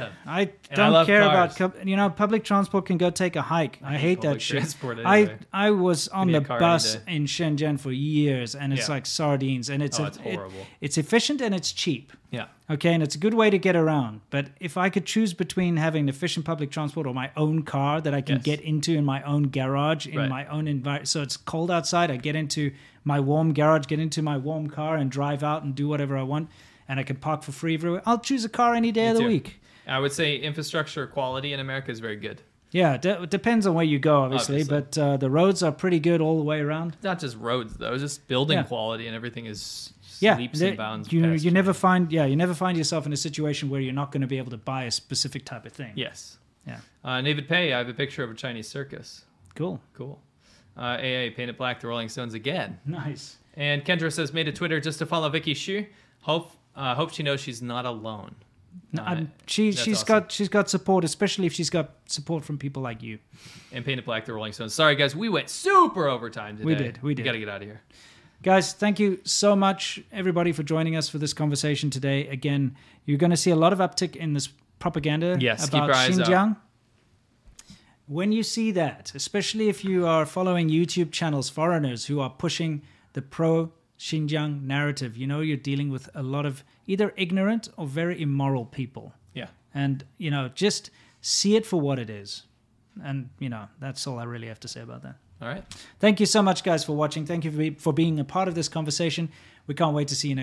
B: awesome.
A: I
B: I
A: don't
B: love
A: care
B: cars.
A: about com- you know public transport can go take a hike. I, hate that
B: public
A: shit.
B: transport anyway.
A: I I was on
B: need
A: the
B: a car
A: bus
B: any day.
A: in Shenzhen for years, and it's
B: Yeah.
A: like sardines, and it's
B: Oh,
A: a-
B: it's
A: it-
B: horrible.
A: it's efficient and it's cheap.
B: Yeah.
A: Okay, and it's a good way to get around. But if I could choose between having efficient public transport or my own car that I can
B: Yes.
A: get into in my own garage, in
B: Right.
A: my own environment, so it's cold outside, I get into my warm garage, get into my warm car, and drive out and do whatever I want, and I can park for free everywhere. I'll choose a car any day of the
B: too.
A: week.
B: I would say infrastructure quality in America is very good.
A: Yeah, it de- it depends on where you go, obviously,
B: Obviously.
A: but uh, the roads are pretty good all the way around.
B: Not just roads, though, just building
A: Yeah.
B: quality and everything is
A: Yeah,
B: leaps
A: the-
B: and bounds.
A: You
B: past-
A: you never find yeah you never find yourself in a situation where you're not going to be able to buy a specific type of thing.
B: Yes.
A: yeah,
B: Uh, David Pay, I have a picture of a Chinese circus.
A: cool,
B: Cool. Uh, AA, paint it black, the Rolling Stones again.
A: nice.
B: And Kendra says, made a Twitter just to follow Vicky Shu. Hope, uh, hope she knows she's not alone.
A: No,
B: Uh,
A: I'm, she
B: that's
A: she's
B: awesome.
A: got she's got support, especially if she's got support from people like you.
B: and painted black the Rolling Stones. Sorry, guys, we went super overtime today.
A: We did, we did.
B: got to get out of here.
A: Guys, thank you so much, everybody, for joining us for this conversation today. Again, you're going to see a lot of uptick in this propaganda
B: Yes, keep
A: about
B: your eyes out.
A: Xinjiang. When you see that, especially if you are following YouTube channels, foreigners who are pushing the pro Xinjiang narrative, you know you're dealing with a lot of either ignorant or very immoral people.
B: Yeah.
A: And, you know, just see it for what it is. And, you know, that's all I really have to say about that.
B: All right.
A: Thank you so much, guys, for watching. Thank you for, be- for being a part of this conversation. We can't wait to see you next.